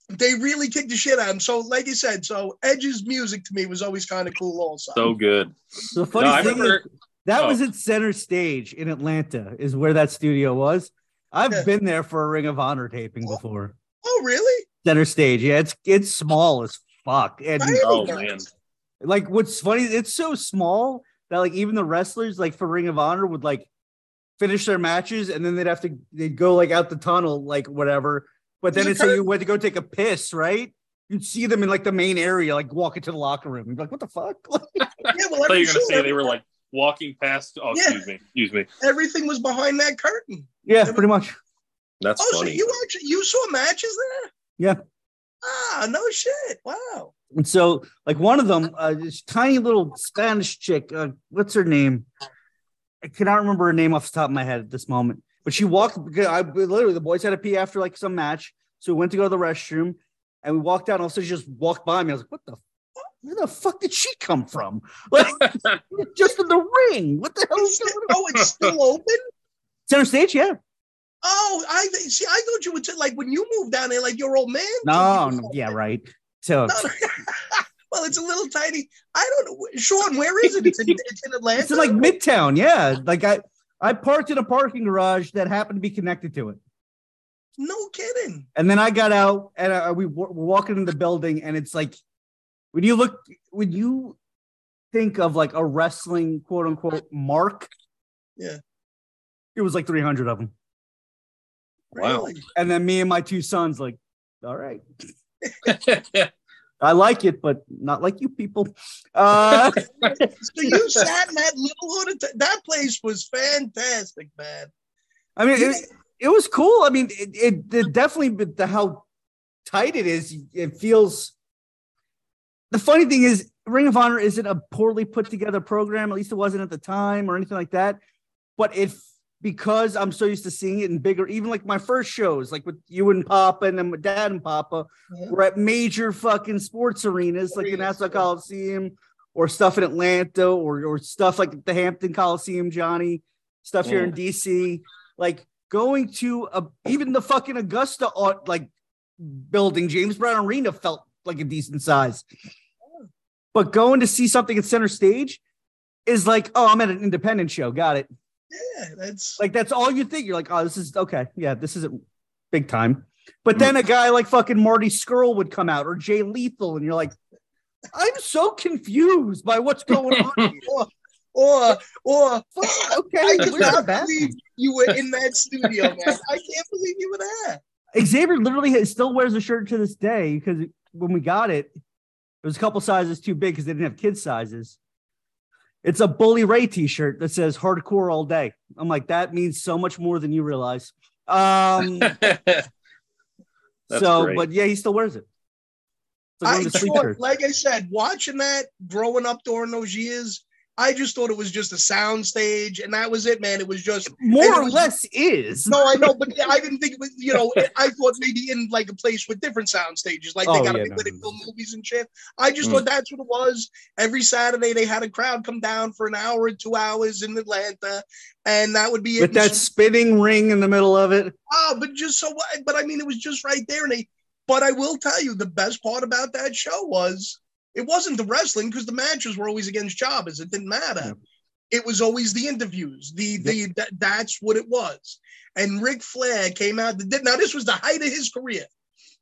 [SPEAKER 4] they really kicked the shit out of him. So, like you said, so Edge's music to me was always kind of cool. Also,
[SPEAKER 1] So good.
[SPEAKER 2] the
[SPEAKER 1] No,
[SPEAKER 2] funny
[SPEAKER 1] I
[SPEAKER 2] thing is,
[SPEAKER 1] remember
[SPEAKER 2] that
[SPEAKER 1] oh.
[SPEAKER 2] was at center stage in Atlanta, is where that studio was. I've
[SPEAKER 4] Yeah.
[SPEAKER 2] been there for a Ring of Honor taping before.
[SPEAKER 4] oh really?
[SPEAKER 2] Center stage, yeah, it's it's small as fuck, and
[SPEAKER 4] Right?
[SPEAKER 1] Oh man.
[SPEAKER 2] like what's funny, it's so small that like even the wrestlers like for Ring of Honor would like finish their matches and then they'd have to they'd go like out the tunnel like whatever. But then
[SPEAKER 4] Yeah,
[SPEAKER 2] it's say you went to go take a piss, right? You'd see them in like the main area, like walking to the locker room. You'd be like, "What the fuck?"
[SPEAKER 4] Yeah, well,
[SPEAKER 1] I thought you were gonna
[SPEAKER 4] every show,
[SPEAKER 1] say they were like walking past oh
[SPEAKER 4] Yeah.
[SPEAKER 1] excuse me, excuse me.
[SPEAKER 4] everything was behind that curtain.
[SPEAKER 2] yeah, pretty much.
[SPEAKER 1] That's
[SPEAKER 4] oh,
[SPEAKER 1] funny.
[SPEAKER 4] so you actually you saw matches there?
[SPEAKER 2] Yeah.
[SPEAKER 4] Ah, no shit. Wow.
[SPEAKER 2] And so, like one of them, uh, this tiny little Spanish chick, uh, what's her name? I cannot remember her name off the top of my head at this moment. But she walked. I literally the boys had to pee after like some match, so we went to go to the restroom, and we walked out. And all of a sudden, she just walked by me. I was like, "What the? fu- Where the fuck did she come from? Like, just in the ring? What the hell is going on?"
[SPEAKER 4] Oh, it's still open.
[SPEAKER 2] Center stage, yeah.
[SPEAKER 4] Oh, I see. I thought you would say like when you moved down there, like your old man.
[SPEAKER 2] No, no, yeah, right. So
[SPEAKER 4] No, no. well, it's a little tiny. I don't know, Sean. Where is it? It's in, it's in Atlanta.
[SPEAKER 2] it's in like Midtown, yeah. Like I, I parked in a parking garage that happened to be connected to it.
[SPEAKER 4] no kidding.
[SPEAKER 2] And then I got out and uh, we were we're walking in the building, and it's like when you look, when you think of like a wrestling quote unquote mark,
[SPEAKER 4] Yeah.
[SPEAKER 2] it was like 300 of them.
[SPEAKER 1] Wow.
[SPEAKER 4] Really?
[SPEAKER 2] And then me and my two sons, like, all right,
[SPEAKER 1] yeah,
[SPEAKER 2] I like it, but not like you people. Uh,
[SPEAKER 4] So you sat in that little auditor- that place was fantastic, man.
[SPEAKER 2] I mean, it, it was cool. I mean, it, it, it definitely, but the how tight it is, it feels. The funny thing is, Ring of Honor isn't a poorly put together program. At least it wasn't at the time or anything like that. But if because I'm so used to seeing it in bigger, even like my first shows, like with you and Papa and then with Dad and Papa,
[SPEAKER 4] Yeah.
[SPEAKER 2] were at major fucking sports arenas like the
[SPEAKER 4] Arenas,
[SPEAKER 2] Nassau
[SPEAKER 4] yeah.
[SPEAKER 2] Coliseum or stuff in Atlanta or or stuff like the Hampton Coliseum, Johnny, stuff here in DC. Like going to a, even the fucking Augusta au- like building, James Brown Arena felt like a decent size. But going to see something at center stage is like, oh, I'm at an independent show. Got it.
[SPEAKER 4] Yeah, that's
[SPEAKER 2] Like that's all you think. You're like, oh, this is okay. Yeah, this isn't big time. But then a guy like fucking Marty Skrull would come out or Jay Lethal, and you're like, I'm so confused by what's going on. here.
[SPEAKER 4] or or
[SPEAKER 2] Fuck,
[SPEAKER 4] I
[SPEAKER 2] okay, where's the
[SPEAKER 4] cannot
[SPEAKER 2] bathroom?
[SPEAKER 4] believe you were in that studio, man. I can't believe you were there.
[SPEAKER 2] Xavier literally has- still wears the shirt to this day because when we got it, it was a couple sizes too big because they didn't have kid sizes. It's a Bully Ray T-shirt that says "Hardcore All Day." I'm like, that means so much more than you realize. Um,
[SPEAKER 1] That's
[SPEAKER 2] so,
[SPEAKER 1] great.
[SPEAKER 2] but yeah, he still wears it. It's like
[SPEAKER 4] I,
[SPEAKER 2] one of the
[SPEAKER 4] Troy,
[SPEAKER 2] sleep church.
[SPEAKER 4] like I said, watching that growing up during those years, I just thought it was just a sound stage, and that was it, man. It was just
[SPEAKER 2] More or
[SPEAKER 4] was-
[SPEAKER 2] less is.
[SPEAKER 4] no, I know, but I didn't think it was, you know, I thought maybe in like a place with different sound stages, like they
[SPEAKER 2] Oh,
[SPEAKER 4] got
[SPEAKER 2] yeah,
[SPEAKER 4] a big
[SPEAKER 2] no,
[SPEAKER 4] where they
[SPEAKER 2] no, Hmm.
[SPEAKER 4] film
[SPEAKER 2] no.
[SPEAKER 4] movies and shit. I just
[SPEAKER 1] Mm.
[SPEAKER 4] thought that's what it was. Every Saturday they had a crowd come down for an hour or two hours in Atlanta, and that would be it.
[SPEAKER 2] With that spinning ring in the middle of it.
[SPEAKER 4] Wow, but just so what? But I mean, it was just right there. And they, but I will tell you, the best part about that show was it wasn't the wrestling because the matches were always against jobbers. It didn't matter. It was always the interviews. The the that, that's what it was. And Ric Flair came out. The, now this was the height of his career.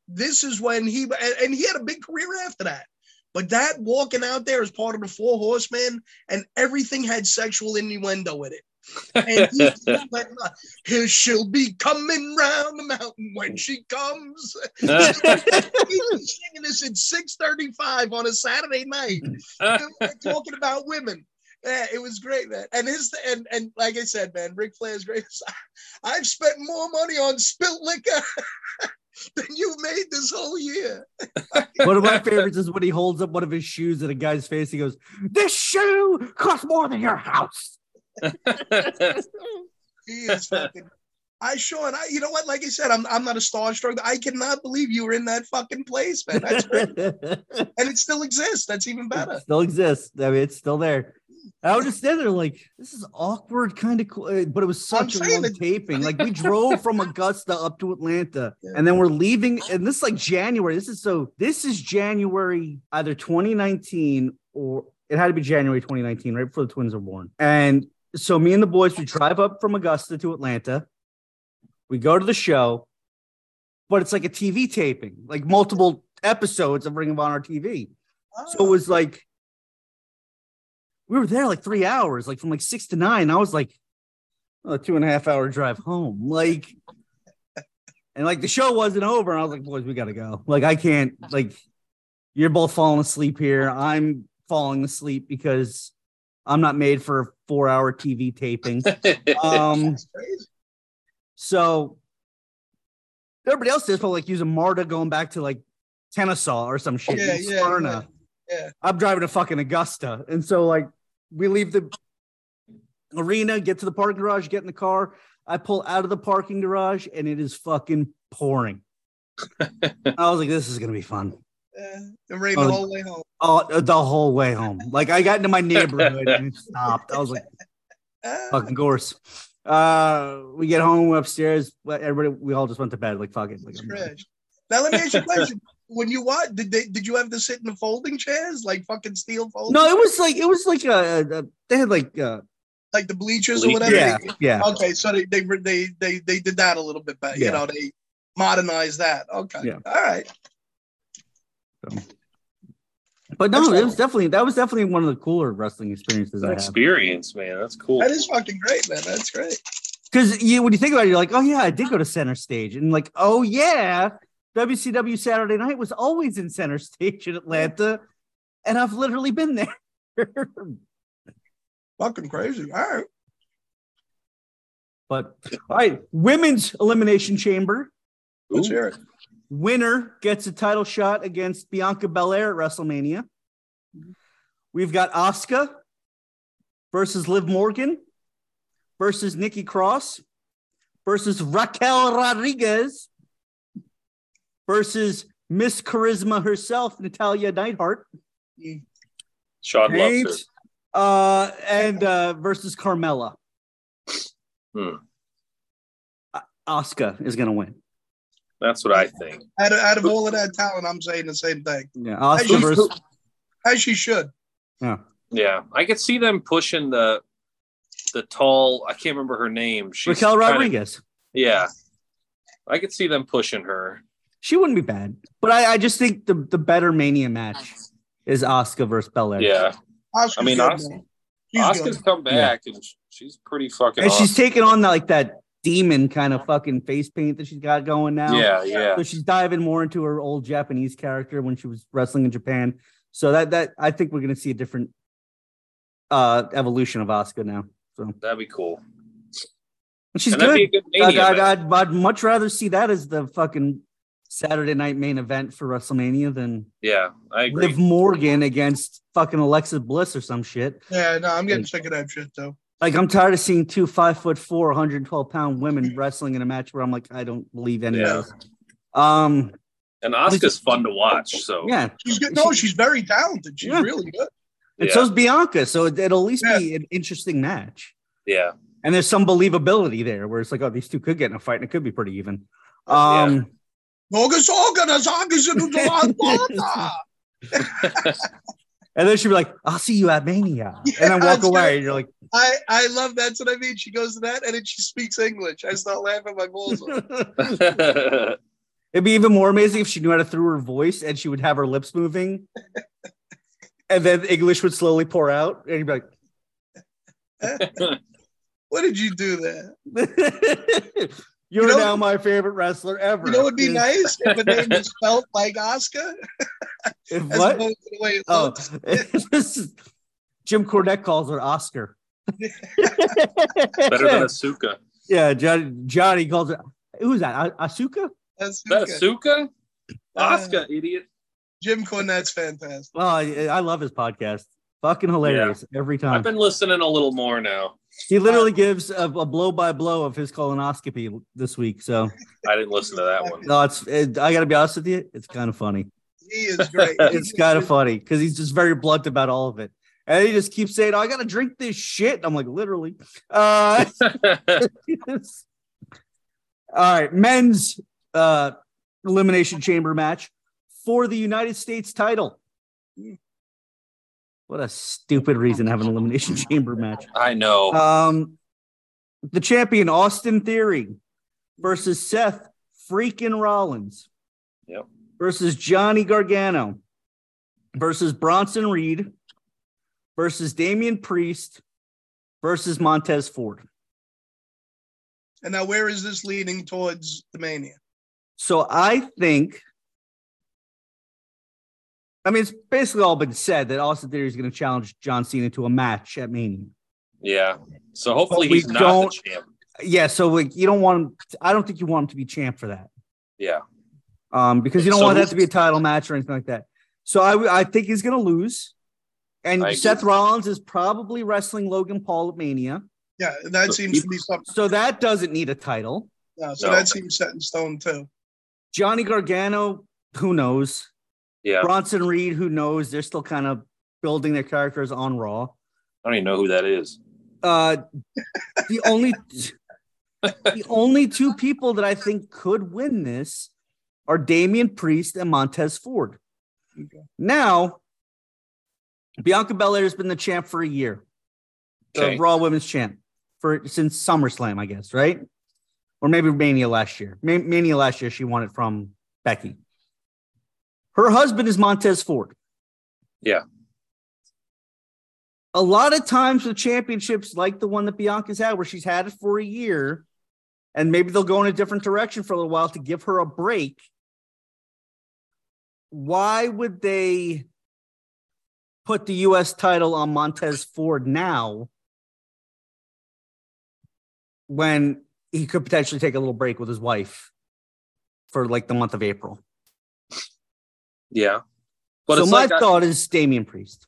[SPEAKER 4] This is when he and, and he had a big career after that. But that walking out there as part of the Four Horsemen, and everything had sexual innuendo in it. And he just went, here she'll be coming round the mountain when she comes. He was singing this at 6:35 on a Saturday night, talking about women. Yeah, it was great, man. And his and and like I said, man, Ric Flair's great. I've spent more money on spilt liquor than you made this whole year.
[SPEAKER 2] One of my favorites is when he holds up one of his shoes at a guy's face. He goes, This shoe costs more than your house.
[SPEAKER 4] He is fucking. I Sean, I you know what? Like I said, I'm I'm not a starstruck. I cannot believe you were in that fucking place, man. That's great.
[SPEAKER 2] it
[SPEAKER 4] and it still exists. That's even better.
[SPEAKER 2] still exists. I mean, it's still there. I would just stand there like, this is awkward, kind of cool. uh, But it was
[SPEAKER 4] I'm
[SPEAKER 2] such a long
[SPEAKER 4] saying that-
[SPEAKER 2] taping. Like, we drove from Augusta up to Atlanta
[SPEAKER 4] Yeah.
[SPEAKER 2] and then we're leaving. And this is like January. This is so, this is January either 2019 or it had to be January 2019, right before the twins were born. And so, me and the boys, we drive up from Augusta to Atlanta. We go to the show, but it's like a TV taping, like multiple episodes of Ring of Honor TV. So it was like we were there like three hours, like from like six to nine. I was like "Oh, a two and a half hour drive home, like, and like the show wasn't over, and I was like, boys, we gotta go. Like I can't, like, you're both falling asleep here. I'm falling asleep because I'm not made for a four hour TV taping. Um,
[SPEAKER 4] That's crazy.
[SPEAKER 2] so everybody else is, but like using Marta going back to like Kennesaw or some shit.
[SPEAKER 4] Yeah, yeah,
[SPEAKER 2] Smyrna.
[SPEAKER 4] yeah. Yeah.
[SPEAKER 2] I'm driving to fucking Augusta. And so like we leave the arena, get to the parking garage, get in the car. I pull out of the parking garage and it is fucking pouring. I was like, this is gonna be fun.
[SPEAKER 4] Yeah, it rained the
[SPEAKER 2] Oh.
[SPEAKER 4] whole way home.
[SPEAKER 2] Oh, the whole way home. Like I got into my neighborhood and it stopped. I was like,
[SPEAKER 4] Ah,
[SPEAKER 2] fucking course. Uh, we get home we're upstairs. but Everybody, we all just went to bed. Like fuck it. Like,
[SPEAKER 4] it's
[SPEAKER 2] I'm done.
[SPEAKER 4] trash. Now let me ask you a question: When you what did they, did you have to sit in the folding chairs like fucking steel folding?
[SPEAKER 2] no, it was like it was like a, a they had like uh,
[SPEAKER 4] like the bleachers or
[SPEAKER 1] Bleacher.
[SPEAKER 4] whatever.
[SPEAKER 2] yeah yeah
[SPEAKER 4] Okay, so they they were- they they, they did that a little bit better.
[SPEAKER 2] Yeah.
[SPEAKER 4] You know, they modernized that. Okay,
[SPEAKER 2] Yeah.
[SPEAKER 4] all right.
[SPEAKER 2] But no,
[SPEAKER 4] That's
[SPEAKER 2] it was definitely that was definitely one of the cooler wrestling experiences I had.
[SPEAKER 1] experience, man. That's cool.
[SPEAKER 4] That is fucking great, man. That's great.
[SPEAKER 2] Because you when you think about it, you're like, oh yeah, I did go to center stage, and like, oh yeah, WCW Saturday Night was always in center stage in Atlanta, and I've literally been there.
[SPEAKER 4] Fucking crazy. All right.
[SPEAKER 2] but all right, women's elimination chamber
[SPEAKER 4] Let's
[SPEAKER 1] Ooh.
[SPEAKER 4] hear it.
[SPEAKER 2] winner gets a title shot against Bianca Belair at WrestleMania. We've got Asuka versus Liv Morgan versus Nikki Cross versus Raquel Rodriguez versus Miss Charisma herself, Natalia Neidhart.
[SPEAKER 4] Mm.
[SPEAKER 1] Sean
[SPEAKER 2] Right?
[SPEAKER 1] loves
[SPEAKER 2] Uh, and uh, versus Carmella.
[SPEAKER 1] Hmm.
[SPEAKER 2] Uh, Asuka is going to win.
[SPEAKER 1] her. That's what I think.
[SPEAKER 4] Out of, out of all of that talent, I'm saying the same thing.
[SPEAKER 2] Yeah,
[SPEAKER 4] As she,
[SPEAKER 2] Asuka versus.
[SPEAKER 4] as she should.
[SPEAKER 1] Yeah, I could see them pushing the the tall. I can't remember her name. She's
[SPEAKER 2] Raquel
[SPEAKER 1] kinda-
[SPEAKER 2] Rodriguez.
[SPEAKER 1] yeah, I could see them pushing her.
[SPEAKER 2] She wouldn't be bad, but I, I just think the, the better Mania match is Oscar versus Belair.
[SPEAKER 1] Yeah,
[SPEAKER 4] Asuka's
[SPEAKER 1] I mean,
[SPEAKER 4] good,
[SPEAKER 1] Asuka-
[SPEAKER 4] man. She's
[SPEAKER 1] Oscar's
[SPEAKER 4] good.
[SPEAKER 1] come back and sh- she's pretty fucking.
[SPEAKER 2] and she's taking on like that demon kind of fucking face paint that she's got going now.
[SPEAKER 1] awesome. yeah, yeah,
[SPEAKER 2] so she's diving more into her old Japanese character when she was wrestling in Japan. So that that I think we're gonna see a different uh evolution of Oscar now. So
[SPEAKER 1] that'd be cool.
[SPEAKER 2] and she's
[SPEAKER 1] and that'd
[SPEAKER 2] good.
[SPEAKER 1] be a good
[SPEAKER 2] I'd,
[SPEAKER 1] mania.
[SPEAKER 2] I'd,
[SPEAKER 1] match.
[SPEAKER 2] I'd, I'd much rather see that as the fucking Saturday night main event for WrestleMania than
[SPEAKER 1] Yeah, I agree.
[SPEAKER 2] Liv Morgan against fucking Alexa Bliss or some shit.
[SPEAKER 4] Yeah, no, I'm getting sick of that shit though.
[SPEAKER 2] Like I'm tired of seeing two five foot four, 112 pound women wrestling in a match where I'm like, I don't believe any
[SPEAKER 1] Yeah.
[SPEAKER 2] of this. Um,
[SPEAKER 1] And Oscar's fun to watch. So
[SPEAKER 2] yeah,
[SPEAKER 4] She's good. No, she's very talented. She's
[SPEAKER 2] Yeah.
[SPEAKER 4] really good.
[SPEAKER 2] and
[SPEAKER 1] Yeah.
[SPEAKER 2] so's Bianca, so it, it'll at least be an interesting match.
[SPEAKER 1] yeah,
[SPEAKER 2] And there's some believability there where it's like, oh, these two could get in a fight and it could be pretty even. Um,
[SPEAKER 4] Olga Solga, that's Olga Solga.
[SPEAKER 2] and then she'd be like, I'll see you at Mania, and then
[SPEAKER 4] Yeah,
[SPEAKER 2] walk
[SPEAKER 4] that's
[SPEAKER 2] away.
[SPEAKER 4] right.
[SPEAKER 2] And you're like,
[SPEAKER 4] I I love that's what I mean. She goes to that and then she speaks English. I start laughing my balls off.
[SPEAKER 1] yeah.
[SPEAKER 2] It'd be even more amazing if she knew how to through her voice and she would have her lips moving. and then English would slowly pour out. And you'd be
[SPEAKER 4] What did you do there?
[SPEAKER 2] like, You're
[SPEAKER 4] You know-
[SPEAKER 2] now my favorite wrestler ever.
[SPEAKER 4] You know what'd be
[SPEAKER 2] Is-
[SPEAKER 4] nice if a name was spelled like Oscar
[SPEAKER 2] is
[SPEAKER 4] as
[SPEAKER 2] what?
[SPEAKER 4] opposed to the way it
[SPEAKER 2] Oh,
[SPEAKER 4] looks.
[SPEAKER 2] this is, Jim Cornette calls her Oscar.
[SPEAKER 1] Better than Asuka.
[SPEAKER 2] yeah, Johnny, Johnny calls her. Who's that? A- Asuka?
[SPEAKER 4] That's
[SPEAKER 1] Is that
[SPEAKER 4] okay.
[SPEAKER 1] Asuka?
[SPEAKER 4] Uh,
[SPEAKER 1] Oscar, idiot.
[SPEAKER 4] Jim Cornette's fantastic.
[SPEAKER 2] Well, I, I love his podcast. Fucking hilarious every time.
[SPEAKER 1] I've been listening a little more now.
[SPEAKER 2] He literally gives a, a blow by blow of his colonoscopy this week. So
[SPEAKER 1] I didn't listen to that one.
[SPEAKER 2] no, it's it, I gotta be honest with you, it's kind of funny.
[SPEAKER 4] He is great.
[SPEAKER 2] It's kind of funny because he's just very blunt about all of it, and he just keeps saying, oh, "I gotta drink this shit." I'm like, literally. Uh, it's- all right, men's uh, elimination chamber match for the United States title. What a stupid reason to have an elimination chamber match.
[SPEAKER 1] I know.
[SPEAKER 2] Um, the champion Austin Theory versus Seth freaking Rollins.
[SPEAKER 1] Yep.
[SPEAKER 2] Versus Johnny Gargano. Versus Bronson Reed. Versus Damian Priest. Versus Montez Ford.
[SPEAKER 4] And now, where is this leading towards the mania?
[SPEAKER 2] So I think. I mean, it's basically all been said that Austin Theory is going to challenge John Cena to a match at Mania.
[SPEAKER 1] yeah. So hopefully
[SPEAKER 2] But we
[SPEAKER 1] he's not
[SPEAKER 2] don't-
[SPEAKER 1] the champ.
[SPEAKER 2] Yeah, so like you don't want him. I don't think you want him to be champ for that.
[SPEAKER 1] Yeah.
[SPEAKER 2] um, because you don't
[SPEAKER 1] So
[SPEAKER 2] want
[SPEAKER 1] who-
[SPEAKER 2] that to be a title match or anything like that. So I, w- I think he's going to lose. And
[SPEAKER 1] I agree.
[SPEAKER 2] Seth Rollins is probably wrestling Logan Paul at Mania.
[SPEAKER 4] Yeah, that
[SPEAKER 1] So
[SPEAKER 4] seems to be something.
[SPEAKER 2] So that doesn't need a title.
[SPEAKER 4] No, so
[SPEAKER 1] No.
[SPEAKER 4] that seems set in stone too.
[SPEAKER 2] Johnny Gargano, who knows?
[SPEAKER 1] Yeah.
[SPEAKER 2] Bronson Reed, who knows? They're still kind of building their characters on Raw.
[SPEAKER 1] I don't even know who that is.
[SPEAKER 2] Uh, the only the only two people that I think could win this are Damian Priest and Montez Ford.
[SPEAKER 4] Okay.
[SPEAKER 2] Now, Bianca Belair has been the champ for a year, the
[SPEAKER 1] Okay.
[SPEAKER 2] Raw Women's champ for since SummerSlam, I guess, right? Or maybe Mania last year. Ma- Mania last year, she won it from Becky. Her husband is Montez Ford.
[SPEAKER 1] Yeah.
[SPEAKER 2] A lot of times with championships like the one that Bianca's had, where she's had it for a year, and maybe they'll go in a different direction for a little while to give her a break. Why would they put the U.S. title on Montez Ford now when he could potentially take a little break with his wife for like the month of April?
[SPEAKER 1] Yeah. But
[SPEAKER 2] so
[SPEAKER 1] it's
[SPEAKER 2] my
[SPEAKER 1] like uh, I-
[SPEAKER 2] thought is Damian Priest.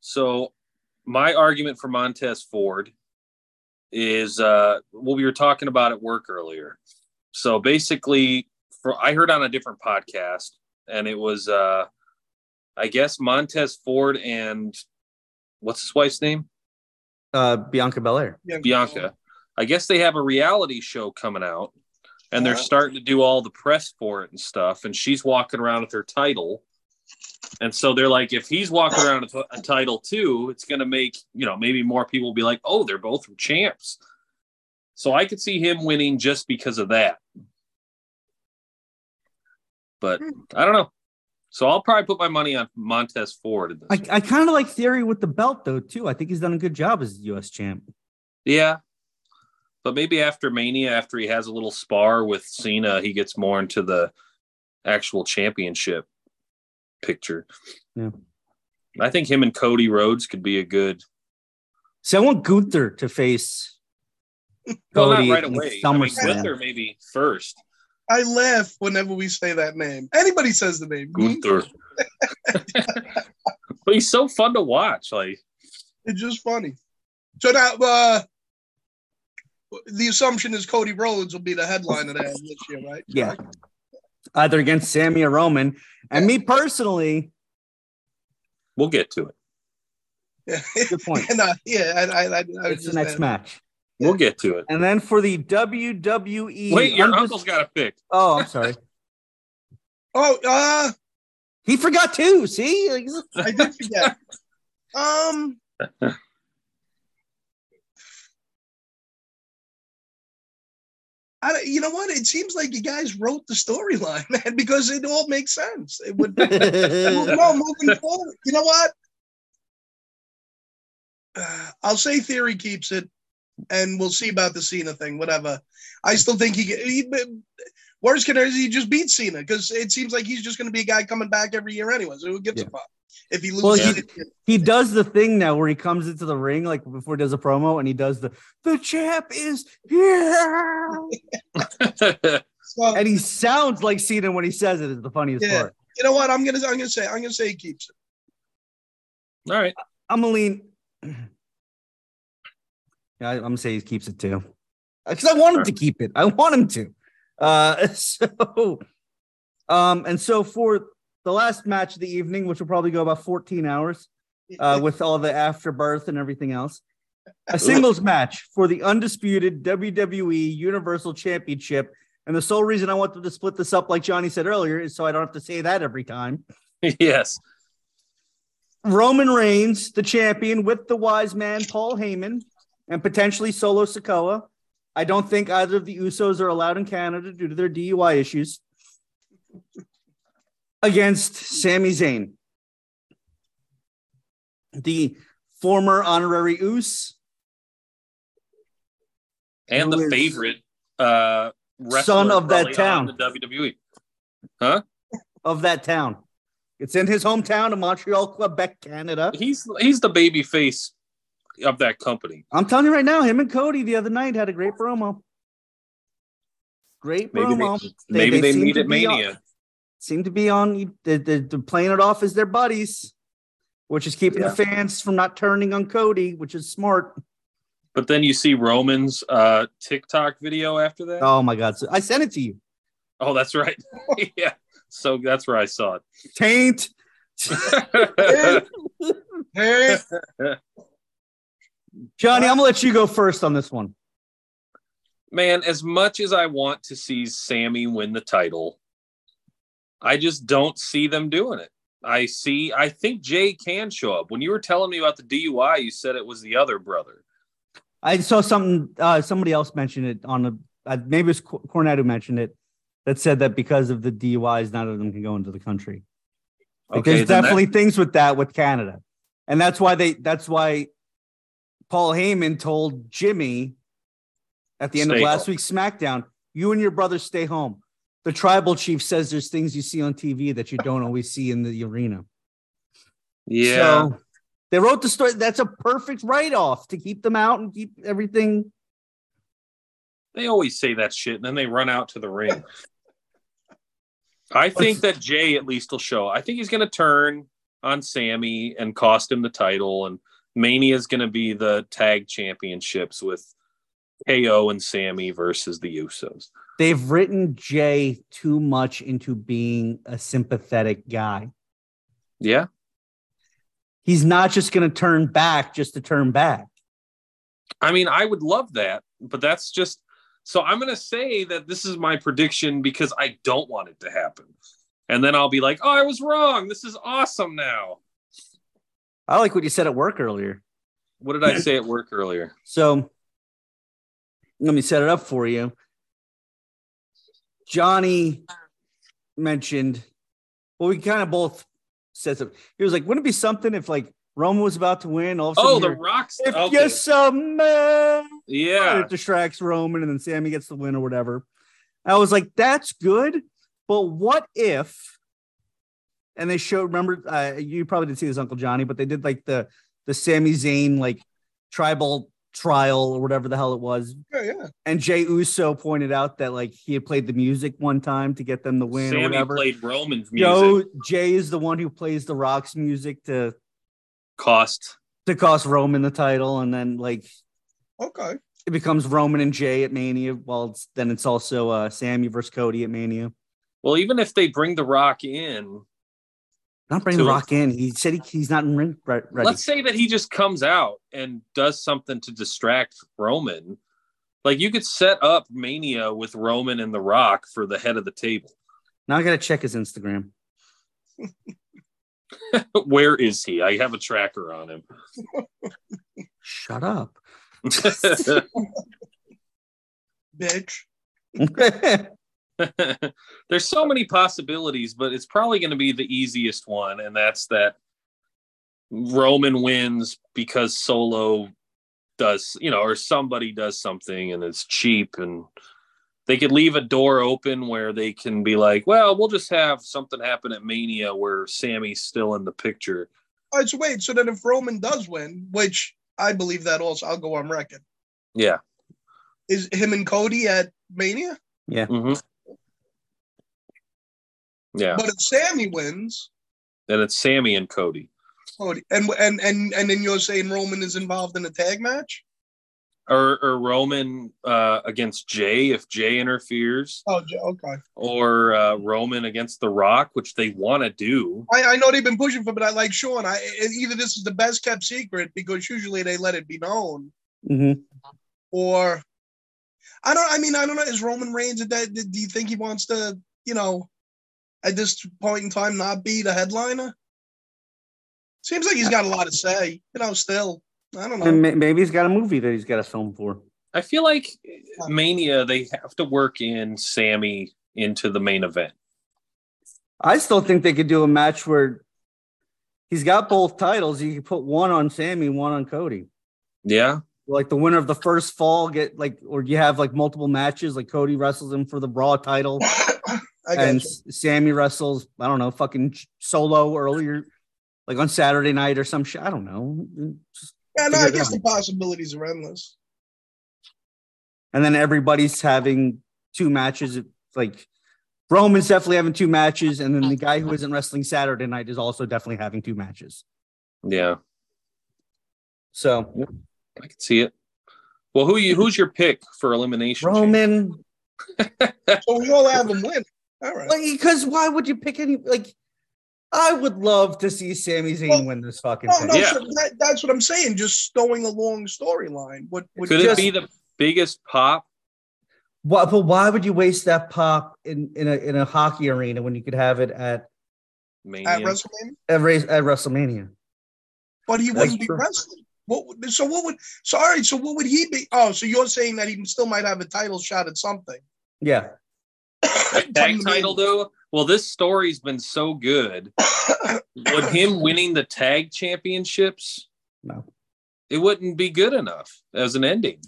[SPEAKER 1] So my argument for Montez Ford is uh what we were talking about at work earlier. So basically for I heard on a different podcast and it was uh I guess Montez Ford and what's his wife's name?
[SPEAKER 2] Uh, Bianca Belair.
[SPEAKER 1] Bianca. I guess they have a reality show coming out and they're starting to do all the press for it and stuff and she's walking around with her title and so they're like if he's walking around with a title too it's going to make you know maybe more people be like oh they're both champs so i could see him winning just because of that but i don't know so i'll probably put my money on montez ford in this
[SPEAKER 2] I, I kind of like Theory with the belt though too. I think he's done a good job as U.S. champ.
[SPEAKER 1] Yeah. But maybe after Mania, after he has a little spar with Cena, he gets more into the actual championship picture.
[SPEAKER 2] Yeah.
[SPEAKER 1] I think him and Cody Rhodes could be a good
[SPEAKER 2] See, I want Gunther to face
[SPEAKER 1] well, not
[SPEAKER 2] Cody
[SPEAKER 1] right
[SPEAKER 2] in
[SPEAKER 1] away. I mean,
[SPEAKER 2] SummerSlam.
[SPEAKER 1] Gunther maybe first.
[SPEAKER 4] I laugh whenever we say that name. Anybody says the name.
[SPEAKER 1] Gunther. but he's so fun to watch. Like,
[SPEAKER 4] It's just funny. So now, uh, the assumption is Cody Rhodes will be the headline of that this year, right?
[SPEAKER 2] Yeah. Either against Sammy or Roman. And me personally,
[SPEAKER 1] we'll get to it.
[SPEAKER 4] Yeah.
[SPEAKER 2] good point.
[SPEAKER 4] and, uh, yeah, I, I, I, I was
[SPEAKER 2] It's the
[SPEAKER 4] just
[SPEAKER 2] next
[SPEAKER 4] mad.
[SPEAKER 2] match.
[SPEAKER 1] We'll get to it.
[SPEAKER 2] And then for the WWE.
[SPEAKER 1] Wait, your
[SPEAKER 2] undis-
[SPEAKER 1] uncle's got a pick.
[SPEAKER 2] Oh, I'm sorry.
[SPEAKER 4] Oh, uh,
[SPEAKER 2] He forgot too. See? Like,
[SPEAKER 4] I did forget. um, I, don't- you know what? It seems like you guys wrote the storyline, man, because it all makes sense. It would Well, no, moving forward. You know what? Uh, I'll say theory keeps it, and we'll see about the Cena thing. Whatever. I still think he. he worst can he just beat Cena because it seems like he's just going to be a guy coming back every year anyways. Who gives
[SPEAKER 2] Yeah.
[SPEAKER 4] a fuck if he loses?
[SPEAKER 2] Well,
[SPEAKER 4] it,
[SPEAKER 2] he- he does the thing now where he comes into the ring, like before he does a promo, and he does the the champ is here.
[SPEAKER 4] so,
[SPEAKER 2] And he sounds like Cena when he says it is the funniest
[SPEAKER 4] Yeah.
[SPEAKER 2] part.
[SPEAKER 4] you know what? I'm gonna I'm gonna say I'm gonna say he keeps it.
[SPEAKER 1] All right.
[SPEAKER 2] I'm gonna lean. Yeah, I, I'm gonna say he keeps it too, because I want him to keep it. I want him to. Uh, so, um, and so for the last match of the evening, which will probably go about 14 hours, uh, with all the afterbirth and everything else, a singles match for the undisputed WWE Universal Championship. And the sole reason I want them to split this up, like Johnny said earlier, is so I don't have to say that every time.
[SPEAKER 1] yes.
[SPEAKER 2] Roman Reigns, the champion, with the wise man Paul Heyman, and potentially Solo Sokoa. I don't think either of the Usos are allowed in Canada due to their DUI issues. Against Sami Zayn, the former honorary Us,
[SPEAKER 1] And
[SPEAKER 2] Who
[SPEAKER 1] the
[SPEAKER 2] is-
[SPEAKER 1] favorite uh wrestler
[SPEAKER 2] Son of that
[SPEAKER 1] probably on
[SPEAKER 2] town.
[SPEAKER 1] the E. WWE.
[SPEAKER 2] of that town. It's in his hometown of Montreal, Quebec, Canada.
[SPEAKER 1] He's he's the baby face of that company.
[SPEAKER 2] I'm telling you right now, him and Cody the other night had a great promo. Great
[SPEAKER 1] Maybe
[SPEAKER 2] promo.
[SPEAKER 1] they, maybe they,
[SPEAKER 2] seem
[SPEAKER 1] meet
[SPEAKER 2] to
[SPEAKER 1] at
[SPEAKER 2] be on-
[SPEAKER 1] Mania.
[SPEAKER 2] seem to be on they're, they're playing it off as their buddies which is keeping
[SPEAKER 1] Yeah.
[SPEAKER 2] the fans from not turning on cody which is smart
[SPEAKER 1] But then you see Roman's uh TikTok video after that.
[SPEAKER 2] oh my god so i sent it to you
[SPEAKER 1] Oh, that's right. yeah. So that's where I saw
[SPEAKER 2] taint
[SPEAKER 1] it.
[SPEAKER 4] Hey,
[SPEAKER 2] johnny i'm gonna let you go first on this one
[SPEAKER 1] Man, as much as I want to see Sammy win the title, I just don't see them doing it. I see, I think Jay can show up. When you were telling me about the DUI, you said it was the other brother.
[SPEAKER 2] i saw something uh somebody else mentioned it on a uh, maybe it was Cor- cornette who mentioned it that said that because of the duis none of them can go into the country Like,
[SPEAKER 1] Okay,
[SPEAKER 2] there's
[SPEAKER 1] then that-
[SPEAKER 2] definitely things with that with Canada, and that's why they. That's why Paul Heyman told Jimmy at the end
[SPEAKER 1] Stay
[SPEAKER 2] of last
[SPEAKER 1] home.
[SPEAKER 2] week's SmackDown, "You and your brother stay home." The tribal chief says there's things you see on TV that you don't always see in the arena.
[SPEAKER 1] yeah.
[SPEAKER 2] So they wrote the story. That's a perfect write-off to keep them out and keep everything.
[SPEAKER 1] They always say that shit and then they run out to the ring. I think that Jay at least will show. I think he's going to turn on Sammy and cost him the title. And Mania is going to be the tag championships with KO and Sammy versus the Usos.
[SPEAKER 2] They've written Jay too much into being a sympathetic guy.
[SPEAKER 1] Yeah.
[SPEAKER 2] He's not just going to turn back just to turn back.
[SPEAKER 1] I mean, I would love that, but that's just so I'm going to say that this is my prediction because I don't want it to happen. And then I'll be like, oh, I was wrong. This is awesome now.
[SPEAKER 2] I like what you said at work earlier.
[SPEAKER 1] What did I say at work earlier?
[SPEAKER 2] So let me set it up for you. Johnny mentioned, well, we kind of both said something. He was like, wouldn't it be something if like Roman was about to win? All of a sudden
[SPEAKER 1] Oh, the
[SPEAKER 2] you're,
[SPEAKER 1] Rocks.
[SPEAKER 2] if
[SPEAKER 1] okay.
[SPEAKER 2] you submit,
[SPEAKER 1] Yeah.
[SPEAKER 2] it distracts Roman and then Sammy gets the win or whatever. I was like, that's good, but what if? And they showed, remember, uh, you probably didn't see this, Uncle Johnny, but they did like the the Sami Zayn like tribal trial or whatever the hell it was.
[SPEAKER 4] Yeah, yeah.
[SPEAKER 2] And Jay Uso pointed out that like he had played the music one time to get them the win or
[SPEAKER 1] Sammy
[SPEAKER 2] whatever.
[SPEAKER 1] played Roman's music.
[SPEAKER 2] Yo, Jay is the one who plays the Rock's music to
[SPEAKER 1] Cost.
[SPEAKER 2] to cost Roman the title, and then like
[SPEAKER 4] Okay.
[SPEAKER 2] it becomes Roman and Jay at Mania. Well, it's, then it's also uh, Sammy versus Cody at Mania.
[SPEAKER 1] Well, even if they bring The Rock in,
[SPEAKER 2] Not bringing
[SPEAKER 1] Two.
[SPEAKER 2] Rock in. He said he, he's not in ring re- ready.
[SPEAKER 1] let's say that he just comes out and does something to distract Roman. Like you could set up Mania with Roman and The Rock for the head of the table.
[SPEAKER 2] now I gotta check his Instagram.
[SPEAKER 1] Where is he? I have a tracker on him.
[SPEAKER 2] Shut up.
[SPEAKER 4] Bitch.
[SPEAKER 2] Mm-hmm.
[SPEAKER 1] There's so many possibilities, but it's probably going to be the easiest one, and that's that Roman wins because Solo does, you know, or somebody does something and it's cheap, and they could leave a door open where they can be like, well, we'll just have something happen at Mania where Sammy's still in the picture.
[SPEAKER 4] All right, so wait. So then if Roman does win, which I believe that also, I'll go on record.
[SPEAKER 1] Yeah.
[SPEAKER 4] Is him and Cody at Mania?
[SPEAKER 1] hmm Yeah.
[SPEAKER 4] But if Sammy wins,
[SPEAKER 1] And it's Sammy and Cody.
[SPEAKER 4] Cody, and and and and then you're saying Roman is involved in a tag match?
[SPEAKER 1] Or, or Roman uh, against Jay if Jay interferes.
[SPEAKER 4] Oh, j- okay.
[SPEAKER 1] or uh, Roman against The Rock, which they want to do.
[SPEAKER 4] I, I know they've been pushing for, but I like Sean. I e- either this is the best kept secret because usually they let it be known,
[SPEAKER 2] Mhm.
[SPEAKER 4] or I don't. I mean, I don't know. Is Roman Reigns at that? Do you think he wants to? You know, at this point in time, not be the headliner. Seems like he's got a lot to say. You know, still. I don't know.
[SPEAKER 2] And ma- maybe he's got a movie that he's got to film for.
[SPEAKER 1] I feel like Mania, they have to work in Sammy into the main event.
[SPEAKER 2] I still think they could do a match where he's got both titles. You could put one on Sammy, one on Cody.
[SPEAKER 1] Yeah.
[SPEAKER 2] Like the winner of the first fall get like, or you have like multiple matches. Like Cody wrestles him for the Raw title,
[SPEAKER 4] I guess.
[SPEAKER 2] and S- Sammy wrestles. I don't know, fucking j- solo earlier, like on Saturday night or some shit. I don't know. Just-
[SPEAKER 4] yeah, no, I
[SPEAKER 2] figure it
[SPEAKER 4] guess
[SPEAKER 2] out.
[SPEAKER 4] the possibilities are endless.
[SPEAKER 2] And then everybody's having two matches. Like Roman's definitely having two matches, and then the guy who isn't wrestling Saturday night is also definitely having two matches.
[SPEAKER 1] Yeah.
[SPEAKER 2] So
[SPEAKER 1] I can see it. Well, who you who's your pick for elimination? Chamber?
[SPEAKER 2] Roman
[SPEAKER 4] So we all have him win. All right.
[SPEAKER 2] Like, because why would you pick any? Like, I would love to see Sami Zayn
[SPEAKER 4] Well,
[SPEAKER 2] win this fucking
[SPEAKER 4] No,
[SPEAKER 2] thing.
[SPEAKER 4] no,
[SPEAKER 1] Yeah.
[SPEAKER 4] so that, that's what I'm saying. Just towing a long storyline. What, what
[SPEAKER 1] Could
[SPEAKER 4] just,
[SPEAKER 1] it be the biggest pop?
[SPEAKER 2] Why, but why would you waste that pop in in a in a hockey arena when you could have it at
[SPEAKER 4] at
[SPEAKER 1] Mania.
[SPEAKER 4] WrestleMania?
[SPEAKER 2] at, race, at WrestleMania?
[SPEAKER 4] But he wouldn't be
[SPEAKER 1] true.
[SPEAKER 4] wrestling. What, would- so what would? Sorry. So what would he be? Oh, so you're saying that he still might have a title shot at something?
[SPEAKER 2] Yeah,
[SPEAKER 1] Tag title though. Well, this story's been so good. Would him winning the tag championships?
[SPEAKER 2] No.
[SPEAKER 1] It wouldn't be good enough as an ending.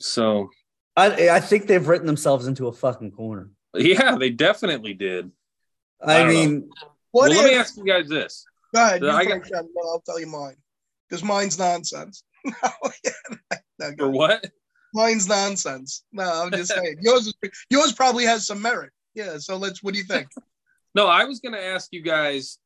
[SPEAKER 1] So
[SPEAKER 2] I I think they've written themselves into a fucking corner.
[SPEAKER 1] Yeah, they definitely did. I
[SPEAKER 2] I,
[SPEAKER 1] don't know.
[SPEAKER 2] mean,
[SPEAKER 1] well,
[SPEAKER 4] What if?
[SPEAKER 1] let me ask you guys this.
[SPEAKER 4] go ahead.
[SPEAKER 1] Uh,
[SPEAKER 4] You
[SPEAKER 1] I
[SPEAKER 4] first, Shannon, then I'll tell you mine because mine's nonsense. no, yeah, no, go
[SPEAKER 1] For
[SPEAKER 4] ahead.
[SPEAKER 1] what?
[SPEAKER 4] mine's nonsense. No, I'm just saying yours. Is, yours probably has some merit. Yeah. So let's. What do you think?
[SPEAKER 1] No, I was going to ask you guys.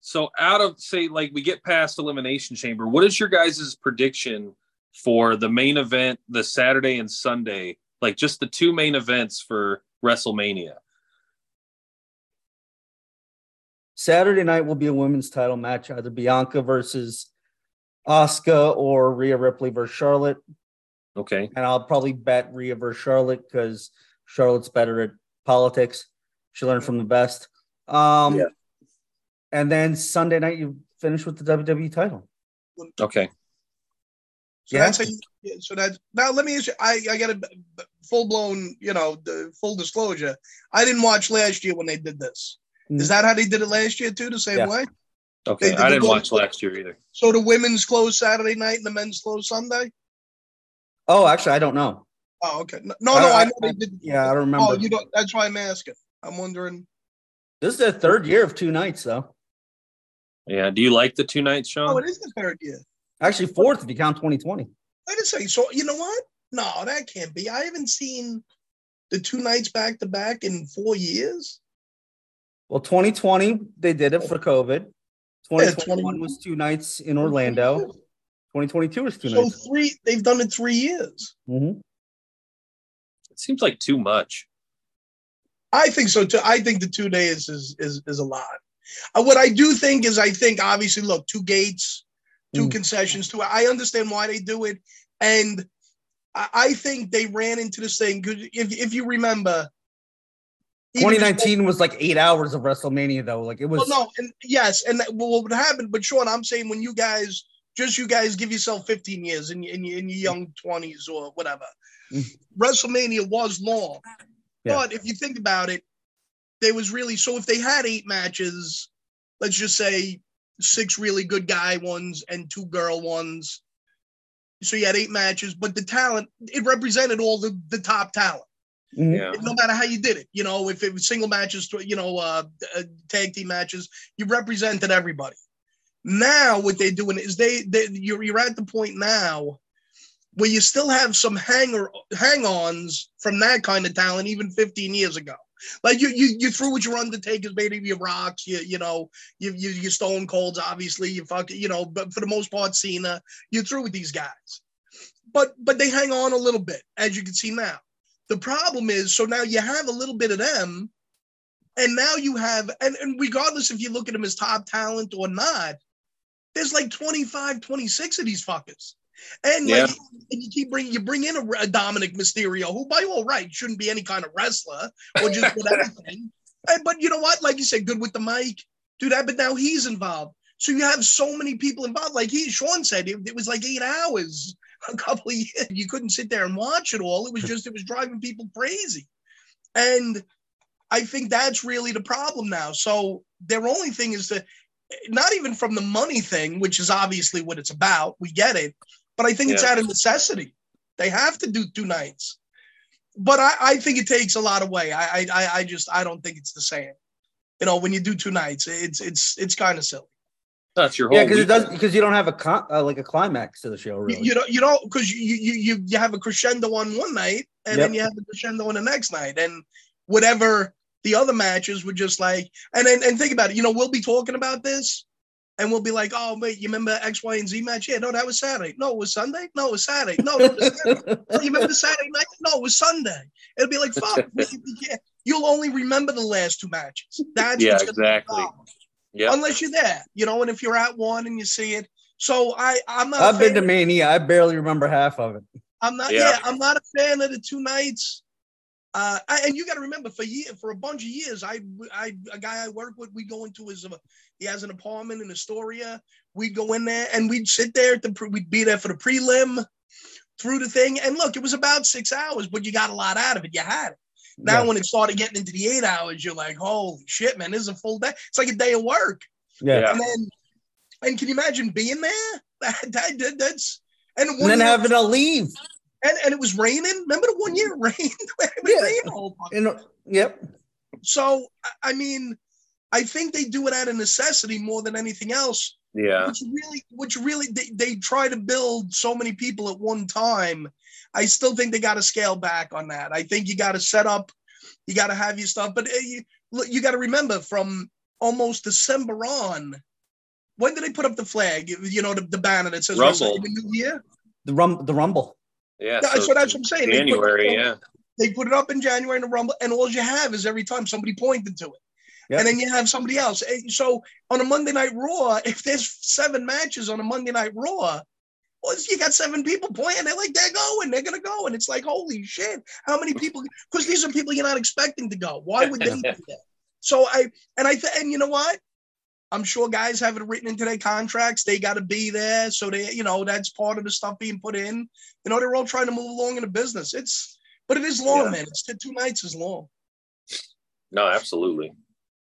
[SPEAKER 1] So, out of say, like we get past Elimination Chamber, what is your guys' prediction for the main event, the Saturday and Sunday? Like just the two main events for WrestleMania.
[SPEAKER 2] Saturday night will be a women's title match, either Bianca versus Oscar or Rhea Ripley versus Charlotte.
[SPEAKER 1] Okay.
[SPEAKER 2] and I'll probably bet Rhea versus Charlotte because Charlotte's better at politics. She learned from the best. Um,
[SPEAKER 1] Yeah.
[SPEAKER 2] And then Sunday night, you finish with the WWE title.
[SPEAKER 1] Okay.
[SPEAKER 4] So
[SPEAKER 2] Yeah.
[SPEAKER 4] that's how you. yeah, So that's now. Let me ask you. I I got a full blown. You know, the full disclosure. I didn't watch last year when they did this. Is that how they did it last year too? The same
[SPEAKER 2] Mm. Yeah.
[SPEAKER 4] way.
[SPEAKER 1] Okay.
[SPEAKER 4] They did
[SPEAKER 1] I didn't
[SPEAKER 4] the-
[SPEAKER 1] watch last year either.
[SPEAKER 4] So the women's close Saturday night and the men's close Sunday.
[SPEAKER 2] Oh, actually, I don't know.
[SPEAKER 4] Oh, okay. No, no, I,
[SPEAKER 2] I-
[SPEAKER 4] know they did.
[SPEAKER 2] Yeah, I don't remember.
[SPEAKER 4] Oh, you don't. That's why I'm asking. I'm wondering.
[SPEAKER 2] this is their third year of two nights, though.
[SPEAKER 1] Yeah. Do you like the two nights,
[SPEAKER 4] Oh,
[SPEAKER 1] Sean?
[SPEAKER 4] it is the third year.
[SPEAKER 2] Actually, fourth if you count 2020.
[SPEAKER 4] Wait a second. So you know what? No, that can't be. I haven't seen the two nights back to back in four years.
[SPEAKER 2] Well, 2020 they did it for COVID. 2021
[SPEAKER 4] 20
[SPEAKER 2] was two nights in Orlando. 2022 was two
[SPEAKER 4] So
[SPEAKER 2] nights.
[SPEAKER 4] three. They've done it three years.
[SPEAKER 2] Mhm.
[SPEAKER 1] It seems like too much.
[SPEAKER 4] I think so too. I think the two days is is is a lot. Uh, what I do think is, I think obviously, look, two gates, two
[SPEAKER 2] Mm.
[SPEAKER 4] concessions, two. I understand why they do it, and I, I think they ran into this thing. 'cause If if you remember, even-
[SPEAKER 2] 2019 was like eight hours of WrestleMania though. Like it was.
[SPEAKER 4] Well, no, and yes, and that, well, what would happen? But Sean, I'm saying when you guys, just you guys, give yourself 15 years in, your- in, your- in your young 20s or whatever.
[SPEAKER 2] Mm.
[SPEAKER 4] WrestleMania was long,
[SPEAKER 2] Yeah.
[SPEAKER 4] but if you think about it, there was really so if they had eight matches, let's just say six really good guy ones and two girl ones. So you had eight matches, but the talent it represented all the the top talent
[SPEAKER 2] Mhm.
[SPEAKER 1] Yeah.
[SPEAKER 4] no matter how you did it. You know, if it was single matches, you know, uh, uh, tag team matches, you represented everybody. Now what they're doing is they, they you're, you're at the point now where you still have some hanger hang-ons from that kind of talent even 15 years ago. Like you you you threw at your Undertakers, maybe your Rocks, you you know, you you your Stone Colds, obviously, you fuck, you know, but for the most part, Cena, you threw with these guys. But but they hang on a little bit, as you can see now. The problem is, so now you have a little bit of them, and now you have, and, and regardless if you look at them as top talent or not, there's like 25, 26 of these fuckers. And like,
[SPEAKER 1] Yeah.
[SPEAKER 4] and you keep bringing, you bring in a, a Dominic Mysterio, who by all right shouldn't be any kind of wrestler or just with anything. And, but you know what? Like you said, good with the mic, do that. But now he's involved. So you have so many people involved. Like he, Sean said, it, it was like eight hours a couple of years. You couldn't sit there and watch it all. It was just, it was driving people crazy. And I think that's really the problem now. So their only thing is that not even from the money thing, which is obviously what it's about. We get it. But I think it's
[SPEAKER 1] Yeah.
[SPEAKER 4] out of necessity. They have to do two nights. But I, I think it takes a lot away. I, I- I I just I don't think it's the same. You know, when you do two nights, it's it's it's kind of silly.
[SPEAKER 1] That's your whole.
[SPEAKER 2] Yeah, because it
[SPEAKER 1] week.
[SPEAKER 2] does because you don't have a con- uh, like a climax to the show
[SPEAKER 4] You-
[SPEAKER 2] really.
[SPEAKER 4] You don't you don't because you you you you have a crescendo on one night and then
[SPEAKER 2] Yep.
[SPEAKER 4] you have a crescendo on the next night and whatever the other matches were just like and and, and think about it. You know, we'll be talking about this. And we'll be like, oh, wait, you remember X, Y, and Z match? Yeah, no, that was Saturday. No, it was Sunday. No, it was Saturday. No, it was Saturday. Oh, you remember Saturday night? No, it was Sunday. It'll be like, fuck, we- we can't- you'll only remember the last two matches. That's
[SPEAKER 1] Yeah,
[SPEAKER 4] what's gonna be the
[SPEAKER 1] exactly.
[SPEAKER 4] problem.
[SPEAKER 1] Yeah.
[SPEAKER 4] Unless you're there, you know, and if you're at one and you see it. So I, I'm not. a
[SPEAKER 2] I've been to
[SPEAKER 4] fan-
[SPEAKER 2] Mania. I barely remember half of it.
[SPEAKER 4] I'm not.
[SPEAKER 1] Yeah.
[SPEAKER 4] Yeah. I'm not a fan of the two nights. Uh, I, and you got to remember, for year, for a bunch of years, I, I, a guy I work with, we go into his, uh, he has an apartment in Astoria. We'd go in there and we'd sit there at the, pre- we'd be there for the prelim, through the thing. And look, it was about six hours, but you got a lot out of it. You had it. Now,
[SPEAKER 2] Yeah.
[SPEAKER 4] when it started getting into the eight hours, you're like, holy shit, man, this is a full day. It's like a day of work.
[SPEAKER 2] yeah.
[SPEAKER 1] Yeah.
[SPEAKER 4] And then, and can you imagine being there? That, that, that- that's and,
[SPEAKER 2] And
[SPEAKER 4] one
[SPEAKER 2] then
[SPEAKER 4] year,
[SPEAKER 2] having to leave.
[SPEAKER 4] and, and it was raining. Remember the one year it rained? it was
[SPEAKER 2] Yeah.
[SPEAKER 4] raining all fucking-
[SPEAKER 2] And yep.
[SPEAKER 4] So I- I mean, I think they do it out of necessity more than anything else.
[SPEAKER 1] Yeah.
[SPEAKER 4] Which really, which really, they, they try to build so many people at one time. I still think they got to scale back on that. I think you got to set up, you got to have your stuff. But uh, you, look, you got to remember from almost December on, when did they put up the flag? You know, the, the banner that says
[SPEAKER 1] Rumble.
[SPEAKER 4] in the new year.
[SPEAKER 2] The rum the rumble.
[SPEAKER 1] Yeah.
[SPEAKER 4] Yeah, so that's what I'm saying. They put-
[SPEAKER 1] January. Yeah.
[SPEAKER 4] they put it up in January in the Rumble, and all you have is every time somebody pointed to it.
[SPEAKER 2] Yep.
[SPEAKER 4] And then you have somebody else. And So on a Monday Night Raw, if there's seven matches on a Monday Night Raw, well, you got seven people playing. They're like, they're going, they're going to go. And it's like, holy shit, how many people? Because these are people you're not expecting to go. Why would they do that? So I, and I, th- and you know what? I'm sure guys have it written into their contracts. They got to be there. So they, you know, that's part of the stuff being put in. You know, they're all trying to move along in the business. It's, but it is long,
[SPEAKER 1] Yeah.
[SPEAKER 4] man. It's t- two nights is long.
[SPEAKER 1] No, absolutely.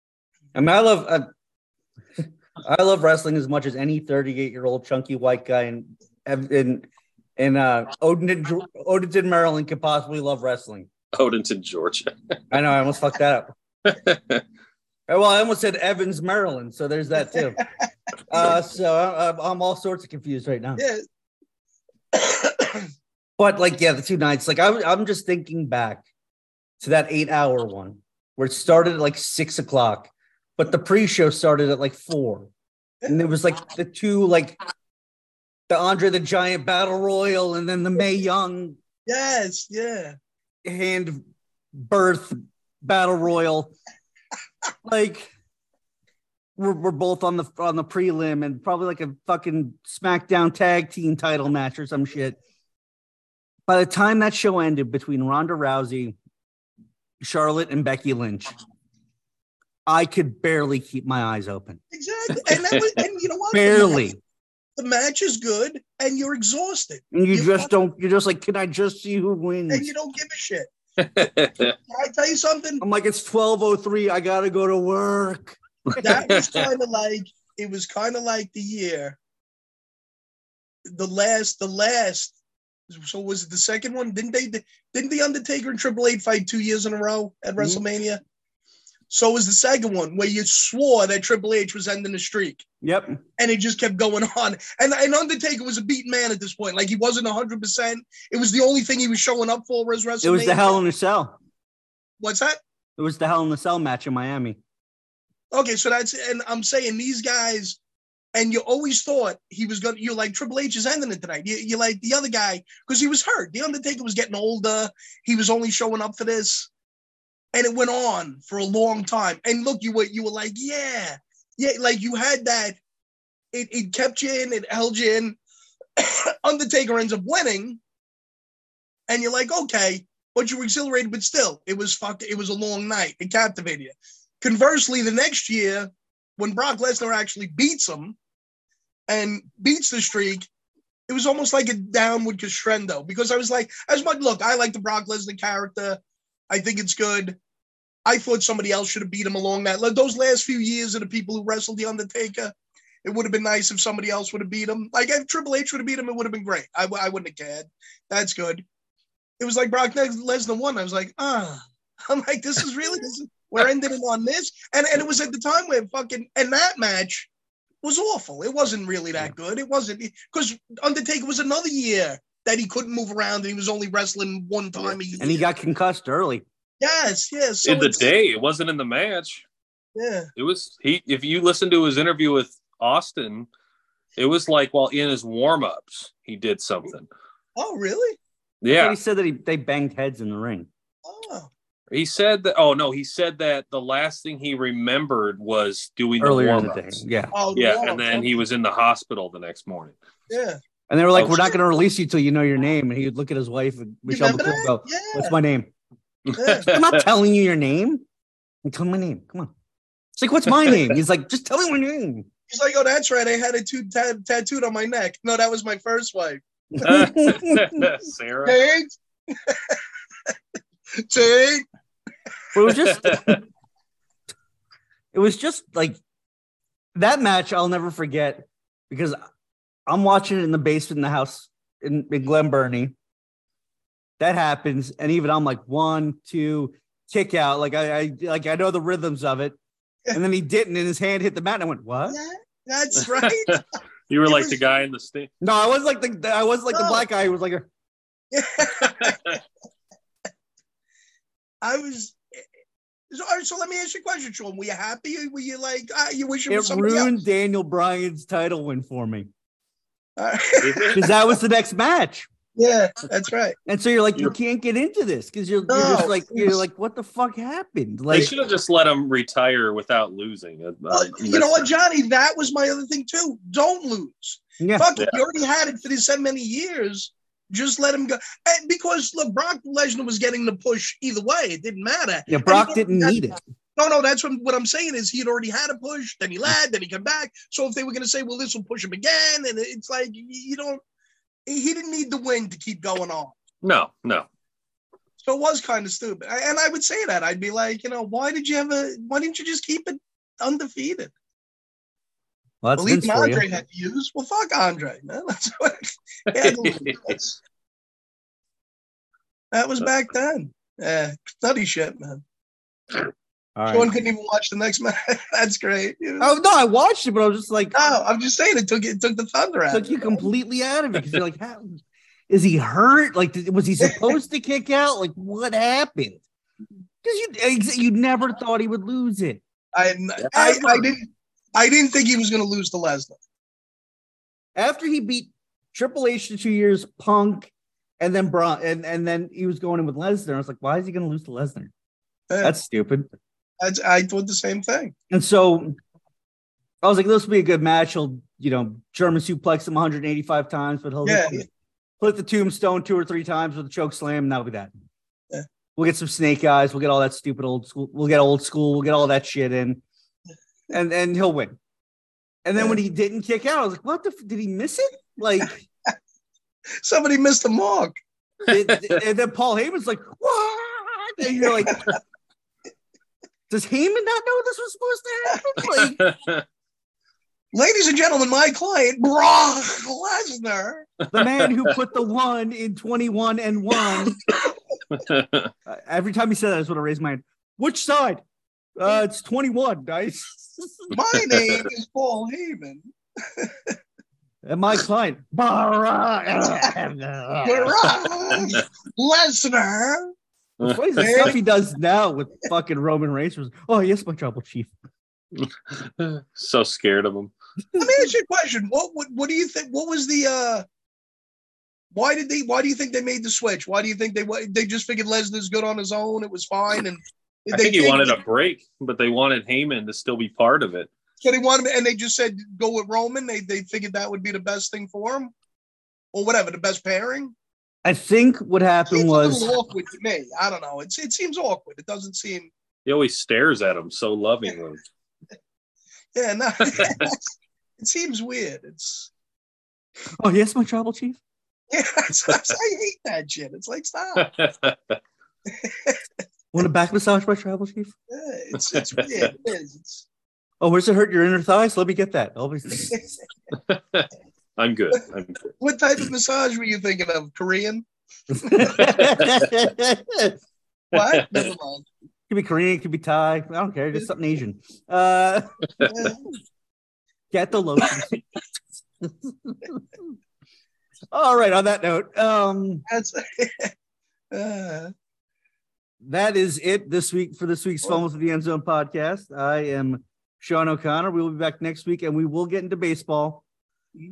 [SPEAKER 2] I mean, I love uh, I love wrestling as much as any 38 year old chunky white guy in in in uh, Odenton, Odenton, Maryland could possibly love wrestling.
[SPEAKER 1] Odenton, Georgia.
[SPEAKER 2] I know I almost fucked that up. Uh, Well, I almost said Evans, Maryland, so there's that too. Uh, so I, I'm all sorts of confused right now.
[SPEAKER 4] Yeah.
[SPEAKER 2] But like, yeah, the two nights. Like, I'm I'm just thinking back to that eight hour one where it started at like six o'clock, but the pre show started at like four, and it was like the two like the Andre the Giant battle royal, and then the May Young
[SPEAKER 4] yes. Yeah.
[SPEAKER 2] hand birth battle royal. like we're, we're both on the on the prelim and probably like a fucking SmackDown tag team title match or some shit. By the time that show ended between Ronda Rousey, Charlotte, and Becky Lynch, I could barely keep my eyes open.
[SPEAKER 4] Exactly. And that was, and you know what? The match-
[SPEAKER 2] Barely.
[SPEAKER 4] The match is good, and you're exhausted,
[SPEAKER 2] And you
[SPEAKER 4] You-
[SPEAKER 2] just don't, you're just like, can I just see who
[SPEAKER 4] and
[SPEAKER 2] wins?
[SPEAKER 4] you don't give a shit.
[SPEAKER 1] That
[SPEAKER 4] Can I tell you something?
[SPEAKER 2] I'm like, it's 12.03. I got to go to work.
[SPEAKER 4] that was kind of like it was kind of like the year the last the last so was it the second one didn't they didn't the undertaker and triple h fight two years in a row at
[SPEAKER 2] Mhm.
[SPEAKER 4] wrestlemania so was the second one where you swore that triple h was ending the streak
[SPEAKER 2] Yep.
[SPEAKER 4] and it just kept going on and, and undertaker was a beaten man at this point like he wasn't 100% it was the only thing he was showing up for was wrestlemania
[SPEAKER 2] It was the Hell in a Cell.
[SPEAKER 4] what's that
[SPEAKER 2] It was the Hell in a Cell match in Miami.
[SPEAKER 4] Okay, so that's and I'm saying these guys, and you always thought he was gonna. You're like Triple H is ending it tonight. You, you're like the other guy because he was hurt. The Undertaker was getting older. He was only showing up for this, and it went on for a long time. And look, you were you were like, yeah, yeah, like you had that. It it kept you in. It held you in. Undertaker ends up winning, and you're like, okay, but you were exhilarated. But still, it was fucked. It was a long night. It captivated you. Conversely, the next year, when Brock Lesnar actually beats him and beats the streak, it was almost like a downward crescendo because I was like, as much look, I like the Brock Lesnar character. I think it's good. I thought somebody else should have beat him along that. Like those last few years of the people who wrestled the Undertaker, it would have been nice if somebody else would have beat him. Like if Triple H would have beat him, it would have been great. I, w- I wouldn't have cared. That's good. It was like Brock Les- Lesnar won. I was like, ah, I'm like, this is really this is we're ending it on this. And and it was at the time where fucking and that match was awful. It wasn't really that good. It wasn't because Undertaker was another year that he couldn't move around and he was only wrestling one time a year.
[SPEAKER 2] And he got concussed early.
[SPEAKER 4] yes, yes. So
[SPEAKER 1] in the
[SPEAKER 4] it's-
[SPEAKER 1] day, it wasn't in the match.
[SPEAKER 4] yeah,
[SPEAKER 1] It was he. If you listen to his interview with Austin, it was like while in his warm ups, he did something.
[SPEAKER 4] oh really?
[SPEAKER 1] Yeah,
[SPEAKER 2] He said that he, they banged heads in the ring.
[SPEAKER 4] Oh,
[SPEAKER 1] He said that. Oh no, he said that the last thing he remembered was doing the
[SPEAKER 2] Earlier in
[SPEAKER 1] warm
[SPEAKER 2] the day.
[SPEAKER 1] ups.
[SPEAKER 2] Yeah.
[SPEAKER 4] oh
[SPEAKER 1] Yeah,
[SPEAKER 4] wow.
[SPEAKER 1] and then he was in the hospital the next morning.
[SPEAKER 4] yeah.
[SPEAKER 2] And they were like,
[SPEAKER 1] Oh,
[SPEAKER 2] we're not
[SPEAKER 4] shit.
[SPEAKER 2] going to release you till you know your name. And he would look at his wife, Michelle
[SPEAKER 4] remember
[SPEAKER 2] McCool, and go,
[SPEAKER 4] Yeah,
[SPEAKER 2] what's my name?
[SPEAKER 4] yeah.
[SPEAKER 2] I'm not telling you your name. I'm telling my name. Come on. It's like, what's my name? He's like, just tell me my name.
[SPEAKER 4] He's like, oh, that's right. I had a two ta- tattooed on my neck. No, that was my first wife.
[SPEAKER 1] Uh, Sarah.
[SPEAKER 4] Jade, Jade.
[SPEAKER 2] But it was just it was just like that match I'll never forget because I'm watching it in the basement in the house in, in Glen Burnie. That happens, and even I'm like one, two, kick out. Like I, I like I know the rhythms of it. And then he didn't, and his hand hit the mat, and I went, "What?"
[SPEAKER 4] Yeah, that's right.
[SPEAKER 1] you were like
[SPEAKER 4] was-
[SPEAKER 1] the guy in the stand.
[SPEAKER 2] No, I was like the I was like the
[SPEAKER 4] No.
[SPEAKER 2] black guy who was like,
[SPEAKER 4] I was. So, all right, so let me ask you a question, Sean. Were you happy? Or were you like, ah, you wish it, was
[SPEAKER 2] "It
[SPEAKER 4] somebody
[SPEAKER 2] ruined Daniel Bryan's title win for me
[SPEAKER 4] else?
[SPEAKER 2] because that was the next match."
[SPEAKER 4] yeah, that's right.
[SPEAKER 2] And so you're like, you
[SPEAKER 1] You're-
[SPEAKER 2] can't get into this because you're,
[SPEAKER 4] No.
[SPEAKER 2] you're just like, you're like, what the fuck happened?
[SPEAKER 1] they
[SPEAKER 2] Like,
[SPEAKER 1] should have just let him retire without losing. Uh,
[SPEAKER 4] Well, you know what, Johnny? That was my other thing too. Don't lose.
[SPEAKER 2] yeah,
[SPEAKER 4] Fuck it.
[SPEAKER 1] Yeah.
[SPEAKER 4] You already had it for this that many years. Just let him go. And because look, Brock Lesnar was getting the push either way. It didn't matter.
[SPEAKER 2] yeah, Brock
[SPEAKER 4] And he
[SPEAKER 2] didn't
[SPEAKER 4] already
[SPEAKER 2] need it.
[SPEAKER 4] had- No, no, that's what, what I'm saying is he had already had a push, then he lied, then he come back. So if they were going to say, well, this will push him again, and it's like, you- you don't, he didn't need the win to keep going on.
[SPEAKER 1] No, no.
[SPEAKER 4] So it was kind of stupid. I- And I would say that. I'd be like, you know, why did you ever, why didn't you just keep it undefeated?
[SPEAKER 2] Well, that's
[SPEAKER 4] Well, even
[SPEAKER 2] Vince for
[SPEAKER 4] Andre
[SPEAKER 2] you.
[SPEAKER 4] had to use. Well, fuck Andre, man. That's what, he had to lose. That's- that was back then. Yeah, nutty shit, man.
[SPEAKER 2] All right.
[SPEAKER 4] Sean couldn't even watch the next match. That's great. You know?
[SPEAKER 2] Oh no, I watched it, but I was just like,
[SPEAKER 4] No, I'm just saying it took it took the thunder out.
[SPEAKER 2] Oh. took
[SPEAKER 4] of
[SPEAKER 2] you
[SPEAKER 4] it.
[SPEAKER 2] completely out of it because you're like, how, is he hurt? Like, did- was he supposed to kick out? Like, what happened? Because you ex- you never thought he would lose it.
[SPEAKER 4] I, I I
[SPEAKER 2] Ever.
[SPEAKER 4] didn't I didn't think he was going to lose to Lesnar.
[SPEAKER 2] after he beat Triple H to two years, Punk, and then Braun, and, and then he was going in with Lesnar. I was like, why is he going to lose to Lesnar? That's stupid.
[SPEAKER 4] That's, I thought the same thing.
[SPEAKER 2] And so I was like, this will be a good match. He'll, you know, German suplex him 185 times, but he'll
[SPEAKER 4] Yeah.
[SPEAKER 2] split the tombstone two or three times with a choke slam, and that'll be that.
[SPEAKER 4] Yeah.
[SPEAKER 2] We'll get some snake eyes. We'll get all that stupid old school. We'll get old school. We'll get all that shit in, and and he'll win. And then
[SPEAKER 4] Yeah.
[SPEAKER 2] when he didn't kick out, I was like, what the? F- did he miss it? Like.
[SPEAKER 4] Somebody missed the mark.
[SPEAKER 2] It- it- and then Paul Heyman's like, what? And you're like, does Heyman not know this was supposed to happen? Like,
[SPEAKER 4] Ladies and gentlemen, my client Brock Lesnar.
[SPEAKER 2] the man who put the one in 21 and one. Uh, every time he said that, I just want to raise my hand. Which side? Uh, it's 21, guys.
[SPEAKER 4] My name is Paul Heyman.
[SPEAKER 2] and my client, Barra.
[SPEAKER 4] Brock Lesnar.
[SPEAKER 2] It's funny, the stuff he does now with fucking Roman Reigns was, oh, yes, my tribal chief.
[SPEAKER 1] so scared of him.
[SPEAKER 4] Let me ask you a question. What would what do you think? What was the uh why did they why do you think they made the switch? Why do you think they why- they just figured Lesnar's good on his own? It was fine and
[SPEAKER 1] I think he
[SPEAKER 4] changed
[SPEAKER 1] wanted
[SPEAKER 4] it?
[SPEAKER 1] a break, but they wanted Heyman to still be part of it.
[SPEAKER 4] So they wanted, and they just said go with Roman. They they figured that would be the best thing for him, or whatever the best pairing.
[SPEAKER 2] I think what happened
[SPEAKER 4] Seems
[SPEAKER 2] was.
[SPEAKER 4] a little awkward to me. I don't know. It's it seems awkward. It doesn't seem.
[SPEAKER 1] He always stares at him so lovingly.
[SPEAKER 4] Yeah, no. it seems weird. It's
[SPEAKER 2] Oh, yes, my tribal chief.
[SPEAKER 4] yeah. it's- I hate that shit. It's like stop. Yeah,
[SPEAKER 2] Want to back massage my tribal chief?
[SPEAKER 4] It's it's weird. It is. It's,
[SPEAKER 2] Oh, where's it hurt your inner thighs? Let me get that. Oh, I'll be-
[SPEAKER 4] it's-
[SPEAKER 1] I'm good. I'm good.
[SPEAKER 4] what type of massage were you thinking of? Korean?
[SPEAKER 2] could
[SPEAKER 4] What? Never mind.
[SPEAKER 2] be Korean, could be Thai. I don't care. Just something Asian. Uh,
[SPEAKER 4] Yeah.
[SPEAKER 2] get the lotion. All right. On that note, um,
[SPEAKER 4] That's. Uh,
[SPEAKER 2] that is it this week for this week's Fumbles of the End Zone podcast. I am Sean O'Connor. We will be back next week, and we will get into baseball.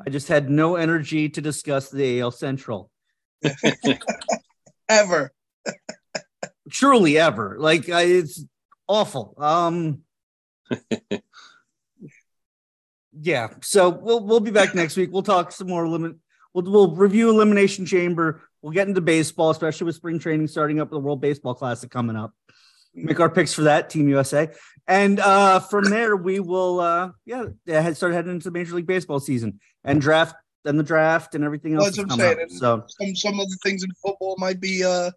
[SPEAKER 2] I just had no energy to discuss the AL Central.
[SPEAKER 4] ever.
[SPEAKER 2] truly ever. Like I, it's awful. Um, yeah. So we'll we'll be back next week. We'll talk some more limit. We'll we'll review Elimination Chamber. We'll get into baseball, especially with spring training starting up, with the World Baseball Classic coming up. Make our picks for that, Team USA, and uh, from there we will, uh, yeah, head start heading into the Major League Baseball season and draft and the draft and everything
[SPEAKER 4] Well,
[SPEAKER 2] else.
[SPEAKER 4] that's
[SPEAKER 2] that's
[SPEAKER 4] what I'm
[SPEAKER 2] coming up.
[SPEAKER 4] saying.
[SPEAKER 2] So
[SPEAKER 4] some some of the things in football might be uh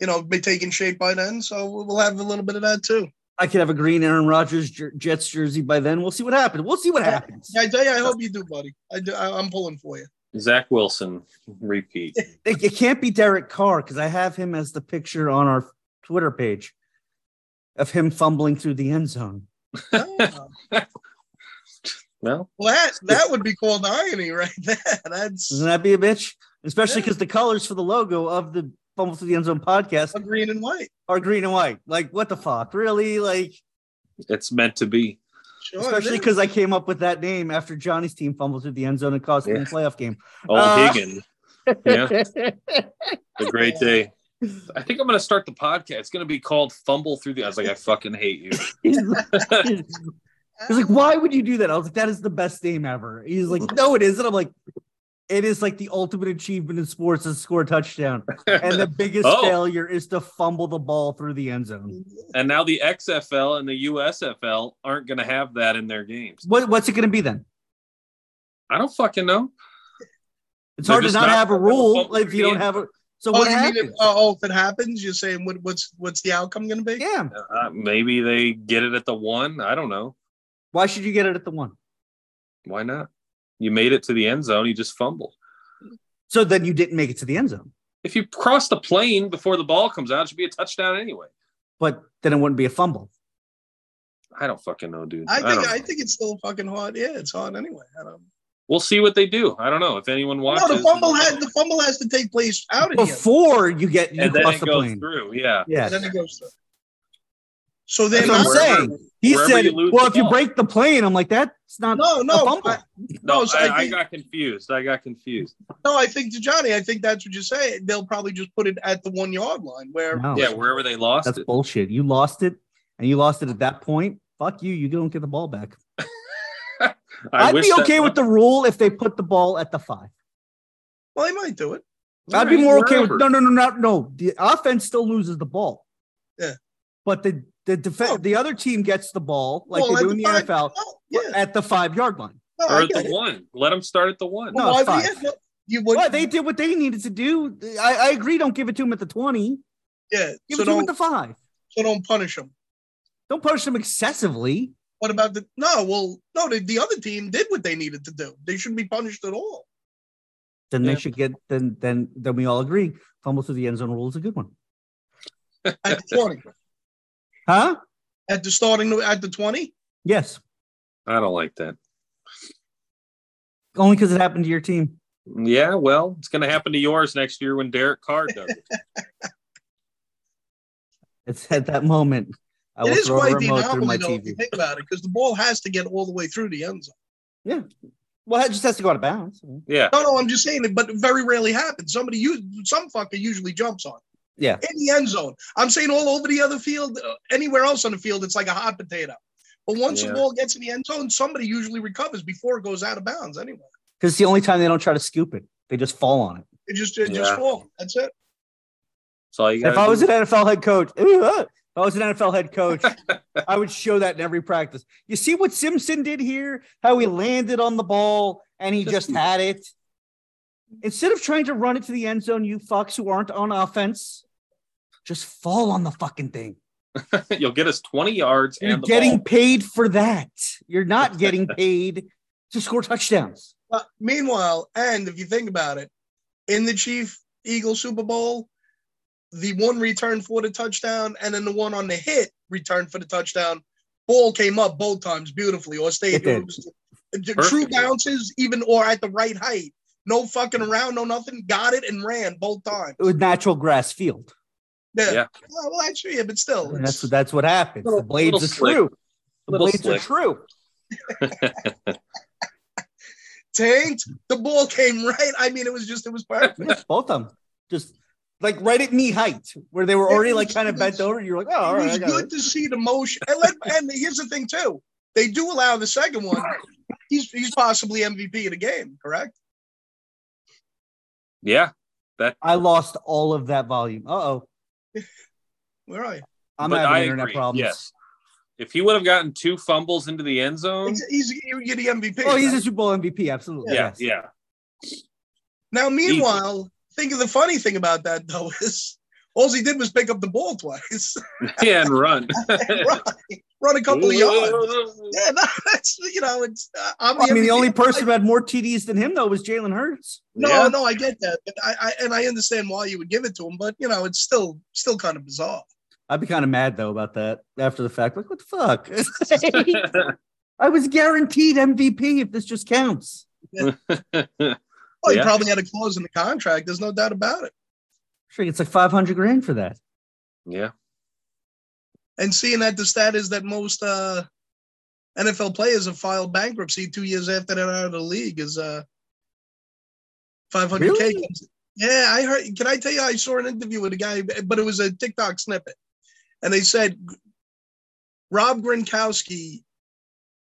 [SPEAKER 4] you know be taking shape by then so we'll have a little bit of that too
[SPEAKER 2] I could have a green Aaron Rodgers jer- Jets jersey by then. We'll see what happens. We'll see what happens.
[SPEAKER 4] yeah, i tell you i hope you do buddy i do I, i'm pulling for you
[SPEAKER 1] Zach Wilson repeat.
[SPEAKER 2] It, it can't be Derek Carr because I have him as the picture on our Twitter page of him fumbling through the end zone.
[SPEAKER 4] Ah,
[SPEAKER 1] Well,
[SPEAKER 4] well that that would be called irony right there that's
[SPEAKER 2] Doesn't that be a bitch? Especially
[SPEAKER 4] Yeah.
[SPEAKER 2] because the colors for the logo of the Fumble Through the End Zone podcast
[SPEAKER 4] a green and white
[SPEAKER 2] are green and white. Like, what the fuck? Really? Like,
[SPEAKER 1] it's meant to be.
[SPEAKER 4] sure
[SPEAKER 2] especially
[SPEAKER 4] it
[SPEAKER 2] because I came up with that name after Johnny's team fumbled through the end zone and cost them
[SPEAKER 1] Yeah.
[SPEAKER 2] the playoff game.
[SPEAKER 1] Old
[SPEAKER 2] Uh,
[SPEAKER 1] Higgins. Yeah. A great day. I think I'm going to start the podcast. It's going to be called Fumble Through the. I was like, I fucking hate you.
[SPEAKER 2] He's He's like, why would you do that? I was like, that is the best name ever. He's like, no, it isn't. I'm like, it is like the ultimate achievement in sports is to score a touchdown. And the biggest
[SPEAKER 1] Oh.
[SPEAKER 2] failure is to fumble the ball through the end zone.
[SPEAKER 1] and now the XFL and the USFL aren't going to have that in their games.
[SPEAKER 2] What, what's it going to be then?
[SPEAKER 1] I don't fucking know.
[SPEAKER 2] It's
[SPEAKER 1] They're
[SPEAKER 2] hard to
[SPEAKER 1] just
[SPEAKER 2] not,
[SPEAKER 1] not
[SPEAKER 2] have a
[SPEAKER 1] gonna
[SPEAKER 2] rule
[SPEAKER 1] fumble
[SPEAKER 2] if you
[SPEAKER 1] the
[SPEAKER 2] don't
[SPEAKER 1] end
[SPEAKER 2] have a. So
[SPEAKER 4] oh,
[SPEAKER 2] what
[SPEAKER 4] you mean
[SPEAKER 2] happens?
[SPEAKER 4] if, oh, if it happens, you're saying what, what's what's the outcome going to be?
[SPEAKER 2] yeah.
[SPEAKER 1] Uh, maybe they get it at the one. I don't know.
[SPEAKER 2] Why should you get it at the one?
[SPEAKER 1] Why not? You made it to the end zone. You just fumbled.
[SPEAKER 2] So then you didn't make it to the end zone,
[SPEAKER 1] If you cross the plane before the ball comes out, it should be a touchdown anyway.
[SPEAKER 2] but then it wouldn't be a fumble.
[SPEAKER 1] I don't fucking know, dude.
[SPEAKER 4] I
[SPEAKER 1] don't
[SPEAKER 4] think
[SPEAKER 1] know.
[SPEAKER 4] I, think it's still fucking hard. Yeah, it's hard anyway. I don't.
[SPEAKER 1] we'll see what they do. I don't know if anyone watches.
[SPEAKER 4] No, the fumble had the fumble has to take place out
[SPEAKER 2] Oh,
[SPEAKER 4] of here.
[SPEAKER 2] Before you get you
[SPEAKER 1] and then
[SPEAKER 2] cross
[SPEAKER 1] it
[SPEAKER 2] the
[SPEAKER 1] goes
[SPEAKER 2] plane.
[SPEAKER 1] through. Yeah,
[SPEAKER 2] Yeah.
[SPEAKER 4] Then it goes. through. So they're
[SPEAKER 2] That's what I'm
[SPEAKER 4] not.
[SPEAKER 1] Wherever-
[SPEAKER 2] saying. He
[SPEAKER 1] wherever
[SPEAKER 2] said,
[SPEAKER 1] you lose
[SPEAKER 2] "Well,
[SPEAKER 1] the
[SPEAKER 2] if you
[SPEAKER 1] ball."
[SPEAKER 2] break the plane, I'm like, that's not
[SPEAKER 4] No,
[SPEAKER 2] a
[SPEAKER 4] no,
[SPEAKER 2] fumble."
[SPEAKER 4] I-
[SPEAKER 1] No,
[SPEAKER 4] No, so
[SPEAKER 1] I,
[SPEAKER 4] I
[SPEAKER 1] I
[SPEAKER 4] think-
[SPEAKER 1] got confused. I got confused.
[SPEAKER 4] no. I think to Johnny, I think that's what you're saying. They'll probably just put it at the one yard line where.
[SPEAKER 2] No,
[SPEAKER 1] Yeah, wherever they lost
[SPEAKER 2] that's
[SPEAKER 1] it.
[SPEAKER 2] bullshit. You lost it, and you lost it at that point. Fuck you. You don't get the ball back.
[SPEAKER 1] I
[SPEAKER 2] I'd
[SPEAKER 1] wish
[SPEAKER 2] be
[SPEAKER 1] that-
[SPEAKER 2] okay with the rule if they put the ball at the five.
[SPEAKER 4] Well, they might do it.
[SPEAKER 2] I'd be more okay
[SPEAKER 1] Wherever.
[SPEAKER 2] with no, no, no, not no. The offense still loses the ball.
[SPEAKER 4] Yeah.
[SPEAKER 2] but the the defense,
[SPEAKER 4] Oh.
[SPEAKER 2] the other team gets the ball like
[SPEAKER 4] Well,
[SPEAKER 2] they
[SPEAKER 4] at
[SPEAKER 2] do in the
[SPEAKER 4] five-
[SPEAKER 2] NFL
[SPEAKER 4] No, Oh, yeah.
[SPEAKER 2] at the five yard line.
[SPEAKER 4] No,
[SPEAKER 1] or
[SPEAKER 4] I
[SPEAKER 1] at
[SPEAKER 4] get
[SPEAKER 1] the
[SPEAKER 4] it.
[SPEAKER 1] one. Let them start at the one.
[SPEAKER 2] No,
[SPEAKER 4] Well, why
[SPEAKER 2] five.
[SPEAKER 4] would he- no, You
[SPEAKER 2] Well,
[SPEAKER 4] would.
[SPEAKER 2] they did what they needed to do. I, I agree. Don't give it to him at the twenty.
[SPEAKER 4] yeah.
[SPEAKER 2] Give
[SPEAKER 4] So
[SPEAKER 2] it to him at
[SPEAKER 4] don't,
[SPEAKER 2] the five.
[SPEAKER 4] so don't punish them.
[SPEAKER 2] Don't punish them excessively.
[SPEAKER 4] What about the no? Well, no. The, the other team did what they needed to do. They shouldn't be punished at all.
[SPEAKER 2] Then
[SPEAKER 1] Yeah.
[SPEAKER 2] they should get. Then then then we all agree. Fumble through the end zone rule is a good one.
[SPEAKER 4] At the twenty,
[SPEAKER 2] Huh?
[SPEAKER 4] at the starting at the twenty.
[SPEAKER 2] Yes.
[SPEAKER 1] I don't like that.
[SPEAKER 2] Only because it happened to your team.
[SPEAKER 1] Yeah, well, it's going to happen to yours next year when Derek Carr does it.
[SPEAKER 2] It's at that moment. I
[SPEAKER 4] It
[SPEAKER 2] will
[SPEAKER 4] is
[SPEAKER 2] throw a
[SPEAKER 4] quite the
[SPEAKER 2] remote through my
[SPEAKER 4] anomaly, though, if you
[SPEAKER 2] TV.
[SPEAKER 4] think about it, because the ball has to get all the way through the end zone.
[SPEAKER 2] Well, it just has to go out of bounds.
[SPEAKER 1] Yeah,
[SPEAKER 4] No, no, I'm just saying it, but it very rarely happens. Somebody, us- some fucker usually jumps on it
[SPEAKER 2] Yeah.
[SPEAKER 4] in the end zone. I'm saying all over the other field, uh, anywhere else on the field, it's like a hot potato. But once
[SPEAKER 1] Yeah.
[SPEAKER 4] the ball gets in the end zone, somebody usually recovers before it goes out of bounds. Anyway,
[SPEAKER 2] Because it's the only time they don't try to scoop it. They just fall on it.
[SPEAKER 4] it just it just
[SPEAKER 1] Yeah.
[SPEAKER 4] falls. That's it.
[SPEAKER 1] that's all you got.
[SPEAKER 2] If I was an NFL head coach, ooh, uh, if I was an NFL head coach, I would show that in every practice. You see what Simpson did here? How he landed on the ball and he
[SPEAKER 1] Just-
[SPEAKER 2] just had it. Instead of trying to run it to the end zone, you fucks who aren't on offense, just fall on the fucking thing.
[SPEAKER 1] You'll get us 20 yards
[SPEAKER 2] You're
[SPEAKER 1] and the
[SPEAKER 2] getting
[SPEAKER 1] ball.
[SPEAKER 2] paid for that. You're not getting paid to score touchdowns.
[SPEAKER 4] Uh, meanwhile, and if you think about it, in the Chief Eagle Super Bowl, the one return for the touchdown, and then the one on the hit return for the touchdown, ball came up both times beautifully or stayed.
[SPEAKER 2] It did.
[SPEAKER 4] It was- the true
[SPEAKER 1] Perfect.
[SPEAKER 4] bounces, even or at the right height. No fucking around, no nothing. Got it and ran both times.
[SPEAKER 2] It was natural grass field.
[SPEAKER 4] Yeah.
[SPEAKER 1] Yeah.
[SPEAKER 4] Oh, well, actually, yeah, but still,
[SPEAKER 2] And that's
[SPEAKER 4] it's-
[SPEAKER 2] what that's what happens. The
[SPEAKER 4] Little-
[SPEAKER 2] blades
[SPEAKER 1] little
[SPEAKER 2] are
[SPEAKER 1] slick.
[SPEAKER 2] true. The
[SPEAKER 1] Little
[SPEAKER 2] blades are
[SPEAKER 1] slick.
[SPEAKER 2] true.
[SPEAKER 4] tanked. The ball came right. I mean, it was just, it was perfect.
[SPEAKER 2] Yeah, both of them. Just like right at knee height, where they were already like kind of bent over. You're like, oh, all
[SPEAKER 4] it
[SPEAKER 2] right,
[SPEAKER 4] was
[SPEAKER 2] I got
[SPEAKER 4] good
[SPEAKER 2] it.
[SPEAKER 4] to see the motion. And, let, and here's the thing too, they do allow the second one. He's he's possibly MVP of the game, correct?
[SPEAKER 1] Yeah,
[SPEAKER 2] I lost all of that volume. Uh oh,
[SPEAKER 4] Where are you?
[SPEAKER 2] I'm
[SPEAKER 1] but
[SPEAKER 2] having
[SPEAKER 1] I
[SPEAKER 2] internet
[SPEAKER 1] agree.
[SPEAKER 2] problems.
[SPEAKER 1] Yes. If he would have gotten two fumbles into the end zone,
[SPEAKER 4] He's, he's you- you're the MVP.
[SPEAKER 2] Oh, Um, he's a
[SPEAKER 4] right?
[SPEAKER 2] Super Bowl MVP, absolutely.
[SPEAKER 1] yeah,
[SPEAKER 2] yes.
[SPEAKER 1] yeah.
[SPEAKER 4] now. Meanwhile, think of the funny thing about that though is all he did was pick up the ball twice,
[SPEAKER 1] Yeah, and run.
[SPEAKER 4] run, run a couple of yards. Yeah, no, that's you know, it's uh, I'm
[SPEAKER 2] I mean, the
[SPEAKER 4] MVP.
[SPEAKER 2] only person who had more TDs than him though was Jalen Hurts.
[SPEAKER 4] No,
[SPEAKER 1] Yeah.
[SPEAKER 4] no, I get that, but I, I and I understand why you would give it to him, but you know, it's still still kind of bizarre.
[SPEAKER 2] I'd be kind of mad though about that after the fact. Like, what the fuck? I was guaranteed MVP if this just counts.
[SPEAKER 4] Oh, he
[SPEAKER 1] Yeah.
[SPEAKER 4] probably had a clause in the contract. There's no doubt about it.
[SPEAKER 2] Sure, it's like 500 grand for that.
[SPEAKER 1] yeah.
[SPEAKER 4] and seeing that the stat is that most uh, NFL players have filed bankruptcy two years after they're out of the league is uh, 500k.
[SPEAKER 2] Really?
[SPEAKER 4] comes- Yeah, I heard. Can I tell you? I saw an interview with a guy, but it was a TikTok snippet, and they said Rob Gronkowski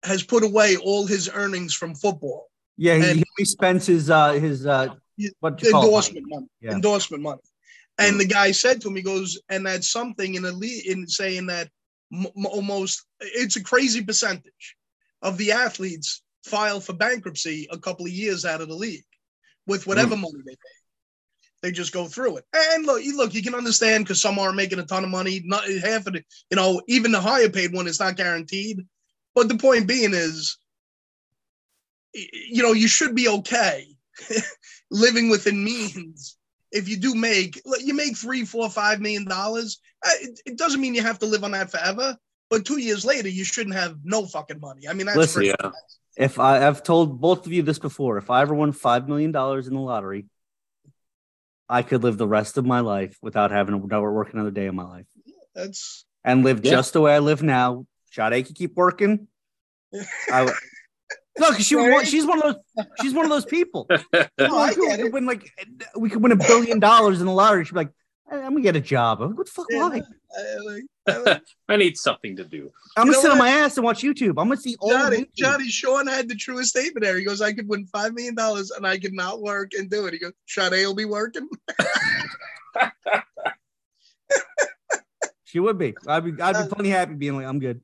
[SPEAKER 4] has put away all his earnings from football
[SPEAKER 2] Yeah, he,
[SPEAKER 4] And-
[SPEAKER 2] he only spends his uh his uh
[SPEAKER 4] Yeah,
[SPEAKER 2] what you call it?
[SPEAKER 4] endorsement money.
[SPEAKER 2] Yeah. Mm.
[SPEAKER 4] Endorsement money. And the guy said to him, he goes, and that's something in the league in saying that m- m- almost it's a crazy percentage of the athletes file for bankruptcy a couple of years out of the league with whatever
[SPEAKER 2] Mm.
[SPEAKER 4] money they make. They just go through it. And look, you look, you can understand because some are making a ton of money. Not half of the, you know, even the higher paid one is not guaranteed. But the point being is, y- you know, you should be okay living within means. If you do make, you make three, four, five million dollars. uh, It, it doesn't mean you have to live on that forever, But two years later, you shouldn't have no fucking money. I mean, that's
[SPEAKER 2] Listen,
[SPEAKER 4] pretty
[SPEAKER 1] yeah.
[SPEAKER 2] If I, I've told both of you this before, if I ever won five million dollars in the lottery, I could live the rest of my life without having to never work another day in my life
[SPEAKER 4] that's
[SPEAKER 2] and live
[SPEAKER 1] Yeah.
[SPEAKER 2] just the way I live now. Sade could keep working. I w- no, because she would
[SPEAKER 4] Right?
[SPEAKER 2] want, she's one of those she's one of those people.
[SPEAKER 4] No, I
[SPEAKER 2] we
[SPEAKER 4] get
[SPEAKER 2] could
[SPEAKER 4] it.
[SPEAKER 2] win like we could win a billion dollars in the lottery. She'd be like, "I- I'm gonna get a job. I'm like, what the fuck?
[SPEAKER 4] Yeah.
[SPEAKER 2] Why?
[SPEAKER 4] I, like, I like-
[SPEAKER 1] I need something to do.
[SPEAKER 2] I'm
[SPEAKER 4] You
[SPEAKER 2] gonna
[SPEAKER 4] know
[SPEAKER 2] sit on
[SPEAKER 4] what?
[SPEAKER 2] my ass and watch YouTube. I'm gonna see all of
[SPEAKER 4] Johnny,
[SPEAKER 2] YouTube.
[SPEAKER 4] Johnny, Sean had the truest statement there. He goes, I could win $5 million and I could not work and do it. He goes, Sade will be working.
[SPEAKER 2] She would be. I'd be I'd be plenty happy being like, I'm good.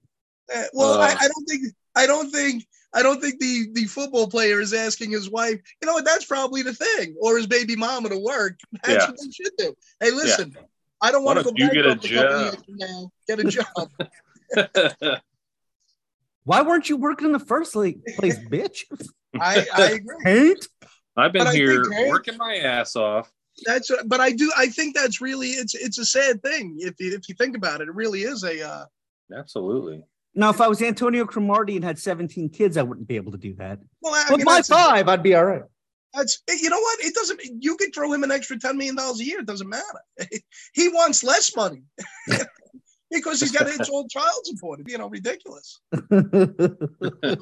[SPEAKER 4] Uh, well, I,
[SPEAKER 1] Uh.
[SPEAKER 4] I don't think I don't think I don't think the the football player is asking his wife. You know what? That's probably the thing, or his baby mama to work. That's
[SPEAKER 1] Yeah.
[SPEAKER 4] what they should do. Hey, listen, I don't
[SPEAKER 1] Why
[SPEAKER 4] want to go
[SPEAKER 1] don't you get a
[SPEAKER 4] bankrupt couple years from now. Get a job.
[SPEAKER 2] Why weren't you working in the first la- place, bitch?
[SPEAKER 4] I, I agree.
[SPEAKER 2] Hate.
[SPEAKER 1] I've been
[SPEAKER 4] But I
[SPEAKER 1] here
[SPEAKER 4] think, hey-
[SPEAKER 1] working my ass off.
[SPEAKER 4] That's what- but I do. I think that's really it's it's a sad thing if you, if you think about it. It really is a. Uh,
[SPEAKER 1] Absolutely.
[SPEAKER 2] Now, if I was Antonio Cromartie and had 17 kids, I wouldn't be able to do that.
[SPEAKER 4] well, I
[SPEAKER 2] With
[SPEAKER 4] mean,
[SPEAKER 2] my
[SPEAKER 4] that's-
[SPEAKER 2] five, I'd be all right.
[SPEAKER 4] That's eh, you know what? It doesn't. You could throw him an extra ten million dollars a year. It doesn't matter. he wants less money because he's got it's all child support. You know, ridiculous.
[SPEAKER 2] Oh,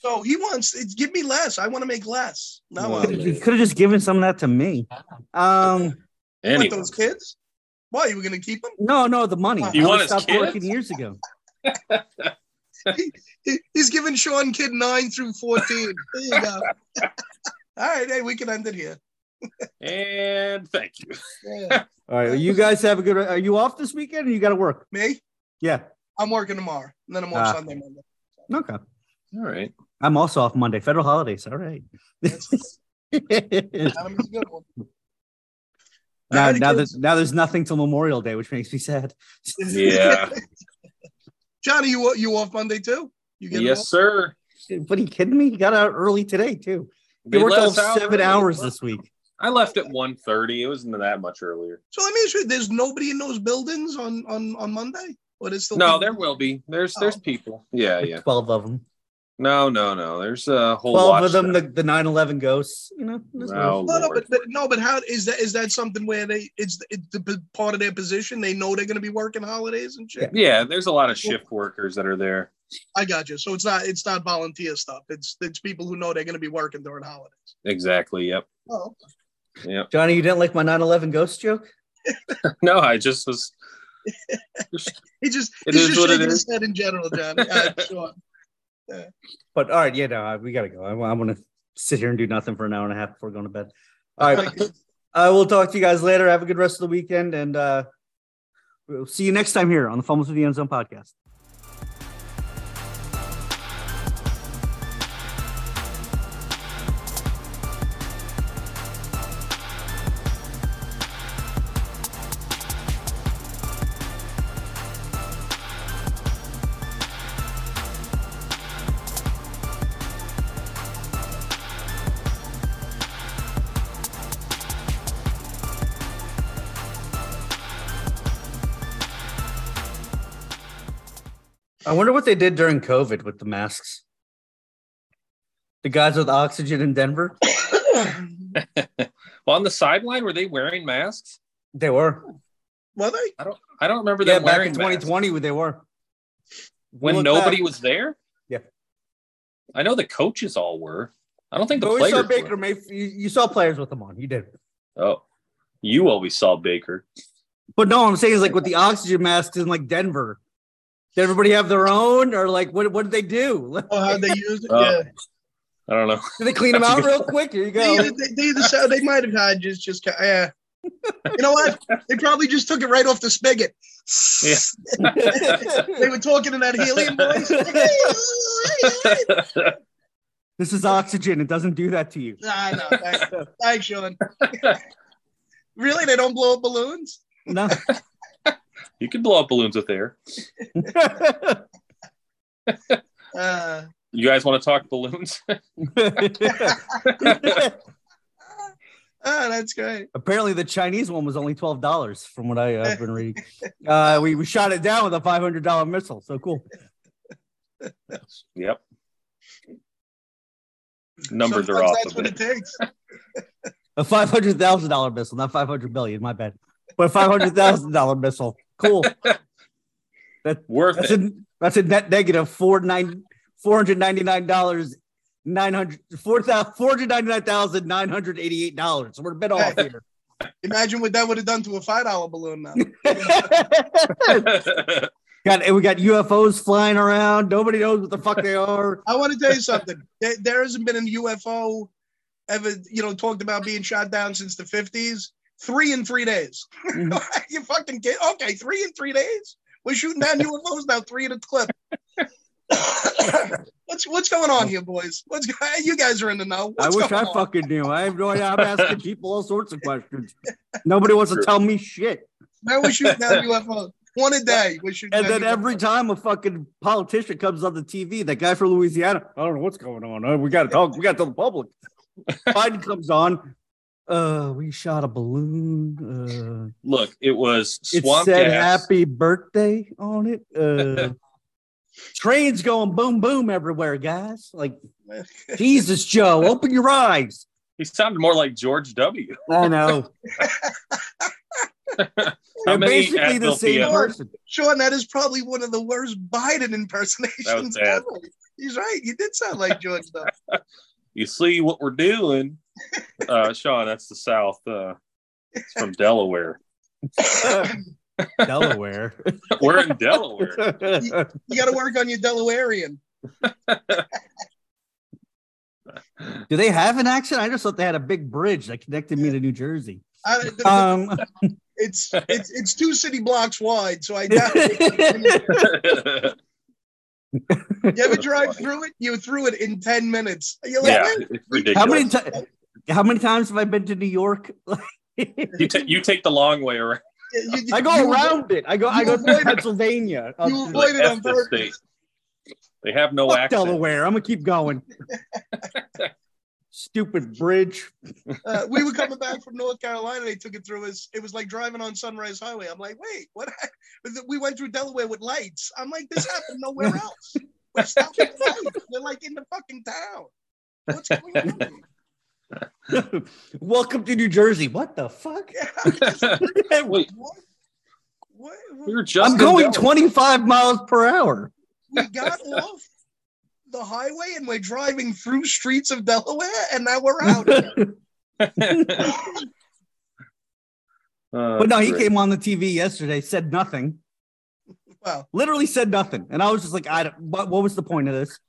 [SPEAKER 4] So he wants it's give me less. I want to make less.
[SPEAKER 1] Well,
[SPEAKER 4] No, I want
[SPEAKER 2] you could have just given some of that to me. Um,
[SPEAKER 1] Anyway,
[SPEAKER 4] those kids. Why you were gonna keep them?
[SPEAKER 2] no, no, the money.
[SPEAKER 4] You
[SPEAKER 2] I
[SPEAKER 1] want
[SPEAKER 2] would've
[SPEAKER 1] his
[SPEAKER 2] stopped
[SPEAKER 1] kids?
[SPEAKER 2] working years ago.
[SPEAKER 4] He, he's giving Sean Kid nine through fourteen. There you go. all right, hey, we can end it here.
[SPEAKER 1] and thank you.
[SPEAKER 4] Yeah.
[SPEAKER 2] All right, well, you guys have a good. Are you off this weekend, or you got to work?
[SPEAKER 4] Me,
[SPEAKER 2] Yeah.
[SPEAKER 4] I'm working tomorrow, and then I'm off
[SPEAKER 2] Ah.
[SPEAKER 4] Sunday, Monday.
[SPEAKER 2] Okay.
[SPEAKER 1] All right.
[SPEAKER 2] I'm also off Monday. Federal holidays. All right.
[SPEAKER 4] That's, Adam is a good one.
[SPEAKER 2] now,
[SPEAKER 4] Alrighty,
[SPEAKER 2] now,
[SPEAKER 4] kids.
[SPEAKER 2] there's, now there's nothing till Memorial Day, which makes me sad.
[SPEAKER 1] Yeah.
[SPEAKER 4] Johnny, you you off Monday too? You getting
[SPEAKER 1] yes,
[SPEAKER 4] off?
[SPEAKER 1] sir.
[SPEAKER 2] What are you kidding me? He got out early today too. He
[SPEAKER 1] They
[SPEAKER 2] worked
[SPEAKER 1] let
[SPEAKER 2] out
[SPEAKER 1] us out
[SPEAKER 2] seven
[SPEAKER 1] early.
[SPEAKER 2] hours this week.
[SPEAKER 1] I left at 1.30. It wasn't that much earlier.
[SPEAKER 4] So let me ask you: There's nobody in those buildings on on on Monday, or there's still
[SPEAKER 1] No,
[SPEAKER 4] people?
[SPEAKER 1] there will be. There's
[SPEAKER 4] Oh.
[SPEAKER 1] there's people. Yeah,
[SPEAKER 2] Like
[SPEAKER 1] Oh, yeah.
[SPEAKER 2] Twelve of them.
[SPEAKER 1] No, no, no. There's a whole
[SPEAKER 2] Twelve
[SPEAKER 1] lot
[SPEAKER 2] of them. The, the 9/11 ghosts. You know. that's
[SPEAKER 1] No,
[SPEAKER 2] nice.
[SPEAKER 4] No, no,
[SPEAKER 1] Lord.
[SPEAKER 4] but, but no, but how is that? Is that something where they it's it's the p- part of their position? They know they're going to be working holidays and shit.
[SPEAKER 1] Yeah, there's a lot of shift workers that are there.
[SPEAKER 4] I got you. So it's not it's not volunteer stuff. It's it's people who know they're going to be working during holidays.
[SPEAKER 1] Exactly. Yep.
[SPEAKER 4] Oh,
[SPEAKER 1] Yep.
[SPEAKER 2] Johnny, you didn't like my 9/11 ghost joke?
[SPEAKER 1] No, I just was.
[SPEAKER 4] he just
[SPEAKER 1] It
[SPEAKER 4] he's
[SPEAKER 1] is
[SPEAKER 4] just
[SPEAKER 1] what it
[SPEAKER 4] shaking his
[SPEAKER 1] is.
[SPEAKER 4] head in general, Johnny. Uh, sure.
[SPEAKER 2] But all right, yeah, no, I- we gotta go. I, want to sit here and do nothing for an hour and a half before going to bed. All right, I will Uh, talk to you guys later. Have a good rest of the weekend, and uh, we'll see you next time here on the Fumbles with the End Zone podcast. I wonder what they did during COVID with the masks. The guys with oxygen in Denver,
[SPEAKER 1] Well, on the sideline, were they wearing masks?
[SPEAKER 2] they were.
[SPEAKER 4] Were they?
[SPEAKER 1] I don't. I don't remember
[SPEAKER 2] Yeah,
[SPEAKER 1] them
[SPEAKER 2] back
[SPEAKER 1] wearing
[SPEAKER 2] in
[SPEAKER 1] masks
[SPEAKER 2] 2020, they were.
[SPEAKER 1] when
[SPEAKER 2] Look
[SPEAKER 1] nobody
[SPEAKER 2] back.
[SPEAKER 1] was there.
[SPEAKER 2] Yeah.
[SPEAKER 1] I know the coaches all were. I don't think the
[SPEAKER 2] But we
[SPEAKER 1] players.
[SPEAKER 2] saw
[SPEAKER 1] were.
[SPEAKER 2] Baker Mayfield. You, you saw players with them on. You did.
[SPEAKER 1] Oh, you always saw Baker.
[SPEAKER 2] But no, I'm saying is like with the oxygen masks in like Denver. Did everybody have their own, or like what? What did they do?
[SPEAKER 4] Oh, how they use it?
[SPEAKER 1] Oh.
[SPEAKER 4] yeah.
[SPEAKER 1] I don't know.
[SPEAKER 2] Did they clean them
[SPEAKER 1] That's a
[SPEAKER 2] out
[SPEAKER 1] good
[SPEAKER 2] real quick? Here you
[SPEAKER 4] They,
[SPEAKER 2] go.
[SPEAKER 4] either, they, they, either sell- they might have had just just ca- yeah. You know what? They probably just took it right off the spigot.
[SPEAKER 1] Yeah.
[SPEAKER 4] they were talking in that helium voice.
[SPEAKER 2] this is oxygen. It doesn't do that to you.
[SPEAKER 4] nah, no, thanks, thanks, Sean. really, they don't blow up balloons?
[SPEAKER 2] No.
[SPEAKER 1] You can blow up balloons with air.
[SPEAKER 4] Uh,
[SPEAKER 1] You guys want to talk balloons?
[SPEAKER 4] Ah, that's great.
[SPEAKER 2] Apparently, the Chinese one was only twelve dollars, from what I, have been reading. Uh, we we shot it down with a five hundred dollar missile. So cool.
[SPEAKER 1] Yep. Numbers are
[SPEAKER 4] Sometimes
[SPEAKER 1] off
[SPEAKER 4] That's
[SPEAKER 1] a
[SPEAKER 4] what
[SPEAKER 1] bit.
[SPEAKER 4] it takes.
[SPEAKER 2] A five hundred thousand dollar missile, not five hundred billion. My bad. But five hundred thousand dollar missile. Cool.
[SPEAKER 1] Worth
[SPEAKER 2] That's
[SPEAKER 1] it.
[SPEAKER 2] a that's a net negative four nine four hundred ninety nine dollars. Nine hundred four thousand four hundred ninety nine thousand nine hundred eighty eight dollars. We're a bit off here.
[SPEAKER 4] Imagine what that would have done to a five dollar balloon now.
[SPEAKER 2] got we got UFOs flying around. Nobody knows what the fuck they are.
[SPEAKER 4] I want to tell you something. There, there hasn't been a UFO ever, you know, talked about being shot down since the fifties. Three in three days.
[SPEAKER 2] Mm-hmm.
[SPEAKER 4] you fucking kid. Okay, three in three days. We're shooting down UFOs now, three at a clip. what's what's going on here, boys? What's you guys are in the know?
[SPEAKER 2] I
[SPEAKER 4] What's
[SPEAKER 2] wish I
[SPEAKER 4] going on?
[SPEAKER 2] fucking knew. I have no idea. I'm asking people all sorts of questions. Nobody wants to
[SPEAKER 1] True.
[SPEAKER 2] tell me shit.
[SPEAKER 4] Now we're shooting down UFOs. One a day. We're shooting
[SPEAKER 2] And
[SPEAKER 4] down
[SPEAKER 2] then every
[SPEAKER 4] UFOs.
[SPEAKER 2] time a fucking politician comes on the TV, that guy from Louisiana, I don't know what's going on. Uh, We got to talk. We got to tell the public. Biden comes on. Uh, we shot a balloon.
[SPEAKER 1] Look, it was
[SPEAKER 2] Uh, it
[SPEAKER 1] swamp
[SPEAKER 2] said
[SPEAKER 1] gas.
[SPEAKER 2] "Happy Birthday" on it. Uh, trains going boom boom everywhere, guys. Like Jesus, Joe, open your eyes.
[SPEAKER 1] He sounded more like George W.
[SPEAKER 2] I know.
[SPEAKER 1] How
[SPEAKER 2] They're
[SPEAKER 1] many
[SPEAKER 2] basically the
[SPEAKER 1] Advil
[SPEAKER 2] same
[SPEAKER 1] PM?
[SPEAKER 2] person.
[SPEAKER 4] Sean, that is probably one of the worst Biden impersonations
[SPEAKER 1] bad.
[SPEAKER 4] ever. He's right. You did sound like George though.
[SPEAKER 1] You see what we're doing, uh, Sean? That's the South. Uh, it's from Delaware.
[SPEAKER 2] Delaware.
[SPEAKER 1] We're in Delaware.
[SPEAKER 4] You got to work on your Delawarean.
[SPEAKER 2] Do they have an accent? I just thought they had a big bridge that connected me to New Jersey.
[SPEAKER 4] I, the- the-
[SPEAKER 2] Um,
[SPEAKER 4] it's it's it's two city blocks wide, so I doubt. it.
[SPEAKER 2] I
[SPEAKER 4] you ever drive through it? You through it in ten minutes. You're like,
[SPEAKER 1] yeah,
[SPEAKER 4] "Wait,
[SPEAKER 1] it's ridiculous.
[SPEAKER 2] how many times? How many times have I been to New York?
[SPEAKER 1] you, ta- you take the long way around.
[SPEAKER 4] you- you-
[SPEAKER 2] I go
[SPEAKER 4] you-
[SPEAKER 2] around it. I go. I go
[SPEAKER 4] you
[SPEAKER 2] through
[SPEAKER 4] avoid-
[SPEAKER 2] Pennsylvania. Um, up
[SPEAKER 4] you
[SPEAKER 2] to-
[SPEAKER 4] avoid- Wait, it
[SPEAKER 1] F
[SPEAKER 4] on
[SPEAKER 1] the
[SPEAKER 4] purpose.
[SPEAKER 1] state. They have no
[SPEAKER 2] Fuck
[SPEAKER 1] accent.
[SPEAKER 2] Delaware. I'm gonna keep going. Stupid bridge.
[SPEAKER 4] Uh, we were coming back from North Carolina. They took it through us. It was like driving on Sunrise Highway. I'm like, wait, what? We went through Delaware with lights. I'm like, this happened nowhere else. We're stopping at lights. They're like in the fucking town. What's going on? here?
[SPEAKER 2] Welcome to New Jersey. What the fuck?
[SPEAKER 4] Yeah, I'm like,
[SPEAKER 1] Wait,
[SPEAKER 4] what? What?
[SPEAKER 1] we were just
[SPEAKER 2] I'm
[SPEAKER 1] in
[SPEAKER 2] going
[SPEAKER 1] Delaware.
[SPEAKER 2] 25 miles per hour.
[SPEAKER 4] we got off the highway and we're driving through streets of Delaware, and now we're out.
[SPEAKER 1] Uh,
[SPEAKER 2] But no, he
[SPEAKER 1] Oh, great.
[SPEAKER 2] came on the TV yesterday, said nothing,
[SPEAKER 4] well,
[SPEAKER 2] literally said nothing, and I was just like, I don't. What, what was the point of this?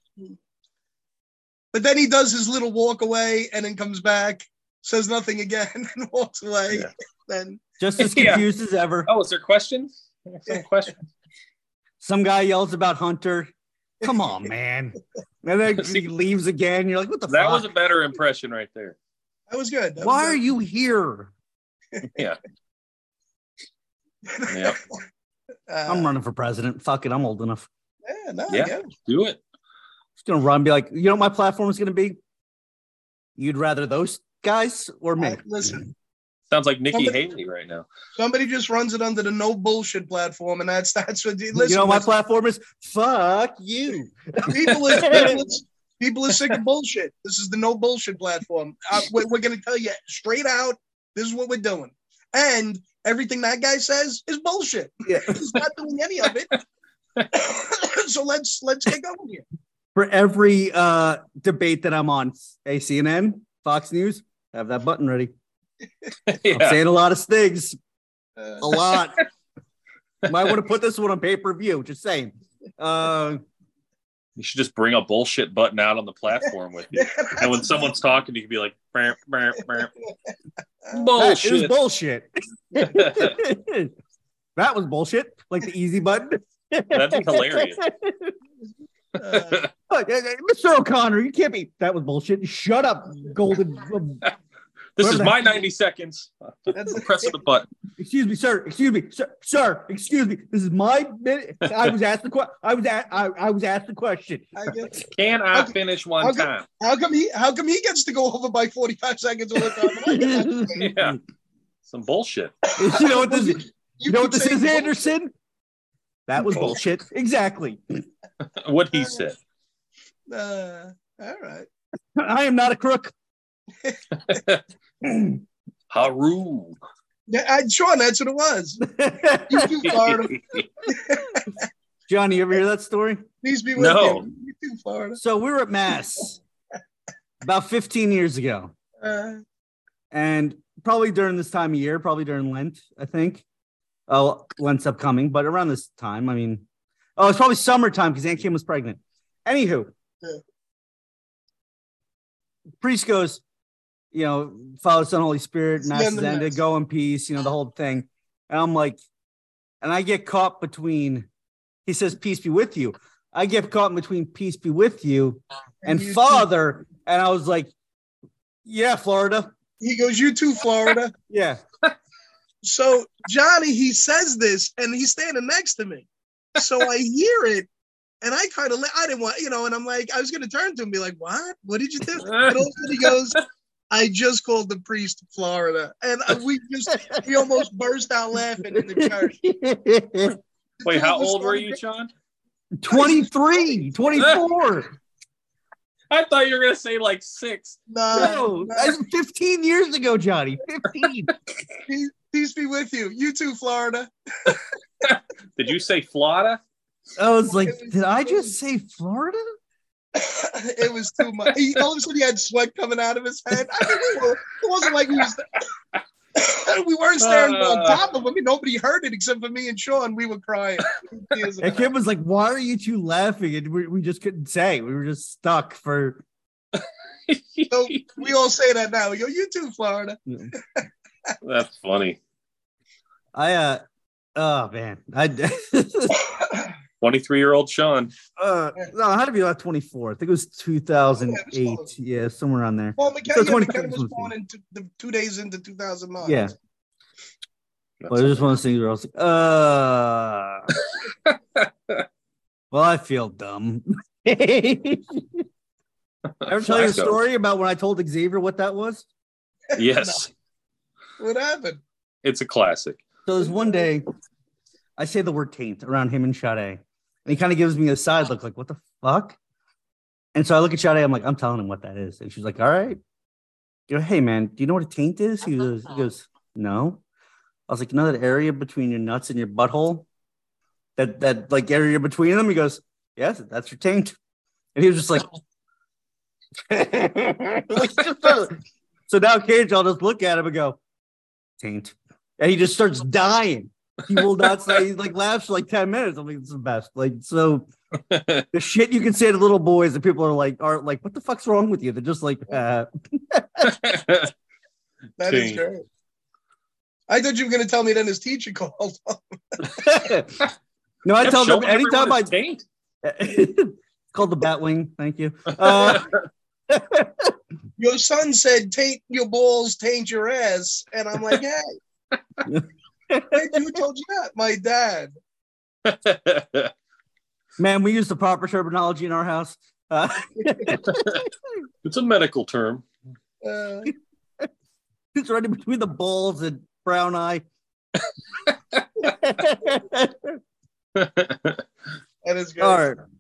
[SPEAKER 4] but then he does his little walk away and then comes back, says nothing again, and walks away.
[SPEAKER 1] Yeah.
[SPEAKER 4] Then
[SPEAKER 2] Just as
[SPEAKER 1] Yeah.
[SPEAKER 2] confused as ever.
[SPEAKER 1] Oh, is there questions? Some questions.
[SPEAKER 2] Some guy yells about Hunter. Come on, man! And then he leaves again. You're like, what the
[SPEAKER 1] That
[SPEAKER 2] fuck?
[SPEAKER 1] was a better impression right there.
[SPEAKER 4] that was good. That
[SPEAKER 2] Why
[SPEAKER 4] was
[SPEAKER 2] are you here?
[SPEAKER 4] good.
[SPEAKER 1] Yep.
[SPEAKER 4] Uh,
[SPEAKER 2] I'm running for president. Fuck it, I'm old enough.
[SPEAKER 4] Yeah, no,
[SPEAKER 1] Yeah.
[SPEAKER 4] I get it.
[SPEAKER 1] Do it.
[SPEAKER 2] just gonna run and be like, you know what my platform is gonna be? You'd rather those guys or me?
[SPEAKER 4] I- listen,
[SPEAKER 1] Sounds like Nikki
[SPEAKER 4] Somebody-
[SPEAKER 1] Haley right now.
[SPEAKER 4] somebody just runs it under the no bullshit platform, and that's that's what. Listen,
[SPEAKER 2] you know what my platform is? Fuck you.
[SPEAKER 4] people is people is, people is sick of bullshit. This is the no bullshit platform. Uh, we're we're going to tell you straight out. This is what we're doing, and everything that guy says is bullshit.
[SPEAKER 2] Yeah.
[SPEAKER 4] He's not doing any of it. so let's let's get going here.
[SPEAKER 2] For every uh, debate that I'm on, a CNN, Fox News, have that button ready. I'm
[SPEAKER 1] yeah.
[SPEAKER 2] saying a lot of things, a
[SPEAKER 4] Uh,
[SPEAKER 2] lot. Might want to put this one on pay per view. Just saying. Uh,
[SPEAKER 1] You should just bring a bullshit button out on the platform with you. And when someone's talking, you can be like, "Burp, burp, burp." Oh,
[SPEAKER 2] that is
[SPEAKER 1] bullshit.
[SPEAKER 2] bullshit. that was bullshit. Like the easy button.
[SPEAKER 1] That'd be hilarious.
[SPEAKER 4] uh,
[SPEAKER 2] Look, uh, uh, Mr. O'Connor, you can't be. That was bullshit. Shut up, golden.
[SPEAKER 1] This
[SPEAKER 2] Whoever
[SPEAKER 1] is
[SPEAKER 2] the
[SPEAKER 1] my
[SPEAKER 2] heck-
[SPEAKER 1] 90 seconds.
[SPEAKER 4] That's
[SPEAKER 1] Press the button.
[SPEAKER 2] Excuse me, sir. Excuse me, sir. Sir, excuse me. This is my minute. I was asked the question. I was at, I, I was asked the question.
[SPEAKER 4] I guess.
[SPEAKER 1] Can I
[SPEAKER 4] Okay.
[SPEAKER 1] finish one
[SPEAKER 4] Okay.
[SPEAKER 1] time?
[SPEAKER 4] How come he? How come he gets to go over by forty five seconds all the time? and I get that?
[SPEAKER 1] Yeah. Some bullshit.
[SPEAKER 2] You know what this is? You know
[SPEAKER 4] keep
[SPEAKER 2] what this
[SPEAKER 4] saying
[SPEAKER 2] is,
[SPEAKER 4] bull-
[SPEAKER 2] Anderson? That was
[SPEAKER 1] Bullshit.
[SPEAKER 2] bullshit. Exactly.
[SPEAKER 1] What he said.
[SPEAKER 4] Uh, all right.
[SPEAKER 2] I am not a crook.
[SPEAKER 1] Haru.
[SPEAKER 4] Yeah, I, Sean, that's what it was. You too, Florida.
[SPEAKER 2] Johnny, you ever hear that story?
[SPEAKER 4] Please be with
[SPEAKER 1] No.
[SPEAKER 4] you. You too, Florida.
[SPEAKER 2] So we were at Mass about 15 years ago,
[SPEAKER 4] Uh,
[SPEAKER 2] and probably during this time of year, probably during Lent, I think. Oh, Lent's upcoming, but around this time, I mean, oh, it's probably summertime because Aunt Kim was pregnant. Anywho,
[SPEAKER 4] Yeah.
[SPEAKER 2] priest goes, you know, Father, Son, Holy Spirit,
[SPEAKER 4] It's the
[SPEAKER 2] Mass
[SPEAKER 4] end
[SPEAKER 2] is
[SPEAKER 4] of Mass.
[SPEAKER 2] ended, go in peace, you know, the whole thing. And I'm like, and I get caught between, he says, peace be with you. I get caught in between peace be with you and
[SPEAKER 4] you too.
[SPEAKER 2] father. And I was like, yeah, Florida.
[SPEAKER 4] He goes, you too, Florida.
[SPEAKER 2] Yeah.
[SPEAKER 4] So Johnny, he says this, and he's standing next to me. So I hear it, and I kind of, I didn't want, you know, and I'm like, I was gonna turn to him, and be like, "What? What did you do?" And all of a sudden he goes, "I just called the priest of Florida," and uh, we just, we almost burst out laughing in the church. The
[SPEAKER 1] Wait,
[SPEAKER 4] two
[SPEAKER 1] how
[SPEAKER 4] of us
[SPEAKER 1] old were
[SPEAKER 4] started
[SPEAKER 1] you, Sean?
[SPEAKER 2] 23, 24.
[SPEAKER 1] I thought you were gonna say like six.
[SPEAKER 4] No,
[SPEAKER 2] No, that's 15 years ago, Johnny. 15.
[SPEAKER 4] peace, peace be with you. You too, Florida.
[SPEAKER 1] Did you say Florida?
[SPEAKER 2] I was like, did I just say Florida?
[SPEAKER 4] it was too much. He, all of a sudden, he had sweat coming out of his head. I mean, we were, it wasn't like we was. we weren't staring on top of him. I mean, nobody heard it except for me and Sean. We were crying. Tears in
[SPEAKER 2] And
[SPEAKER 4] our
[SPEAKER 2] Kim was like, why are you two laughing? And we, we just couldn't say. We were just stuck for.
[SPEAKER 4] eyes. So we all say that now. We go, you too, Florida.
[SPEAKER 1] That's funny.
[SPEAKER 2] I, uh, oh, man. I,
[SPEAKER 1] Twenty-three year old Sean.
[SPEAKER 2] uh, no, I had to be like 24. I think it was 2008. Yeah, somewhere around there.
[SPEAKER 4] Well, McKenna,
[SPEAKER 2] So
[SPEAKER 4] yeah,
[SPEAKER 2] 20
[SPEAKER 4] McKenna was
[SPEAKER 2] was
[SPEAKER 4] born in two, the, two days into 2009.
[SPEAKER 2] Yeah. Well, it was just one of those things where I was like, uh. well, I feel dumb. Ever tell you a
[SPEAKER 1] Flacco.
[SPEAKER 2] story about when I told Xavier what that was?
[SPEAKER 1] Yes,
[SPEAKER 4] What happened?
[SPEAKER 1] it's a classic.
[SPEAKER 2] So there's one day I say the word taint around him and Sade, and he kind of gives me a side look like, what the fuck? And so I look at Sade, I'm like, I'm telling him what that is. And she's like, all right. You know, hey man, do you know what a taint is? He goes, he goes, no. I was like, you know that area between your nuts and your butthole? That that like area between them? He goes, Yes, that's your taint. And he was just like, so now Cage, I'll just look at him and go, taint. And he just starts dying. He will not say he like laughs for like 10 minutes. I'm like, it's the best. Like, so the shit you can say to little boys that people are like, aren't like, what the fuck's wrong with you? They're just like, uh,
[SPEAKER 4] That is
[SPEAKER 1] Team.
[SPEAKER 4] great. I thought you were going to tell me then his teacher called.
[SPEAKER 2] no, I tell
[SPEAKER 1] Show everyone
[SPEAKER 2] them anytime I
[SPEAKER 1] his taint.
[SPEAKER 2] it's called the Batwing. Thank you. Uh,
[SPEAKER 4] your son said, taint your balls, taint your ass. And I'm like, hey. Hey, who told you that? My dad.
[SPEAKER 2] man, we use the proper terminology in our house. Uh,
[SPEAKER 1] it's a medical term.
[SPEAKER 4] Uh,
[SPEAKER 2] it's right in between the balls and brown eye.
[SPEAKER 1] All
[SPEAKER 4] that is good.
[SPEAKER 2] All right.